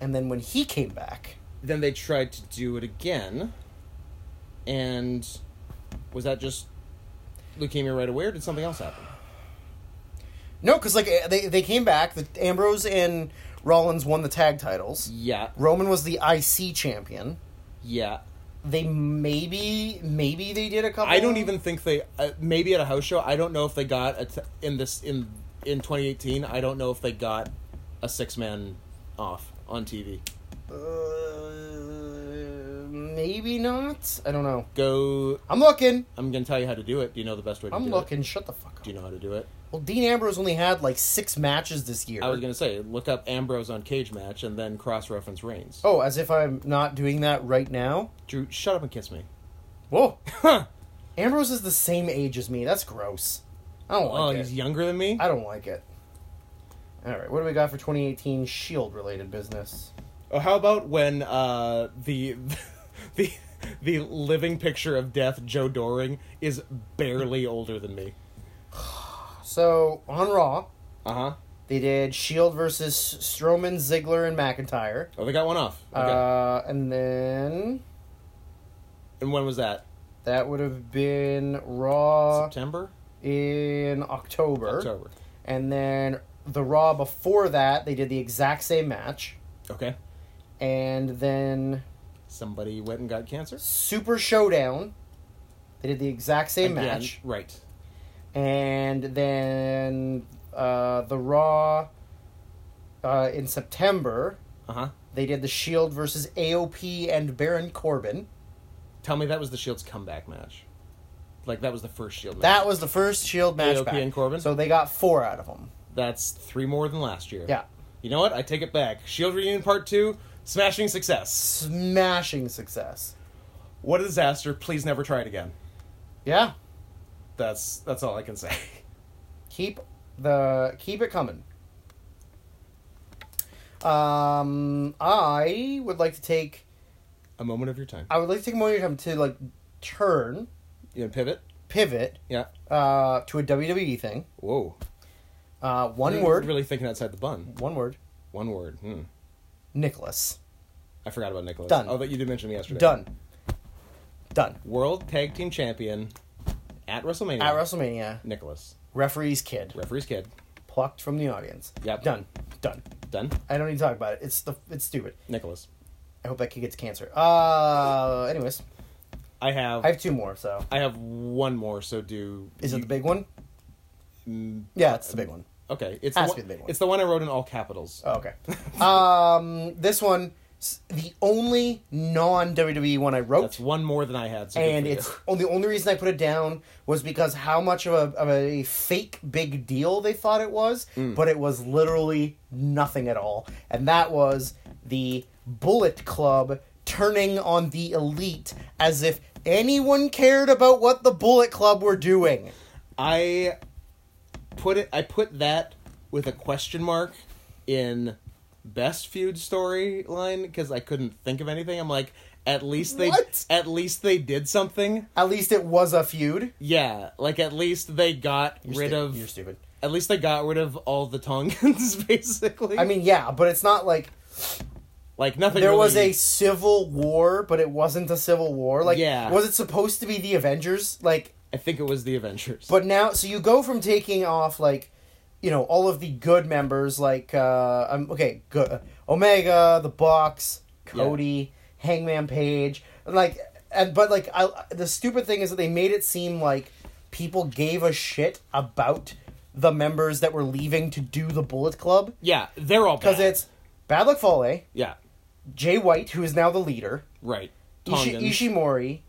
Speaker 2: and then when he came back
Speaker 1: Then they tried to do it again. And was that just leukemia right away or did something else happen?
Speaker 2: no because like eh, they, they came back the ambrose and rollins won the tag titles
Speaker 1: Yeah.
Speaker 2: roman was the ic champion
Speaker 1: Yeah.
Speaker 2: they maybe maybe they did a couple
Speaker 1: I don't even think they uh, maybe at a house show. I don't know if they got a t- in this in in 2018. I don't know if they got a six man off on TV.
Speaker 2: uh, maybe not i don't know
Speaker 1: Go
Speaker 2: i'm looking
Speaker 1: I'm gonna tell you how to do it. Do you know the best way to
Speaker 2: i'm
Speaker 1: do it?
Speaker 2: looking shut the fuck up
Speaker 1: Do you know how to do it?
Speaker 2: Well, Dean Ambrose only had like six matches this year.
Speaker 1: I was gonna say look up Ambrose on Cage Match and then cross reference Reigns.
Speaker 2: Oh, as if I'm not doing that right now.
Speaker 1: Drew, shut up and kiss me. *laughs*
Speaker 2: Whoa, Ambrose is the same age as me. That's gross. I don't
Speaker 1: oh,
Speaker 2: like
Speaker 1: he's
Speaker 2: it.
Speaker 1: younger than me.
Speaker 2: I don't like it. All right, what do we got for 2018 Shield related business?
Speaker 1: Oh, how about when uh, the *laughs* the the living picture of death Joe Doring is barely older than me.
Speaker 2: So on Raw,
Speaker 1: Uh huh.
Speaker 2: they did Shield versus Strowman, Ziggler, and McIntyre,
Speaker 1: Oh, they got one off. Okay.
Speaker 2: uh, and then
Speaker 1: and when was that?
Speaker 2: that would have been Raw
Speaker 1: September.
Speaker 2: in
Speaker 1: October.
Speaker 2: And then the Raw before that, they did the exact same match.
Speaker 1: Okay.
Speaker 2: And then
Speaker 1: Somebody went and got cancer.
Speaker 2: Super Showdown, they did the exact same
Speaker 1: Again,
Speaker 2: match.
Speaker 1: Right.
Speaker 2: And then uh, the Raw uh, in September,
Speaker 1: Uh huh.
Speaker 2: they did the Shield versus AOP and Baron Corbin.
Speaker 1: Tell me that was the Shield's comeback match. Like that was the first Shield match.
Speaker 2: That was the first Shield match.
Speaker 1: AOP
Speaker 2: back.
Speaker 1: and Corbin?
Speaker 2: So they got four out of them.
Speaker 1: That's three more than last year.
Speaker 2: Yeah.
Speaker 1: You know what? I take it back. Shield Reunion Part 2, smashing success.
Speaker 2: Smashing success.
Speaker 1: What a disaster. Please never try it again.
Speaker 2: Yeah.
Speaker 1: That's that's all I can
Speaker 2: *laughs*
Speaker 1: say.
Speaker 2: keep the keep it coming. Um, I would like to take
Speaker 1: A moment of your time.
Speaker 2: I would like to take a moment of time to like turn
Speaker 1: You gonna pivot?
Speaker 2: pivot
Speaker 1: Yeah.
Speaker 2: uh to a WWE thing.
Speaker 1: Whoa.
Speaker 2: Uh, one
Speaker 1: Really-
Speaker 2: word,
Speaker 1: Really thinking outside the bun.
Speaker 2: one word.
Speaker 1: One word. Hmm.
Speaker 2: Nicholas,
Speaker 1: I forgot about Nicholas.
Speaker 2: Done.
Speaker 1: Oh, that you did mention me yesterday.
Speaker 2: done, done
Speaker 1: World Tag Team Champion at WrestleMania.
Speaker 2: at WrestleMania.
Speaker 1: Nicholas.
Speaker 2: Referee's kid
Speaker 1: Referee's kid.
Speaker 2: plucked from the audience.
Speaker 1: Yep.
Speaker 2: done, done.
Speaker 1: Done.
Speaker 2: I don't need to talk about it. It's the it's stupid.
Speaker 1: Nicholas.
Speaker 2: I hope that kid gets cancer. Uh, anyways,
Speaker 1: I have
Speaker 2: I have two more. So
Speaker 1: I have one more, so do
Speaker 2: is
Speaker 1: you-
Speaker 2: it the big one? Yeah, it's the big one.
Speaker 1: Okay. It's
Speaker 2: Has
Speaker 1: the
Speaker 2: to be the big one.
Speaker 1: It's the one I wrote in all capitals.
Speaker 2: Oh, okay. *laughs* um, this one, s- the only non WWE one I wrote,
Speaker 1: That's one more than I had. So good
Speaker 2: and
Speaker 1: for you.
Speaker 2: it's oh, the only reason I put it down was because how much of a of a fake big deal they thought it was, but it was literally nothing at all, and that was the Bullet Club turning on the Elite as if anyone cared about what the Bullet Club were doing.
Speaker 1: I put it. I put that with a question mark in best feud storyline because I couldn't think of anything. I'm like, at least they,
Speaker 2: What?
Speaker 1: at least they did something.
Speaker 2: At least it was a feud.
Speaker 1: Yeah, like at least they got
Speaker 2: You're
Speaker 1: rid
Speaker 2: stu-
Speaker 1: of.
Speaker 2: you're stupid.
Speaker 1: At least they got rid of all the Tongans, *laughs* basically.
Speaker 2: I mean, yeah, but it's not like
Speaker 1: Like nothing.
Speaker 2: There was
Speaker 1: really-
Speaker 2: a civil war, but it wasn't a civil war. Like,
Speaker 1: Yeah.
Speaker 2: was it supposed to be the Avengers? Like,
Speaker 1: I think it was the Avengers.
Speaker 2: But now, so you go from taking off like, you know, all of the good members like, uh, um, okay, good, Omega, the Bucks, Cody, Hangman Page, and like, and but like, I, the stupid thing is that they made it seem like people gave a shit about the members that were leaving to do the Bullet Club
Speaker 1: yeah, they're all
Speaker 2: because
Speaker 1: bad.
Speaker 2: it's Bad Luck eh? Fale,
Speaker 1: yeah,
Speaker 2: Jay White, who is now the leader,
Speaker 1: right.
Speaker 2: Ishi-
Speaker 1: Tongans.
Speaker 2: Ishimori,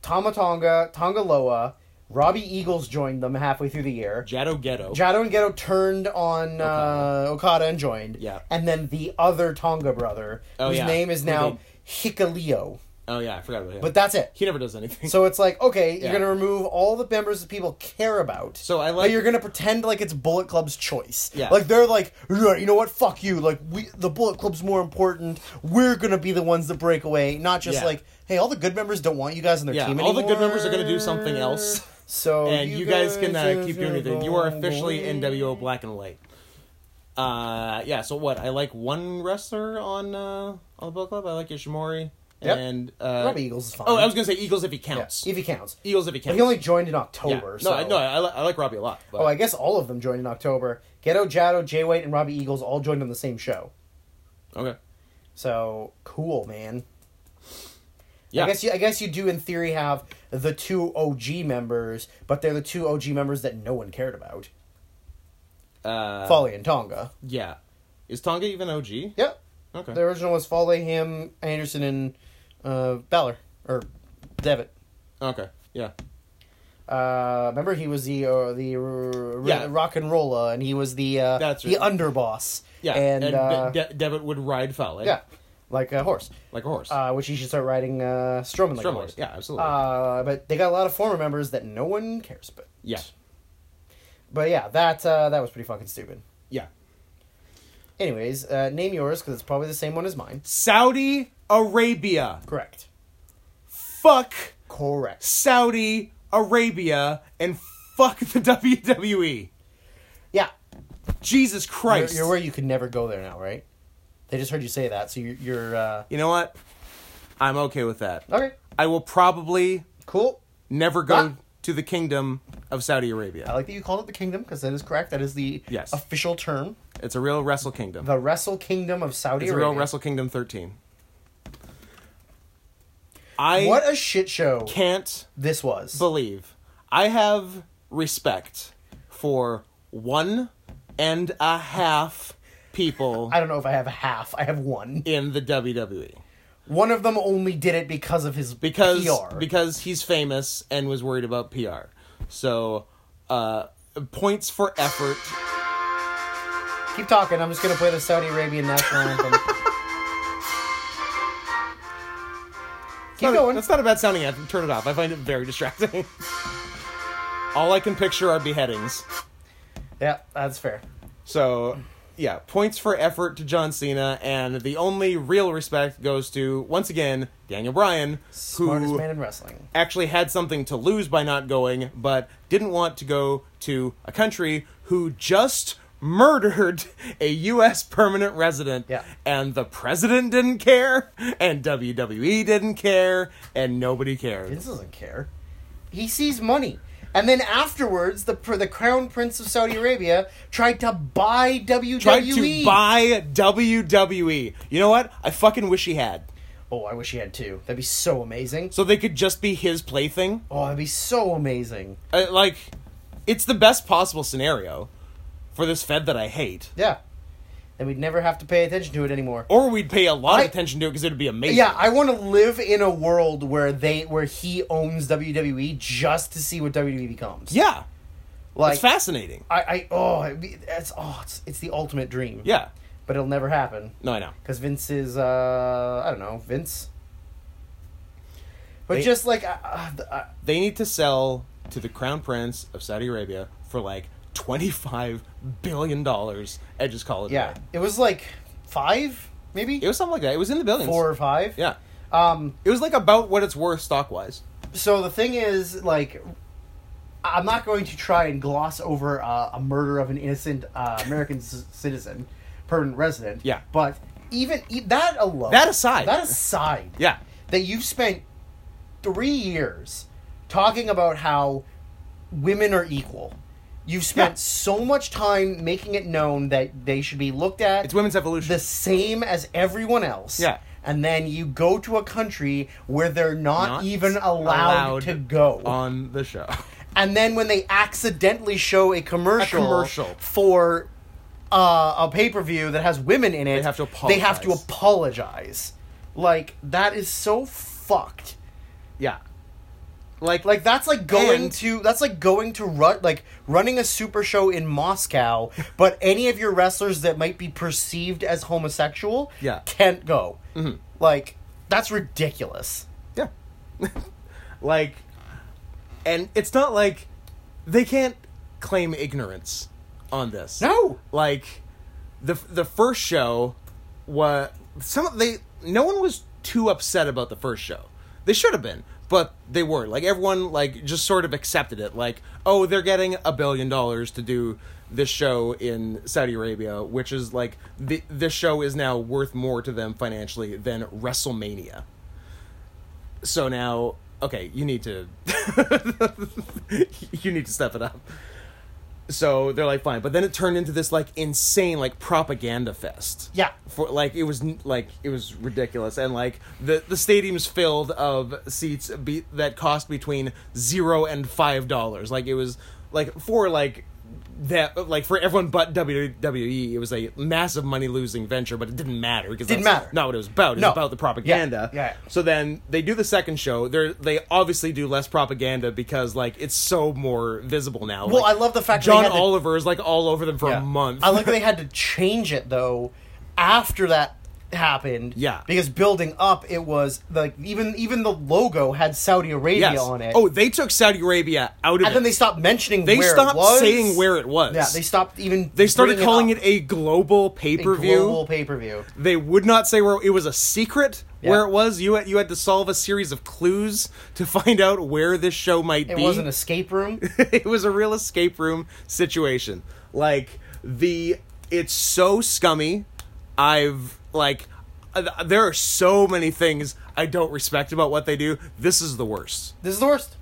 Speaker 2: Tama Tonga, Tongaloa, Robbie Eagles joined them halfway through the year.
Speaker 1: Jado Ghetto.
Speaker 2: Jado and Ghetto turned on
Speaker 1: Okada.
Speaker 2: Uh, Okada and joined.
Speaker 1: Yeah.
Speaker 2: And then the other Tonga brother,
Speaker 1: Oh,
Speaker 2: whose
Speaker 1: yeah.
Speaker 2: name is
Speaker 1: Who
Speaker 2: now Hikaleo.
Speaker 1: oh yeah, I forgot about him.
Speaker 2: But that's it.
Speaker 1: he never does anything.
Speaker 2: So it's like, okay, you're
Speaker 1: Yeah.
Speaker 2: going to remove all the members that people care about.
Speaker 1: So I
Speaker 2: but
Speaker 1: like-
Speaker 2: you're going to pretend like it's Bullet Club's choice.
Speaker 1: Yeah.
Speaker 2: Like they're like, "Yeah, you know what? Fuck you. Like we the Bullet Club's more important. We're going to be the ones that break away, not just
Speaker 1: Yeah.
Speaker 2: like, hey, all the good members don't want you guys on their
Speaker 1: Yeah,
Speaker 2: team
Speaker 1: all
Speaker 2: anymore.
Speaker 1: the good members are gonna do something else.
Speaker 2: So
Speaker 1: and you, guys, can uh,
Speaker 2: are
Speaker 1: keep doing your thing.
Speaker 2: gonna
Speaker 1: You are
Speaker 2: go
Speaker 1: officially
Speaker 2: away.
Speaker 1: NWO Black and White. Uh, yeah. So what? I like one wrestler on uh, on the book club. I like Ishimori
Speaker 2: Yep.
Speaker 1: and uh,
Speaker 2: Robbie Eagles is fine.
Speaker 1: Oh, I was gonna say Eagles if he
Speaker 2: Yeah,
Speaker 1: counts.
Speaker 2: if he counts.
Speaker 1: Eagles if he
Speaker 2: But
Speaker 1: counts.
Speaker 2: he only joined in
Speaker 1: yeah.
Speaker 2: October.
Speaker 1: No,
Speaker 2: so.
Speaker 1: I, no, I, li- I like Robbie a lot. But,
Speaker 2: oh, I guess all of them joined in October. Ghetto, Jado, Jay White, and Robbie Eagles all joined on the same show.
Speaker 1: okay.
Speaker 2: So cool, man.
Speaker 1: Yeah.
Speaker 2: I guess you, I guess you do in theory have the two OG members, but they're the two OG members that no one cared about.
Speaker 1: uh,
Speaker 2: Foley and Tonga.
Speaker 1: Yeah. Is Tonga even OG?
Speaker 2: Yep.
Speaker 1: Okay.
Speaker 2: The original was Foley, him, Anderson, and uh, Balor or Devitt.
Speaker 1: Okay. Yeah.
Speaker 2: Uh, remember he was the uh, the r-
Speaker 1: Yeah.
Speaker 2: rock and roller, and he was the uh,
Speaker 1: That's
Speaker 2: the
Speaker 1: right.
Speaker 2: underboss.
Speaker 1: Yeah.
Speaker 2: and, uh,
Speaker 1: De- De- Devitt would ride Fowler.
Speaker 2: yeah, like a horse,
Speaker 1: Like a horse.
Speaker 2: uh, which he should start riding uh, Strowman like a
Speaker 1: Strumlers.
Speaker 2: horse.
Speaker 1: Yeah, absolutely.
Speaker 2: Uh, but they got a lot of former members that no one cares about.
Speaker 1: yeah.
Speaker 2: But yeah, that uh, that was pretty fucking stupid.
Speaker 1: Yeah.
Speaker 2: Anyways, uh, name yours because it's probably the same one as mine.
Speaker 1: Saudi Arabia.
Speaker 2: Correct.
Speaker 1: Fuck
Speaker 2: Correct.
Speaker 1: Saudi Arabia and fuck the *laughs* WWE.
Speaker 2: Yeah,
Speaker 1: Jesus
Speaker 2: you're,
Speaker 1: Christ.
Speaker 2: you're where you could never go there now, right? They just heard you say that, so you're, you're uh,
Speaker 1: You know what? I'm okay with that.
Speaker 2: okay.
Speaker 1: I will probably
Speaker 2: Cool.
Speaker 1: never go
Speaker 2: Ah. Uh.
Speaker 1: to the kingdom of Saudi
Speaker 2: I
Speaker 1: Arabia.
Speaker 2: like that you called it the kingdom because that is correct. That is the
Speaker 1: Yes.
Speaker 2: official term.
Speaker 1: It's a real wrestle kingdom.
Speaker 2: The Wrestle Kingdom of Saudi
Speaker 1: It's a
Speaker 2: Arabia.
Speaker 1: real wrestle kingdom 13. I
Speaker 2: what a shit show
Speaker 1: can't
Speaker 2: this was.
Speaker 1: believe I have respect for one and a half people
Speaker 2: I don't know if I have half. I have one.
Speaker 1: in the WWE
Speaker 2: One of them only did it because of his
Speaker 1: because
Speaker 2: PR.
Speaker 1: because he's famous and was worried about PR. So, uh, points for effort.
Speaker 2: Keep talking. I'm just gonna play the Saudi
Speaker 1: *laughs*
Speaker 2: Arabian national anthem. Keep
Speaker 1: Not a-
Speaker 2: going.
Speaker 1: That's not a bad sounding anthem. Turn it off. I find it very distracting. *laughs* All I can picture are beheadings.
Speaker 2: yeah, that's fair.
Speaker 1: So, yeah, points for effort to John Cena, and the only real respect goes to once again Daniel Bryan,
Speaker 2: Smartest
Speaker 1: who
Speaker 2: man in wrestling.
Speaker 1: actually had something to lose by not going, but didn't want to go to a country who just murdered a U.S. permanent resident.
Speaker 2: Yeah.
Speaker 1: And the president didn't care, and WWE didn't care, and nobody cared.
Speaker 2: Vince doesn't care. He sees money. And then afterwards, the the Crown Prince of Saudi Arabia tried to buy E. WWE.
Speaker 1: Tried to buy WWE. You know what? I fucking wish he had.
Speaker 2: Oh, I wish he had two. That'd be so amazing.
Speaker 1: So they could just be his plaything.
Speaker 2: Oh, that'd be so amazing.
Speaker 1: I, like, it's the best possible scenario for this Fed that I hate.
Speaker 2: Yeah. Then we'd never have to pay attention to it anymore.
Speaker 1: Or we'd pay a lot
Speaker 2: I-
Speaker 1: of attention to it because it would be amazing.
Speaker 2: Yeah, I want to live in a world where they where he owns WWE just to see what WWE becomes.
Speaker 1: Yeah.
Speaker 2: like
Speaker 1: it's fascinating.
Speaker 2: I, I oh it'd be- that's oh it's, it's the ultimate dream.
Speaker 1: Yeah.
Speaker 2: but it'll never happen
Speaker 1: No, I know.
Speaker 2: because Vince is uh I don't know Vince. But
Speaker 1: They-
Speaker 2: just like uh, I, I, I,
Speaker 1: They need to sell to the crown prince of Saudi Arabia for like twenty-five billion dollars. And just call it. a
Speaker 2: yeah,
Speaker 1: day.
Speaker 2: it was like five maybe
Speaker 1: It was something like that. It was in the billions.
Speaker 2: four or five.
Speaker 1: Yeah.
Speaker 2: Um.
Speaker 1: It was like about what it's worth stock-wise.
Speaker 2: So the thing is like. I'm not going to try and gloss over uh, a murder of an innocent uh, American c- citizen, permanent resident.
Speaker 1: Yeah.
Speaker 2: But even e- that alone,
Speaker 1: That aside.
Speaker 2: that aside,
Speaker 1: Yeah.
Speaker 2: that you've spent three years talking about how women are equal. You've spent
Speaker 1: Yeah.
Speaker 2: so much time making it known that they should be looked at
Speaker 1: It's women's evolution.
Speaker 2: the same as everyone else.
Speaker 1: Yeah.
Speaker 2: And then you go to a country where they're not,
Speaker 1: Not
Speaker 2: even allowed,
Speaker 1: allowed
Speaker 2: to go.
Speaker 1: on the show. *laughs*
Speaker 2: and then when they accidentally show a commercial,
Speaker 1: A commercial.
Speaker 2: for uh, a pay per view that has women in it,
Speaker 1: have to
Speaker 2: They have to
Speaker 1: apologize.
Speaker 2: apologize. Like that is so fucked.
Speaker 1: Yeah. Like
Speaker 2: Like that's like going
Speaker 1: And-
Speaker 2: to that's like going to run like running a super show in
Speaker 1: *laughs*
Speaker 2: Moscow, but any of your wrestlers that might be perceived as homosexual,
Speaker 1: Yeah. Mm-hmm.
Speaker 2: can't go. Like that's ridiculous.
Speaker 1: Yeah. *laughs* like and it's not like they can't claim ignorance on this.
Speaker 2: No.
Speaker 1: Like the the first show was some they no one was too upset about the first show. They should have been, but they were. Like everyone like just sort of accepted it like, "Oh, they're getting a billion dollars to do this show in Saudi Arabia, which is like the this show is now worth more to them financially than WrestleMania." so now okay you need to *laughs* you need to step it up so they're like fine but then it turned into this like insane like propaganda fest
Speaker 2: Yeah.
Speaker 1: for like it was n- like it was ridiculous and like the the stadium's filled of seats be, that cost between zero and five dollars like it was like for like that like for everyone but WWE, it was a massive money losing venture, but it didn't matter because
Speaker 2: Didn't
Speaker 1: that's
Speaker 2: matter.
Speaker 1: Not what it was about. It
Speaker 2: No.
Speaker 1: was about the propaganda.
Speaker 2: Yeah. Yeah.
Speaker 1: So then they do the second show. They are they obviously do less propaganda because like it's so more visible now.
Speaker 2: Well,
Speaker 1: Like,
Speaker 2: I love the fact that
Speaker 1: John
Speaker 2: they had the-
Speaker 1: Oliver is like all over them for
Speaker 2: Yeah.
Speaker 1: a month.
Speaker 2: I like they had to change it though after that happened.
Speaker 1: Yeah.
Speaker 2: Because building up it was like even even the logo had Saudi Arabia
Speaker 1: yes.
Speaker 2: on it.
Speaker 1: Oh, they took Saudi Arabia out of it.
Speaker 2: and then they stopped mentioning
Speaker 1: They
Speaker 2: where it
Speaker 1: stopped
Speaker 2: was.
Speaker 1: saying where it was.
Speaker 2: Yeah, they stopped even
Speaker 1: They started
Speaker 2: bringing
Speaker 1: calling
Speaker 2: up
Speaker 1: it, a global pay
Speaker 2: a
Speaker 1: per view.
Speaker 2: global pay-per-view.
Speaker 1: They would not say where it was a secret
Speaker 2: Yeah.
Speaker 1: where it was. You had, you had to solve a series of clues to find out where this show might
Speaker 2: It
Speaker 1: be.
Speaker 2: was an escape
Speaker 1: *laughs*
Speaker 2: room.
Speaker 1: it was a real escape room situation. Like the it's so scummy. I've like uh, there are so many things I don't respect about what they do. This is the worst.
Speaker 2: This is the worst.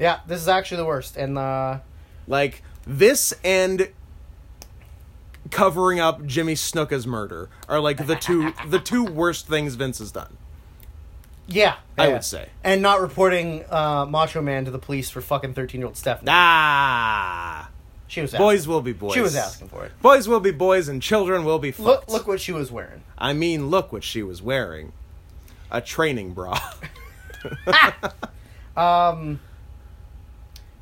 Speaker 2: Yeah, this is actually the worst. And uh
Speaker 1: Like this and covering up Jimmy Snuka's murder are like the
Speaker 2: *laughs*
Speaker 1: two the two worst things Vince has done.
Speaker 2: yeah,
Speaker 1: I
Speaker 2: yeah.
Speaker 1: would say.
Speaker 2: And not reporting uh Macho Man to the police for fucking 13-year-old Stephanie.
Speaker 1: Ah.
Speaker 2: she was asking.
Speaker 1: Boys will be boys.
Speaker 2: She was asking for it.
Speaker 1: Boys will be boys and children will be fucked.
Speaker 2: Look look what she was wearing.
Speaker 1: I mean, look what she was wearing. A training
Speaker 2: *laughs*
Speaker 1: bra. *laughs*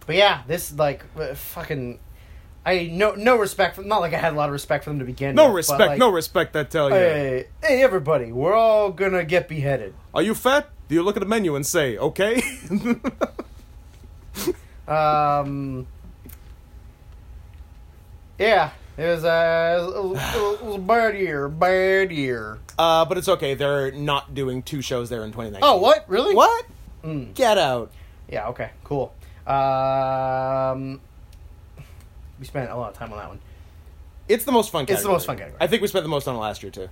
Speaker 2: But yeah, this like uh, fucking I no no respect for not like I had a lot of respect for them to begin
Speaker 1: No
Speaker 2: with. but,
Speaker 1: respect,
Speaker 2: like,
Speaker 1: no respect, I tell you.
Speaker 2: Hey, hey everybody, we're all gonna get beheaded.
Speaker 1: Are you fat? Do you look at the menu and say, okay? *laughs*
Speaker 2: Um, yeah, it was, uh, it was- it was a bad year, bad year.
Speaker 1: uh, but it's okay. They're not doing two shows there in 2019.
Speaker 2: Oh, what? Really?
Speaker 1: What?
Speaker 2: Mm.
Speaker 1: Get out.
Speaker 2: Yeah. Okay. Cool. Um, we spent a lot of time on that one.
Speaker 1: It's the most fun category.
Speaker 2: It's the most fun category.
Speaker 1: I think we spent the most on it last year, too.